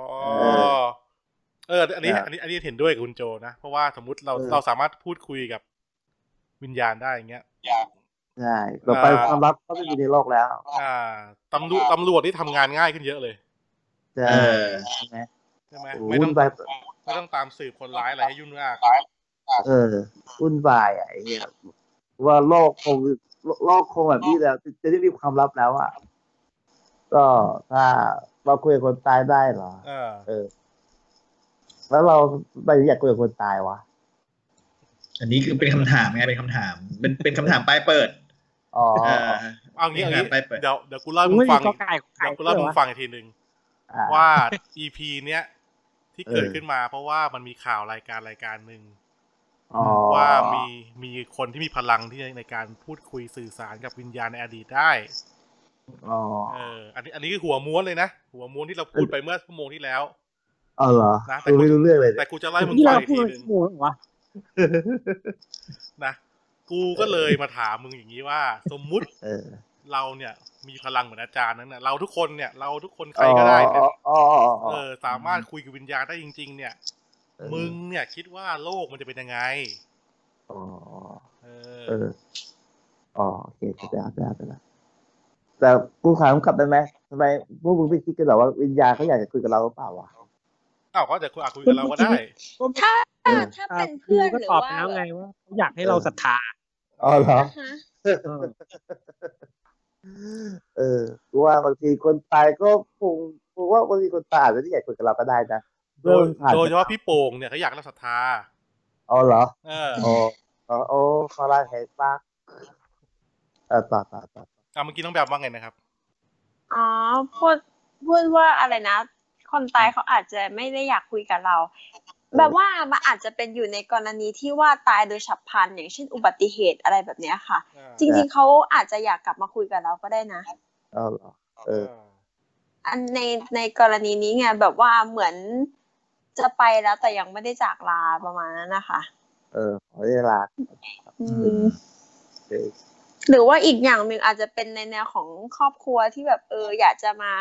เออ เออ อันนี้ ครับ อันนี้ อันนี้เห็นด้วยกับคุณโจนะ เพราะว่าสมมติเรา เออ เราสามารถพูดคุยกับวิญญาณได้อย่างเงี้ย ใช่ต่อไป อ่า ความลับก็ไม่มีในโลกแล้ว อ่าตำรวจตำรวจที่ทำงานง่ายขึ้นเยอะเลย ใช่ เออ ใช่ไหม ใช่ไหม โอ้ ไม่ต้ วุ่ อน ง วาย ไม่ต้องตามสืบคนร้ายอะไรให้ยุ่งยาก เออวุ่นวายอ่ะไอ้เหี้ยว่าโลกคงโลกคงแบบนี้แล้ว จะได้มีความลับแล้วอ่ะก็ถ้าเราคุยกับคนตายได้เหรอ เออ เออ แล้วเราไปอยากคุยกับคนตายวะ อันนี้คือเป็นคำถามไง เป็นคำถาม เป็นเป็นคำถามปลายเปิด อ๋อ เออ เอางี้เอางี้ ไปไป เดี๋ยว เดี๋ยวกูเล่าให้ มึง มึ ไม่ ง มี ฟัง กอไก่ขอไก่ เดี๋ยวกูเล่าให้มึงฟังอีกทีหนึ่ง อ่า ว่า EP เนี้ย ที่เกิด เออ ขึ้นมา เพราะว่ามันมีข่าวรายการรายการหนึ่ง อ๋อ ว่ามีมีคนที่มีพลังที่ในในการพูดคุยสื่อสารกับวิญญาณในอดีตได้ อ๋อ เออ อันนี้อันนี้คือหัวม้วนเลยนะ หัวม้วนที่เราพูดไปเมื่อชั่วโมงที่แล้ว เออเหรอ นะแต่ คือไม่รู้เรื่องเลย แต่กูจะไล่มึง ที่ ฟังเราอีก พูด ทีหมานึ่ง ชั่วโมงแล้วเหรอวะ นะ กูก็เลยมาถามมึงอย่างนี้ว่า สมมุติ เออ เราเนี่ย มีพลังเหมือนอาจารย์นั้นนะเราทุกคนเนี่ย เราทุกคนใครก็ได้เนี่ย อ๋ออ๋ออ๋ออ๋อ เออ สามารถคุยกับวิญญาณได้จริง ๆ เนี่ย มึงเนี่ยคิดว่าโลกมันจะเป็นยังไง อ๋อ เอ เอ อ อ อ๋อ โอเคเข้าใจเข้าใจเข้าใจละแต่กูถามกลับได้ไหมทำไมพวกมึงไม่คิดกันหรอว่าวิญญาณเขาอยากจะคุยกับเราหรือเปล่าวะ อ้าวเขาจะคุยอ่ะคุยกับเราก็ได้ ก็ไม่ ถ้า เออ ถ้า อ่ะ เป็นเพื่อน ก็ หรือ ตอบไปว่าแล้วไงว่าเขาอยากให้ เออ เราศรัทธา อ๋อเหรอ อ่าฮะ เออ เออกูว่าบางทีคนตายก็คงกูว่าบางทีคนตายอาจจะไม่อยากคุยกับเราก็ได้นะเพื่ โด อย มันผ่าน โดยเฉพาะพี่โป่งเนี่ยเขาอยากรับศรัทธา อ๋อเหรอ เออ อ๋อ อ๋อโอ้คาราเฮปากเออต่อต่อต่อ เอาเมื่อกี้น้องแบบว่าไงนะครับ อ๋อพูดพูดว่าอะไรนะ คนตายเขาอาจจะไม่ได้อยากคุยกับเรา แบบว่ามันอาจจะเป็นอยู่ในกรณีที่ว่าตายโดยฉับพลันอย่างเช่นอุบัติเหตุอะไรแบบเนี้ยค่ะ อ่า จริง ๆเขาอาจจะอยากกลับมาคุยกับเราก็ได้นะ อ๋อเหรอ เออ อันในในกรณีนี้ไงแบบว่าเหมือนจะไปแล้วแต่ยังไม่ได้จากลาประมาณนั้นนะคะ เออ ขอเวลา อื อื ม ม เดี๋ยว หรือว่าอีกอย่างหนึ่งอาจจะเป็นในแนวของครอบครัวที่แบบเออ อยากจะมา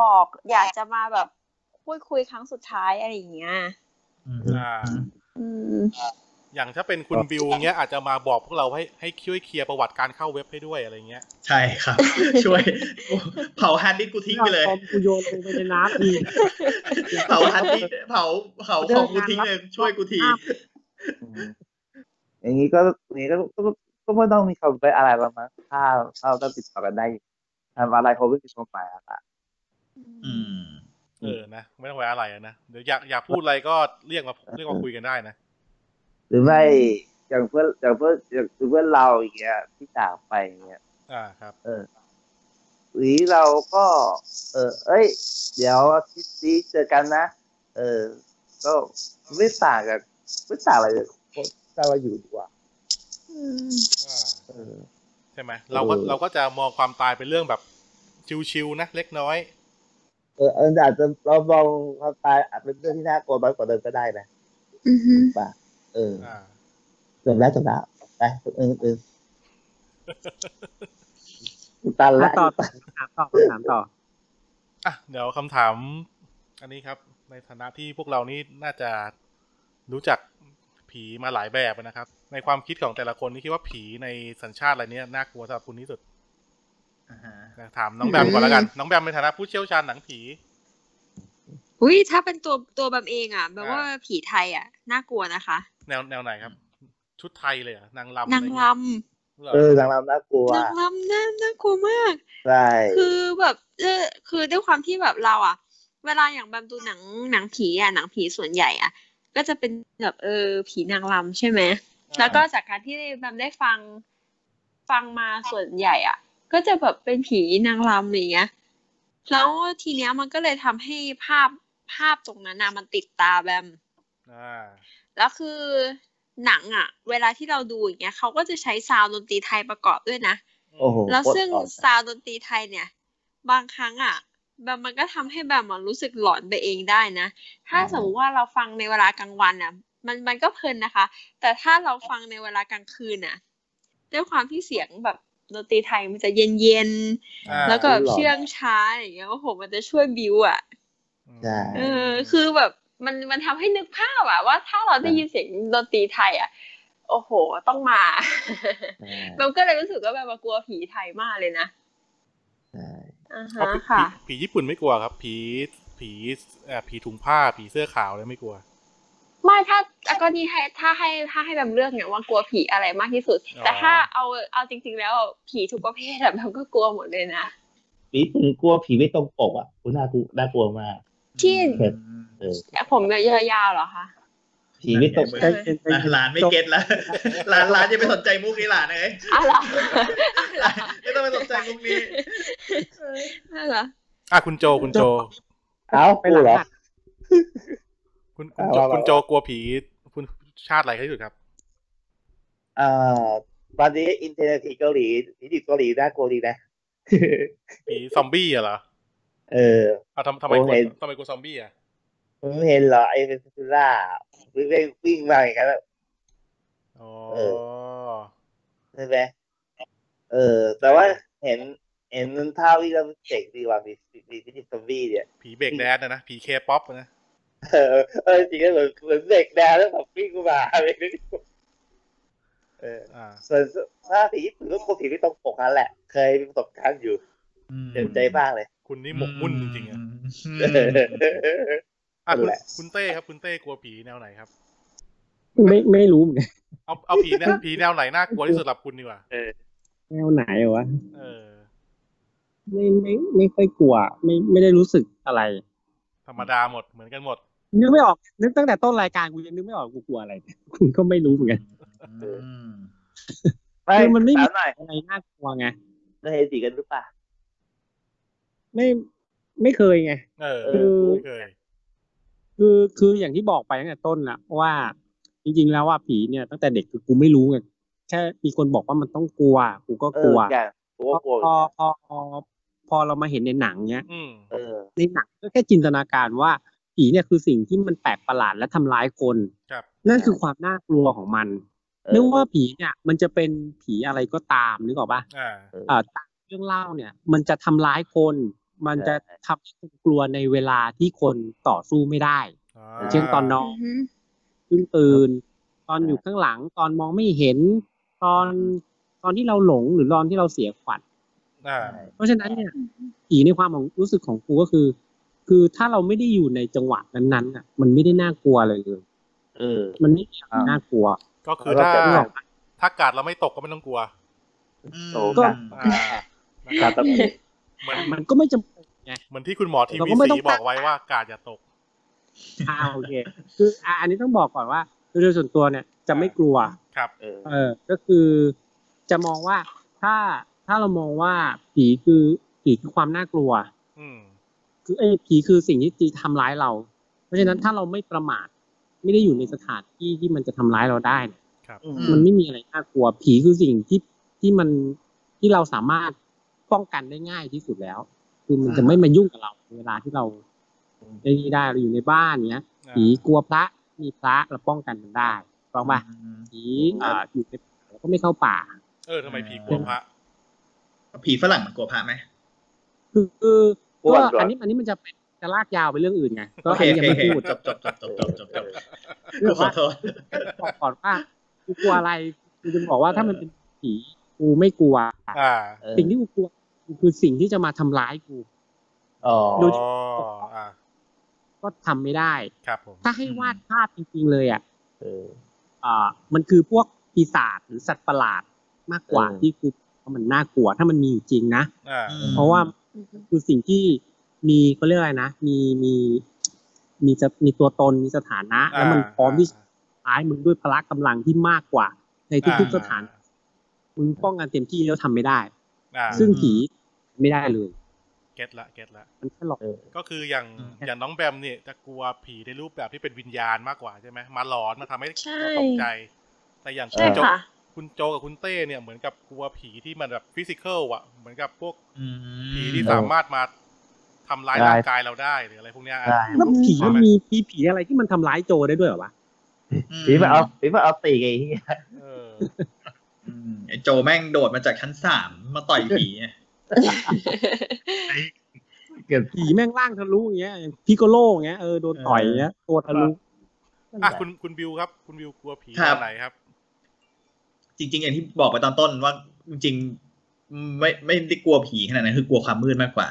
บอก อยากจะมาแบบพูดคุยครั้งสุดท้ายอะไรอย่างเงี้ย อ่า อืม อย่างถ้าเป็นคุณบิวเงี้ยอาจจะมาบอกพวกเราให้ให้ช่วยเคลียร์ประวัติการเข้าเว็บให้ด้วยอะไรเงี้ย ใช่ครับ ช่วยกูเผาฮาร์ดดิสก์กูทิ้งไปเลย คอมกูโยนลงไปในน้ำอีก เผาฮาร์ดดิสก์เผาเผาของกูทิ้งเลยช่วยกูที อืมอย่างนี้ก็อย่างนี้ก็ก็ก็ก็ไม่ต้องมีคำไปอะไรแล้วมั้งถ้าถ้าเราต้องติดต่อกันได้อยู่ทำอะไรคงไม่ติดต่อไปอ่ะ อืม เออนะ ไม่ต้องไว้อะไรอะนะ เดี๋ยวอยากอยากพูดอะไรก็เรียกมาเรียกมาคุยกันได้นะ หรือไม่อย่างเพื่อนอย่างเพื่อนอย่างเพื่อนเราอย่างเงี้ยที่จากไปอย่างเงี้ย อ่าครับ เออหรือเราก็ เออ เอ้ย เดี๋ยวอาทิตย์นี้เจอกันนะเออ ก็ไม่ต่างกับไม่ต่างอะไรเลยคนถ้าเราอยู่ดีกว่า อ่า เออ ใช่ไหมเราก็ เออ เราก็จะมองความตายเป็นเรื่องแบบชิวๆนะเล็กน้อย เออเอออาจจะเรามองความตายอาจเป็นเรื่องที่น่ากลัวน้อยกว่าเดิมก็ได้นะถูกปะเออ อ่า จบแล้วจบแล้วไปเออเออตันละ อ่ะต่อถามต่อคำถามต่อ อ่ะเดี๋ยวคำถาม อันนี้ครับ ในฐานะที่พวกเรานี่น่าจะรู้จักผีมาหลายแบบนะครับ ในความคิดของแต่ละคนนี่คิดว่าผีในสัญชาติอะไรเนี้ยน่ากลัวสำหรับคุณที่สุด อ่าฮะ นะถามน้องแบมก่อนแล้วกัน น้องแบมในฐานะผู้เชี่ยวชาญหนังผี อุ้ยถ้าเป็นตัวตัวแบบเองอ่ะแบบว่า อ่า ผีไทยอ่ะน่ากลัวนะคะ แนวแนวไหนครับ ชุดไทยเลยเหรอนางรำ นางร อะไรอย่าง เอ เงี้ยเหอรอ ทางเราน่ากลัว ำนางรำน่าน่ากลัวมาก ใช่ คือแบบเออคือด้วยความที่แบบเราอ่ะ เวลาอย่างแบบดูหนังหนังผีอ่ะหนังผีส่วนใหญ่อ่ะ ก็จะเป็นแบบเออผีนางรำใช่ไหม แล้วก็จากการที่แบบได้ฟังฟังมาส่วนใหญ่อ่ะ ก็จะแบบเป็นผีนางรำอย่างเงี้ยแล้วทีเนี้ยมันก็เลยทำให้ภาพภาพตรงนั้นนะมันติดตาแบม อ่า แล้วคือหนังอ่ะ เวลาที่เราดูอย่างเงี้ยเขาก็จะใช้ซาวด์ดนตรีไทยประกอบด้วยนะ โอ้โห แล้วซึ่ง โคตร ซาวด์ดนตรีไทยเนี่ย บางครั้งอ่ะแบบมันก็ทำให้แบบมันรู้สึกหลอนไปเองได้นะ ถ้าสมมติว่าเราฟังในเวลากลางวันอ่ะ มันมันก็เพลินนะคะ แต่ถ้าเราฟังในเวลากลางคืนอ่ะด้วยความที่เสียงแบบดนตรีไทยมันจะเย็นเย็น อ่า ๆแล้วก็แบบเชื่องช้าอย่างเงี้ยโอ้โหมันจะช่วยบิวอ่ะ ใช่ เออคือแบบมันมันทำให้นึกภาพอะว่าถ้าเราได้ยินเสียงดนตรีไทยอะโอ้โหต้องมา ใช่ เราก็เลยรู้สึกว่าแบบว่ากลัวผีไทยมากเลยนะ ใช่ อ่า เอา ฮะ ผี ค่ะ ผีผีญี่ปุ่นไม่กลัวครับ ผีผีเอ่อผีถุงผ้าผีเสื้อขาวเลยไม่กลัว ไม่ถ้าอ่ะก็นี่ให้ถ้าให้ถ้าให้แบบเลือกเนี่ยว่ากลัวผีอะไรมากที่สุด อ๋อ แต่ถ้าเอาเอาจริง ๆ แล้วผีทุกประเภทอะแบบก็กลัวหมดเลยนะ ผีปุ่นกลัวผีไม่ตรงปกอ่ะคุณน่ากลัวน่ากลัวมาก ที่ เออ แต่ผมยาวๆเหรอคะ ผีไม่ตรง นั่น ป ไง ก อ่ะหลานไม่เก็ตแล้วหลานหลานจะไปสนใจมุกนี้หลานเลย อ๋อเหรอ หลานไม่ต้องไปสนใจมุกนี้ นั่นเหรอ อ่ะคุณโจคุณโจ เอ้า ไป กู หลัง เหรอ หัด คุณคุณ อ่า โจ ว่าว่า คุณโจกลัวผี คุณชาติอะไรที่สุดครับ เอ่อตอนนี้อินเทอร์เน็ตผีเกาหลีผีดิบเกาหลีน่ากลัวดีนะ ผีซอมบี้อะเหรอ เออ เอาทำทำไม โอ้ กลัว เห็น ทำไมกลัวซอมบี้อะ ผมเห็นเหรอไอ้เป็นซูล่าวิ่งวิ่งวิ่งมาอย่างนั้นอะ อ๋อ ใช่ไหมเออ แต่ว่าเห็นเห็นมันท่าวิ่งแล้วมันเจ๋งดีกว่ามีมีพิธีซอมบี้เนี่ย ผีเบรกแดนซ์นะนะผีเคป๊อปนะ เออเออจริงๆเหมือนเหมือนเด็กแดนแล้วแบบวิ่งมาอะไรนี่เออ อ่า ส่วนถ้าผีญี่ปุ่นก็คงผีไม่ตรงปกนั่นแหละ เคยมีประสบการณ์อยู่เจ็บใจมากเลย คุณนี่หมกมุ่นจริงๆอะ อืม อ่ะคุณ นั่นแหละ คุณเต้ครับ คุณเต้กลัวผีแนวไหนครับ ไม่ไม่รู้เหมือนกัน เอาเอาผีแนว ผีแนวไหนน่ากลัวที่สุดสำหรับคุณดีกว่า แนวไหนวะ เออ ไม่ไม่ไม่ค่อยกลัว ไม่ไม่ได้รู้สึกอะไร ธรรมดาหมดเหมือนกันหมด นึกไม่ออก นึกตั้งแต่ต้นรายการกูยังนึกไม่ออกกูกลัวอะไรเนี่ย คุณก็ไม่รู้เหมือนกันคือมันไม่มี ถาหน่อย อะไรน่ากลัวไง ได้เห็นสีกันหรือเปล่า ไม่ไม่เคยไง เออ เอ อ ไม่เคย คือคืออย่างที่บอกไปตั้งแต่ต้นนะว่า จริงๆแล้วว่าผีเนี่ยตั้งแต่เด็กคือกูไม่รู้ไงแค่มีคนบอกว่ามันต้องกลัว กูก็ เอก อ ลัว อย่างผมก็กลัวเหพมือน อ กัน พอพอพอเรามาเห็นในหนังเนี้ย อืม เออ ในหนังก็แค่จินตนาการว่าผีเนี่ยคือสิ่งที่มันแปลกประหลาดและทำร้ายคน ครับ นั่นคือความน่ากลัวของมัน เออ นึกว่าผีเนี่ย มันจะเป็นผีอะไรก็ตามนึกออกปะ อ่า เอ่อตามเรื่องเล่าเนี่ย มันจะทำร้ายคน มันจะทำให้คนกลัวในเวลาที่คนต่อสู้ไม่ได้ อ่า เช่นตอนนอนเพิ่งตื่น ตอนอยู่ข้างหลัง ตอนมองไม่เห็น ตอนตอนที่เราหลงหรือตอนที่เราเสียขวัญ อ่า เพราะฉะนั้นเนี่ยผีในความของรู้สึกของกูก็คือ คือถ้าเราไม่ได้อยู่ในจังหวะนั้นๆอ่ะ มันไม่ได้น่ากลัวอะไรเลย เออ มันไม่มีอะไรน่ากลัว ก็คือ แล้ว ถ้า ก็จะ ถ้ากาดเราไม่ตกก็ไม่ต้องกลัว โต ก็ กัน อ่านะค รัการ บ ตะกุก เหมือน มันก็ไม่จำเป็น เหมือนที่คุณหมอที เรา วี ก็ไม่ต้ สี อง บอกไว้ว่ากาดอย่าตก อ่าโอเค คืออ่ะอันนี้ต้องบอกก่อนว่าโดยส่วนตัวเนี่ยจะไม่กลัว ครับ เออ เออก็คือจะมองว่าถ้าถ้าเรามองว่าผีคือผีคือความน่ากลัว อืม คือไอ้ยผีคือสิ่งที่จะทำร้ายเรา เพราะฉะนั้นถ้าเราไม่ประมาท ไม่ได้อยู่ในสถานที่ที่มันจะทำร้ายเราได้เนี่ย ครับ อืม มันไม่มีอะไรน่ากลัว ผีคือสิ่งที่ที่มันที่เราสามารถป้องกันได้ง่ายที่สุดแล้ว คือมันจะไม่มายุ่งกับเราเวลาที่เราไอ้นี่ได้เราอยู่ในบ้านเนี้ย อ่า ผีกลัวพระมีพระเราป้องกันมันได้ถูกต้องปะผีอ่าอยู่ในป่าเราก็ไม่เข้าป่า เออทำไมผีกลัวพระ ผีฝรั่งมันกลัวพระไหม คือคือ อ้วนด้ ก็ วย อันนี้อันนี้มันจะเป็นจะลากยาวไปเรื่องอื่นไงก็ โอเค อันโอนี้ยัง เค ไม่ โอเค พูด จบจบจบจบจบจบจบ เรื่อง ขอ ว่า โทษ บอกก่อนว่ากูกลัวอะไรกูจะบอกว่าถ้ามันเป็นผีกูไม่กลัว อ่า เออ สิ่งที่กูกลัวคือสิ่งที่จะมาทำร้ายกู อ๋อ ดู อ๋อ อ่า ก็ทำไม่ได้ ครับผม ถ้าให้ อืม วาดภาพจริงๆเลยอ่ะ เออ อ่ามันคือพวกปีศาจหรือสัตว์ประหลาดมากกว่า เออ ที่กูว่ามันน่ากลัว ถ้ามันมีอยู่จริงนะ อ่า เพราะว่าคือสิ่งที่มีเขาเรียกอะไรนะ มีมีมีจะมีตัวตนมีสถานะ แล้วมันพร้อมที่จะทำร้ายมึงด้วยพละกำลังที่มากกว่า ในทุก อ่า ๆสถานมึงป้องกันเต็มที่แล้วทำไม่ได้ อ่า ซึ่งผีไม่ได้เลย เก็ตละ เก็ตละ มันแค่หลอก เออ ก็คืออย่าง อืม อย่างน้องแบมเนี่ยจะกลัวผีในรูปแบบที่เป็นวิญญาณมากกว่าใช่ไหมมาหลอนมาทำให้ ใช่ เราตกใจ แต่อย่างคุ ใช่ ณโจ ค่ะ คุณโจกับคุณเต้เนี่ยเหมือนกับกลัวผีที่มันแบบฟิสิกอลอ่ะ เหมือนกับพวก อืม ผีที่สามารถมาทำร้าย ได้ ร่างกายเราได้หรืออะไรพวกเนี้ย ใช่ แล้วผี ใช่ มัน ไห มีผีผีอะไรที่มันทำร้ายโจได้ด้วยเหรอวะ ผีมาเอาผีมาเอาตีไงเหี้ย เออ อืมไอ้โจแม่งโดดมาจากชั้นสามมาต่อยผีไง เกือบ ผีแม่งร่างทะลุอย่างเงี้ยอย่างพิโกโลอย่างเงี้ยเออโดนต่อยอย่างเงี้ยตัวทะลุ อ่ะคุณคุณบิวครับ คุณบิวกลัวผี ครั ต บ อนไหนครับ จริง ๆ อย่างที่บอกไปตอนต้นว่าจริงๆไม่ไม่ได้กลัวผีขนาดนั้นคือกลัวความมืดมากกว่า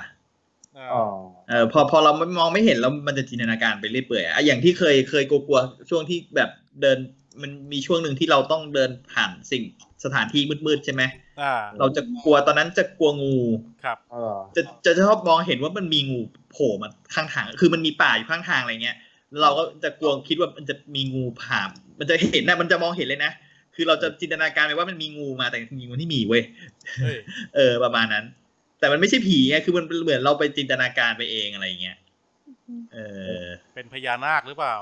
อ่า อ๋อ เออพอพอเรามองไม่เห็นแล้วมันจะจินตนาการไปเรื่อยเปื่อยอะอย่างที่เคยเคยกลัวๆช่วงที่แบบเดินมันมีช่วงหนึ่งที่เราต้องเดินผ่านสิ่งสถานที่มืดๆใช่ไหม อ่า เราจะกลัวตอนนั้นจะกลัวงู ครับ อ๋อ จะจะชอบมองเห็นว่ามันมีงูโผล่มาข้างทาง คือมันมีป่าอยู่ข้างทางอะไรเงี้ย เราก็จะกลัวคิดว่ามันจะมีงูผ่าน มันจะเห็นนะมันจะมองเห็นเลยนะ คือเราจะจินตนาการไปว่ามันมีงูมาแต่จริงๆมันไม่มีเว้ย เฮ้ย เออประมาณนั้น แต่มันไม่ใช่ผีไง คือมันเป็นเหมือนเราไปจินตนาการไปเองอะไรอย่างเงี้ย เออ เป็นพญานาคหรือเปล่า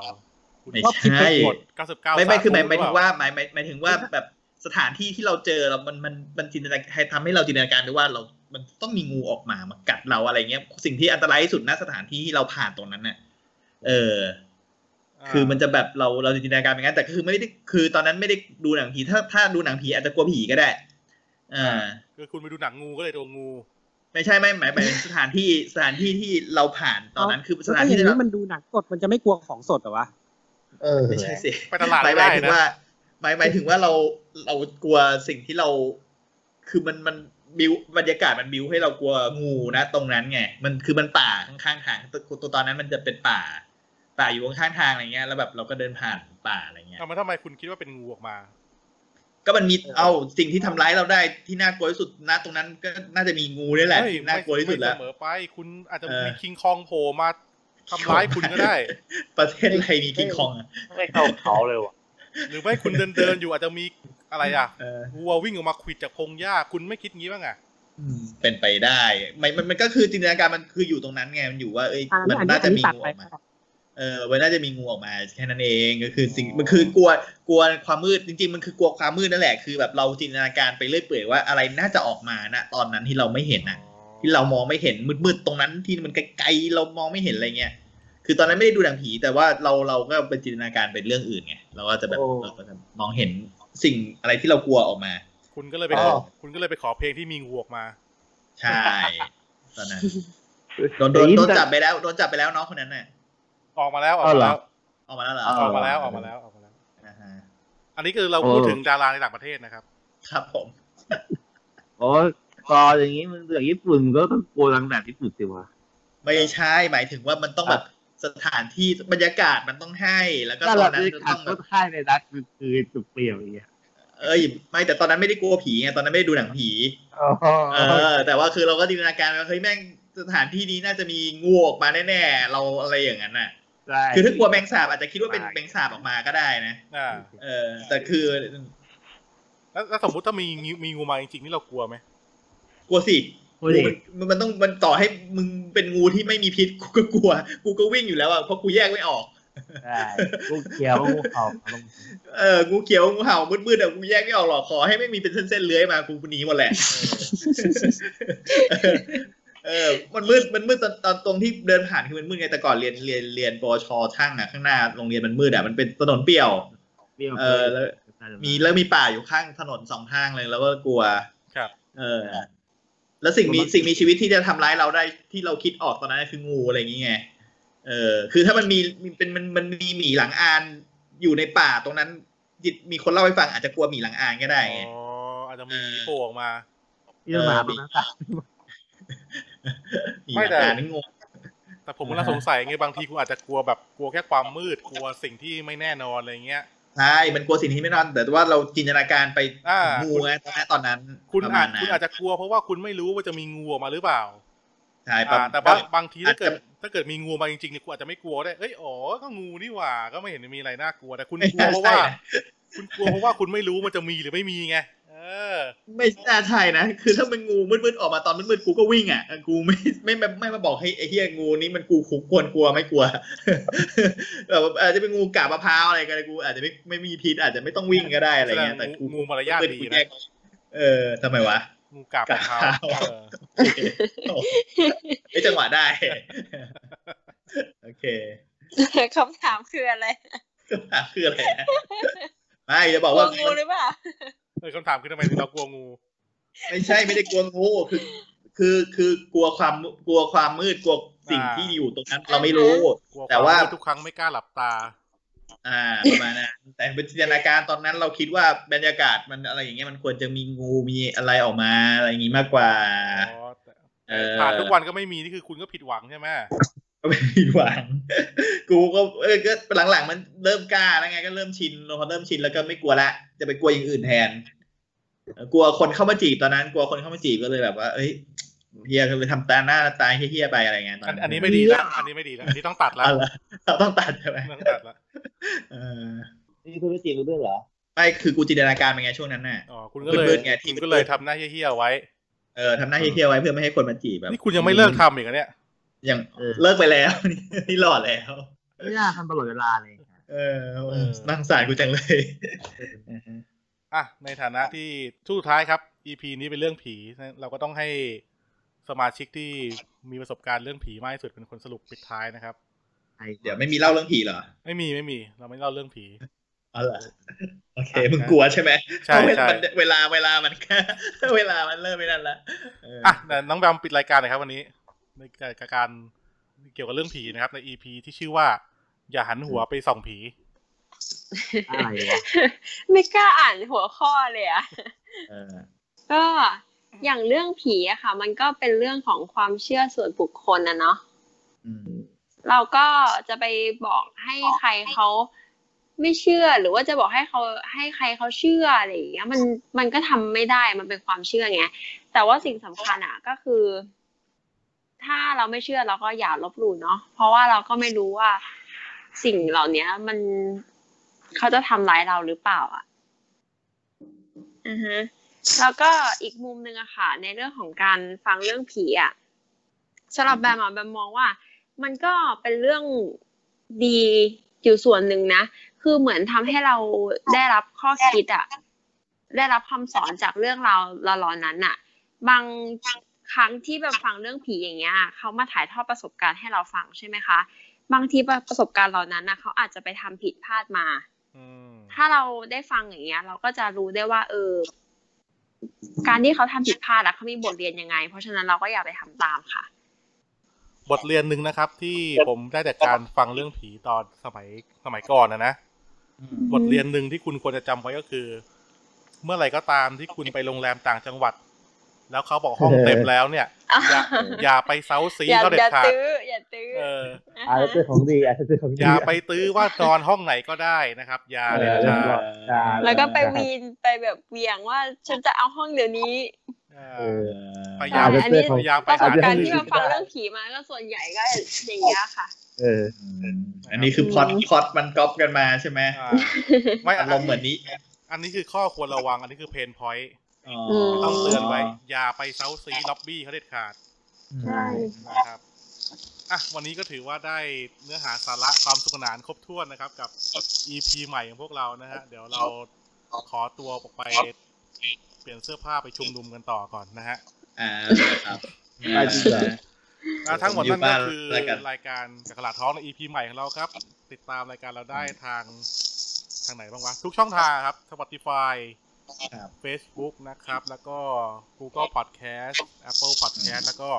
คุณ ไม่ ชอบคิด ใช่ ไปหมดเก้าสิบเก้า ไม่ไม่คือหมายหมายถึงว่าหมายหมายหมายถึ งว่าแบบสถานที่ที่เราเจอเรามันมันมันจินตนาการทำให้เราจินตนาการด้วยว่าเรา มันต้องมีงูออกมามากัดเราอะไรเงี้ย สิ่งที่อันตรายที่สุดณสถานที่ที่เราผ่านตรงนั้นน่ะ เออ คือมันจะแบบเราเราจินตนาการอย่างนั้นแต่คือไม่ได้คือตอนนั้นไม่ได้ดูหนังผีถ้าถ้าดูหนังผีอาจจะกลัวผีก็ได้อ่า คือคุณไปดูหนังงูก็เลยโดนงู ไม่ใช่ไม่หมายหมายถึงสถานที่สถานที่ที่เราผ่านตอนนั้นคือสถาน ถ้าอ ที่ ย่าง ที่ นี้ เรา มันดูหนังสดมันจะไม่กลัวของสดเหรอวะ เออ ไม่ใช่สิ ไปตลาด หมายหมายถึง ได้นะ ว่าหมายหมายถึงว่าเราเรากลัวสิ่งที่เรา คือมันมันบิวบรรยากาศมันบิวให้เรากลัวงูนะ ตรงนั้นไงมันคือมันป่าข้างๆทางตัวตัวตอนนั้นมันจะเป็นป่า ป่าอยู่ข้างๆทางอะไรเงี้ยแล้วแบบเราก็เดินผ่านป่าอะไรเงี้ย เอามาทำไมคุณคิดว่าเป็นงูออกมา ก็มันมีเอาสิ่งที่ทำร้ายเราได้ที่น่ากลัวที่สุดนะตรงนั้นก็น่าจะมีงูนี่แหละ เฮ้ย ที่น่ากลัวที่สุด ไม่ แล้ว เสมอไป คุณอาจจะ เออ มีคิงคองโผล่มาทำร้ายคุณก็ได้ ประเทศไทยมีกินคองอะ ไม่เข้าเขาเลยว่ะ หรือไม่คุณเดินเดินๆอยู่อาจจะมีอะไรอ่ะ เออ วัววิ่งออกมาขวิดจากพงหญ้าคุณไม่คิดงี้บ้างอ่ะ เป็นไปได้มันมันมันก็คือจินตนาการมันคืออยู่ตรงนั้นไงมันอยู่ว่าเอ้ย อ่ะ มันน่าจะมี ตัด งู ไป ออกมาเออมันน่าจะมีงูออกมาแค่นั้นเองก็คือสิ่งมันคือกลัวกลัวความมืดจริง ๆ มันคือกลัวความมืดนั่นแหละคือแบบเราจินตนาการไปเรื่อยเปื่อยว่าอะไรน่าจะออกมานะตอนนั้นที่เราไม่เห็นนะที่เรามองไม่เห็นมืดๆตรงนั้นที่มันไกลๆเรามองไม่เห็นอะไรเงี้ยคือตอนนั้นไม่ได้ดูหนังผี แต่ว่าเราเราก็เป็นจินตนาการเป็นเรื่องอื่นไงเราก็จะแบบ โอ้ เราก็จะมองเห็นสิ่งอะไรที่เรากลัวออกมา คุณก็เลยไปข อ๋ อ อ คุณก็เลยไปขอเพลงที่มีงูออกมา ใช่ต อนนั้น โดนโดนโดนจับไปแล้วโดนจับไปแล้วน้องคนนั้นน่ะ ออกมาแล้วออกมาแล้ว ออกมาแล้วเหรอ ออกมาแล้วออกมาแล้วออกมาแล้ว อ่าฮะ อันนี้คือเราพูดถึงดาราในต่างประเทศนะครับ ครับผม โอ้ยพออย่างนี้มึงอย่างญี่ปุ่นมึงก็ต้องกลัวทางแบบญี่ปุ่นสิวะ ไม่ใช่หมายถึงว่ามันต้องแบบสถานที่บรรยากาศมันต้องให้ แล้วก็ ถ้า ตอ เรา นนั้น ได้ จะ ขั ต้ ด องแบ ก็ บ ค่ายในรัฐมันคือจุดเปลี่ยวอย่างเงี้ย เอ้ยไม่แต่ตอนนั้นไม่ได้กลัวผีไงตอนนั้นไม่ได้ดูหนังผี อ๋อ เออ แต่ว่าคือเราก็จินตนาการว่าเฮ้ยแม่งสถานที่นี้น่าจะมีงูออกมาแน่ๆเราอะไรอย่างนั้นน่ะ ใช่ คือถ้ากลัวแมงสาบอาจจะคิดว่าเป็นแมงสาบออกมาก็ได้นะ อ่า เออ แต่คือ แล้วแล้วสมมุติถ้ามีงูมีงูมาจริงๆนี่เรากลัวไหม กลัวสิ โอ้ย มันมันมันต้องมันต่อให้มึงเป็นงูที่ไม่มีพิษกูก็กลัว กูก็วิ่งอยู่แล้วอ่ะเพราะกูแยกไม่ออก ใช่ลูกเขียวลูกเห่าลง เอองูเขียวงูเห่ามืดๆอ่ะกูแยกไม่ออกหรอกขอให้ไม่มีเป็นเส้นๆเลื้อยมากูหนีหมดแหละ เออเออ มันมืดมันมืดตอนตอนตรงที่เดินผ่านคือมันมืดไงแต่ก่อนเรียนเรียนเรียนปวชช่างอ่ะข้างหน้าโรงเรียนมันมืดอ่ะมันเป็นถนนเปรี่ยว เปรี้ยว เออแล้ว มี แล้แล้ววมีป่าอยู่ข้างถนนสองข้างเลยแล้วก็กลัว ครับ เออ แล้วสิ่งมีสิ่งมีชีวิตที่จะทำร้ายเราได้ที่เราคิดออกตอนนั้นคืองูอะไรอย่างเงี้ยเออ คือถ้ามันมีมีเป็นมันมันมีหมีหลังอานอยู่ในป่าตรงนั้นจิตมีคนเล่าให้ฟังอาจจะกลัวหมีหลังอานก็ได้ อ๋ ไง ออาจจะมีโผล่ออกมา เปรี้ยวหมาตรงนั้นอะ หมี ไม่ หลั แต่ งอานนี่งู แต่ผมกำลังสงสัยไงบางทีคุณอาจจะกลัวแบบกลัวแค่ความมืดกลัวสิ่งที่ไม่แน่นอนอะไรเงี้ย ใช่ มันกลัวสิ่งที่ไม่นอนแต่ว่าเราจินตนาการไป อ่า งูไงตอนนั้นตอนนั้น คุณ ประ อา มา จ ณนั้ คุณ น อาจจะกลัวเพราะว่าคุณไม่รู้ว่าจะมีงูออกมาหรือเปล่า ใช่ อ่า ปะ แต่บางบางทีถ้าเกิด อาจจะ ถ้าเกิดมีงูมาจริงๆเนี่ยคุณอาจจะไม่กลัวก็ได้เอ้ยอ๋อก็งูนี่หว่าก็ไม่เห็นมีอะไรน่ากลัวแต่คุณกลัวเพราะว่า ใช่น คุณกลัวเพราะว่าคุณไม่รู้มันจะมีหรือไม่มีไงเออ ไม่น่าใช่นะ คือถ้ามันงูมืดๆออกมาตอนมืดๆกูก็วิ่งอ่ะ กูไม่ไม่ไม่ไม่มาบอกให้ไอ้เหี้ยงูนี้มันกูขู่ควรกลัวไม่กลัว แบบว่าอาจจะเป็นงูกาบมะพร้าวอะไรกันกูอาจจะไม่ไม่มีพิษอาจจะไม่ต้องวิ่งก็ได้อะไรเงี้ย แสดง แต่กู งูมารยาทดีนะ มืๆกูแยกเออทำไมวะ งูกาบมะพร้าว กาบ เออ โอเคโอ้ไอ้จังหวะได้ โอเค คำถามคืออะไร อ่ะคืออะไรนะ ไม่จะบ ก อลัวกว่า งูหรือเปล่า เออคำถามคือทำไม เรากลัวงู ไม่ใช่ไม่ได้กลัวงูคือ คือคือกลัวความกลัวความมืดกลัวสิ่ง อ่า ที่อยู่ตรงนั้น เราไม่รู้ กลัวค แต่ วาม ว่า มืดทุกครั้งไม่กล้าหลับตา อ่าประมาณนั้นแต่เป็นจินตนาการตอนนั้นเราคิดว่าบรรยากาศมันอะไรอย่างเงี้ยมันควรจะมีงูมีอะไรออกมาอะไรอย่างงี้มากกว่า อ๋อแต่ เออ ผ่านทุกวันก็ไม่มีนี่คือคุณก็ผิดหวังใช่ไหม ก็ไม่ผิดหวัง กูก็เออก็หลังๆ มันเริ่มกล้าแล้วไงก็เริ่มชินพอเริ่มชินแล้วก็ไม่กลัวละจะไปกลัวอย่างอื่นแทนเออกลัวคนเข้ามาจีบตอนนั้น กลัวคนเข้ามาจีบก็เลยแบบว่า เอ้ยเฮียก็เลยทำตาหน้าตาเฮี้ยๆไปอะไรเงี้ยตออันน นั้น อันนี้ไม่ดีแล้วอันนี้ไม่ดีแล้วอันนี้ต้องตัดแล้ว เอาละเราต้องตัดใช่ไหม ต้องตัดละ เออ มีธุรกิจด้วยเหรอ ไม่คือกูจินตนาการเป็นไงช่วงนั้นน่ะ อ๋อคุณก็เลย มืดๆไงที่ คุณก็เลยทำหน้าเฮี้ยๆไว้ เออทำหน้าเฮี้ยๆไว้เพื่อไม่ให้คนมาจีบแบบ นี่คุณยังไม่เลิกทำอีกเหรอเนี่ย อย่าง เออ เลิกไปแล้ว นี่นี่หลอดแล้ว ไม่น่าทำตลอดเวลาเลยครับ เออ เออ นั่งสารกูจังเลย อ่ะในฐานะที่ทุดท้ายครับ EP นี้เป็นเรื่องผีนะเราก็ต้องให้สมาชิกที่มีประสบการณ์เรื่องผีมากที่สุดเป็นคนสรุปปิดท้ายนะครับ ใคร เดี๋ยวไม่มีเล่าเรื่องผีเหรอ ไม่มีไม่มี เราไม่เล่าเรื่องผี อ๋อเหรอโอเค มึงกลัวใช่ไหม ใช่ เพราะเวลา ใช่ มันเวลาเวลามัน เวลามันเริ่มไม่นั่นละเอออ อ่ะแต่น้องแบมปิดรายการหน่อยครับวันนี้ในการเกี่ยวกับเรื่องผีนะครับ ใน EP ที่ชื่อว่า อย่าหันหัวไปส่องผี อะไรวะ ไม่กล้าอ่านหัวข้อเลยอะ เออ ก็อย่างเรื่องผีอะค่ะ มันก็เป็นเรื่องของความเชื่อส่วนบุคคลนะเนาะ อืม เราก็จะไปบอกให้ใครเขาไม่เชื่อหรือว่าจะบอกให้เขาให้ใครเขาเชื่ออะไรอย่างเงี้ยมันมันก็ทำไม่ได้มันเป็นความเชื่อไงแต่ว่าสิ่งสำคัญอะก็คือ ถ้าเราไม่เชื่อเราก็อย่าลบหลู่เนาะเพราะว่าเราก็ไม่รู้ว่าสิ่งเหล่านี้มันเขาจะทำร้ายเราหรือเปล่าอะอือฮึ แล้วก็อีกมุมหนึ่งอะค่ะ ในเรื่องของการฟังเรื่องผีอะสำหรับแบมอะแบมมองว่า มันก็เป็นเรื่องดีอยู่ส่วนหนึ่งนะ คือเหมือนทำให้เราได้รับข้อคิดอะได้รับคำสอนจากเรื่องราวหลอนๆนั้นอะบางครั้งที่แบบฟังเรื่องผีอย่างเงี้ยเขามาถ่ายทอดประสบการณ์ให้เราฟังใช่ไหมคะ บางทีประสบการณ์เหล่านั้นนะเขาอาจจะไปทำผิดพลาดมา อืม ถ้าเราได้ฟังอย่างเงี้ย เราก็จะรู้ได้ว่า เออ การที่เขาทำผิดพลาดอะเขามีบทเรียนยังไง เพราะฉะนั้นเราก็อย่าไปทำตามค่ะ บทเรียนหนึ่งนะครับ ที่ผมได้จากการฟังเรื่องผีตอนสมัยสมัยก่อนนะนะ อืม บทเรียนหนึ่งที่คุณควรจะจำไว้ก็คือ เมื่อไหร่ก็ตามที่คุณไปโรงแรมต่างจังหวัด แล้วเขาบอกห้องเต็มแล้วเนี่ย อย่าอย่าไปเซาซี อย่า เขาเด็ อ ด ย่า ขาด ตื้ออย่าตื้อ เออ นะ อาจ คะ จะเป็นของดีอาจจะเป็นของดี อย่าไปตื้อว่านอนห้องไหนก็ได้นะครับ อย่า เอ เด็ด อ ขาด แล้วก็ไปวีนไปแบบเหวียงว่า ฉันจะเอาห้องเดี๋ยวนี้ เอ เอ อ อ พยา ใช่ ยาม อาจจะ อัน เป็น นี้ ของ พยายามไป ประ หา สบการณ์ ที่ ที่มาฟังเรื่องผีมาก็ส่วนใหญ่ก็อย่างเงี้ยค่ะ เออ อืมอันนี้คือพล็อตพล็อตมันก๊อปกันมาใช่ไหม อ่าไม่ อารมณ์เหมือนนี้ อันนี้คือข้อควรระวัง อันนี้คือเพนพอยต์ อ๋อ ต้องเตือนไว้อย่าไปเซาซีล็อบบี้เขาเด็ดขาด ใช่ นะครับ อ่ะ วันนี้ก็ถือว่าได้เนื้อหาสาระความสนุกสนานครบถ้วนนะครับ กับ EP ใหม่ของพวกเรานะฮะ เดี๋ยวเราขอตัวออกไป เปลี่ยนเสื้อผ้าไปชุมนุมกันต่อก่อนนะฮะ อ่าครับ ไปจริงเหรอ อ่ะทั้งหมดนั่นก็คือ รายการ รายการจากตลาดท้องใน EP ใหม่ของเราครับ ติดตามรายการเราได้ทางทางไหนบ้างวะ ทุกช่องทางครับ Spotify ครับ Facebook นะครับ แล้วก็ Google Podcast Apple Podcast แล้วก็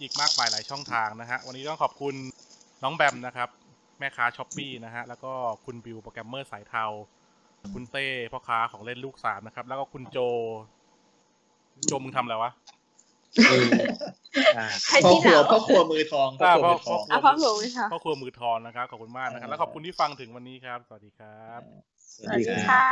อีกมากมายหลายช่องทางนะฮะ วันนี้ต้องขอบคุณน้องแบมนะครับ แม่ค้าช้อปปีนะฮะ แล้วก็คุณบิวโปรแกรมเมอร์สายเทา คุณเต้พ่อค้าของเล่นลูกสามนะครับ แล้วก็คุณโจ โจมึงทำอะไรวะ อ่า ให้ พ่อ ที่ ค ห รั นาว ว พ่อครัวมือทองพ่อครัวมือทอง เอาพับหลวงเลยค่ะ พ่อครัวมือทอนนะครับ ขอบคุณมากนะครับ แล้วขอบคุณที่ฟังถึงวันนี้ครับ สวัสดีครับ สวัสดีค่ะ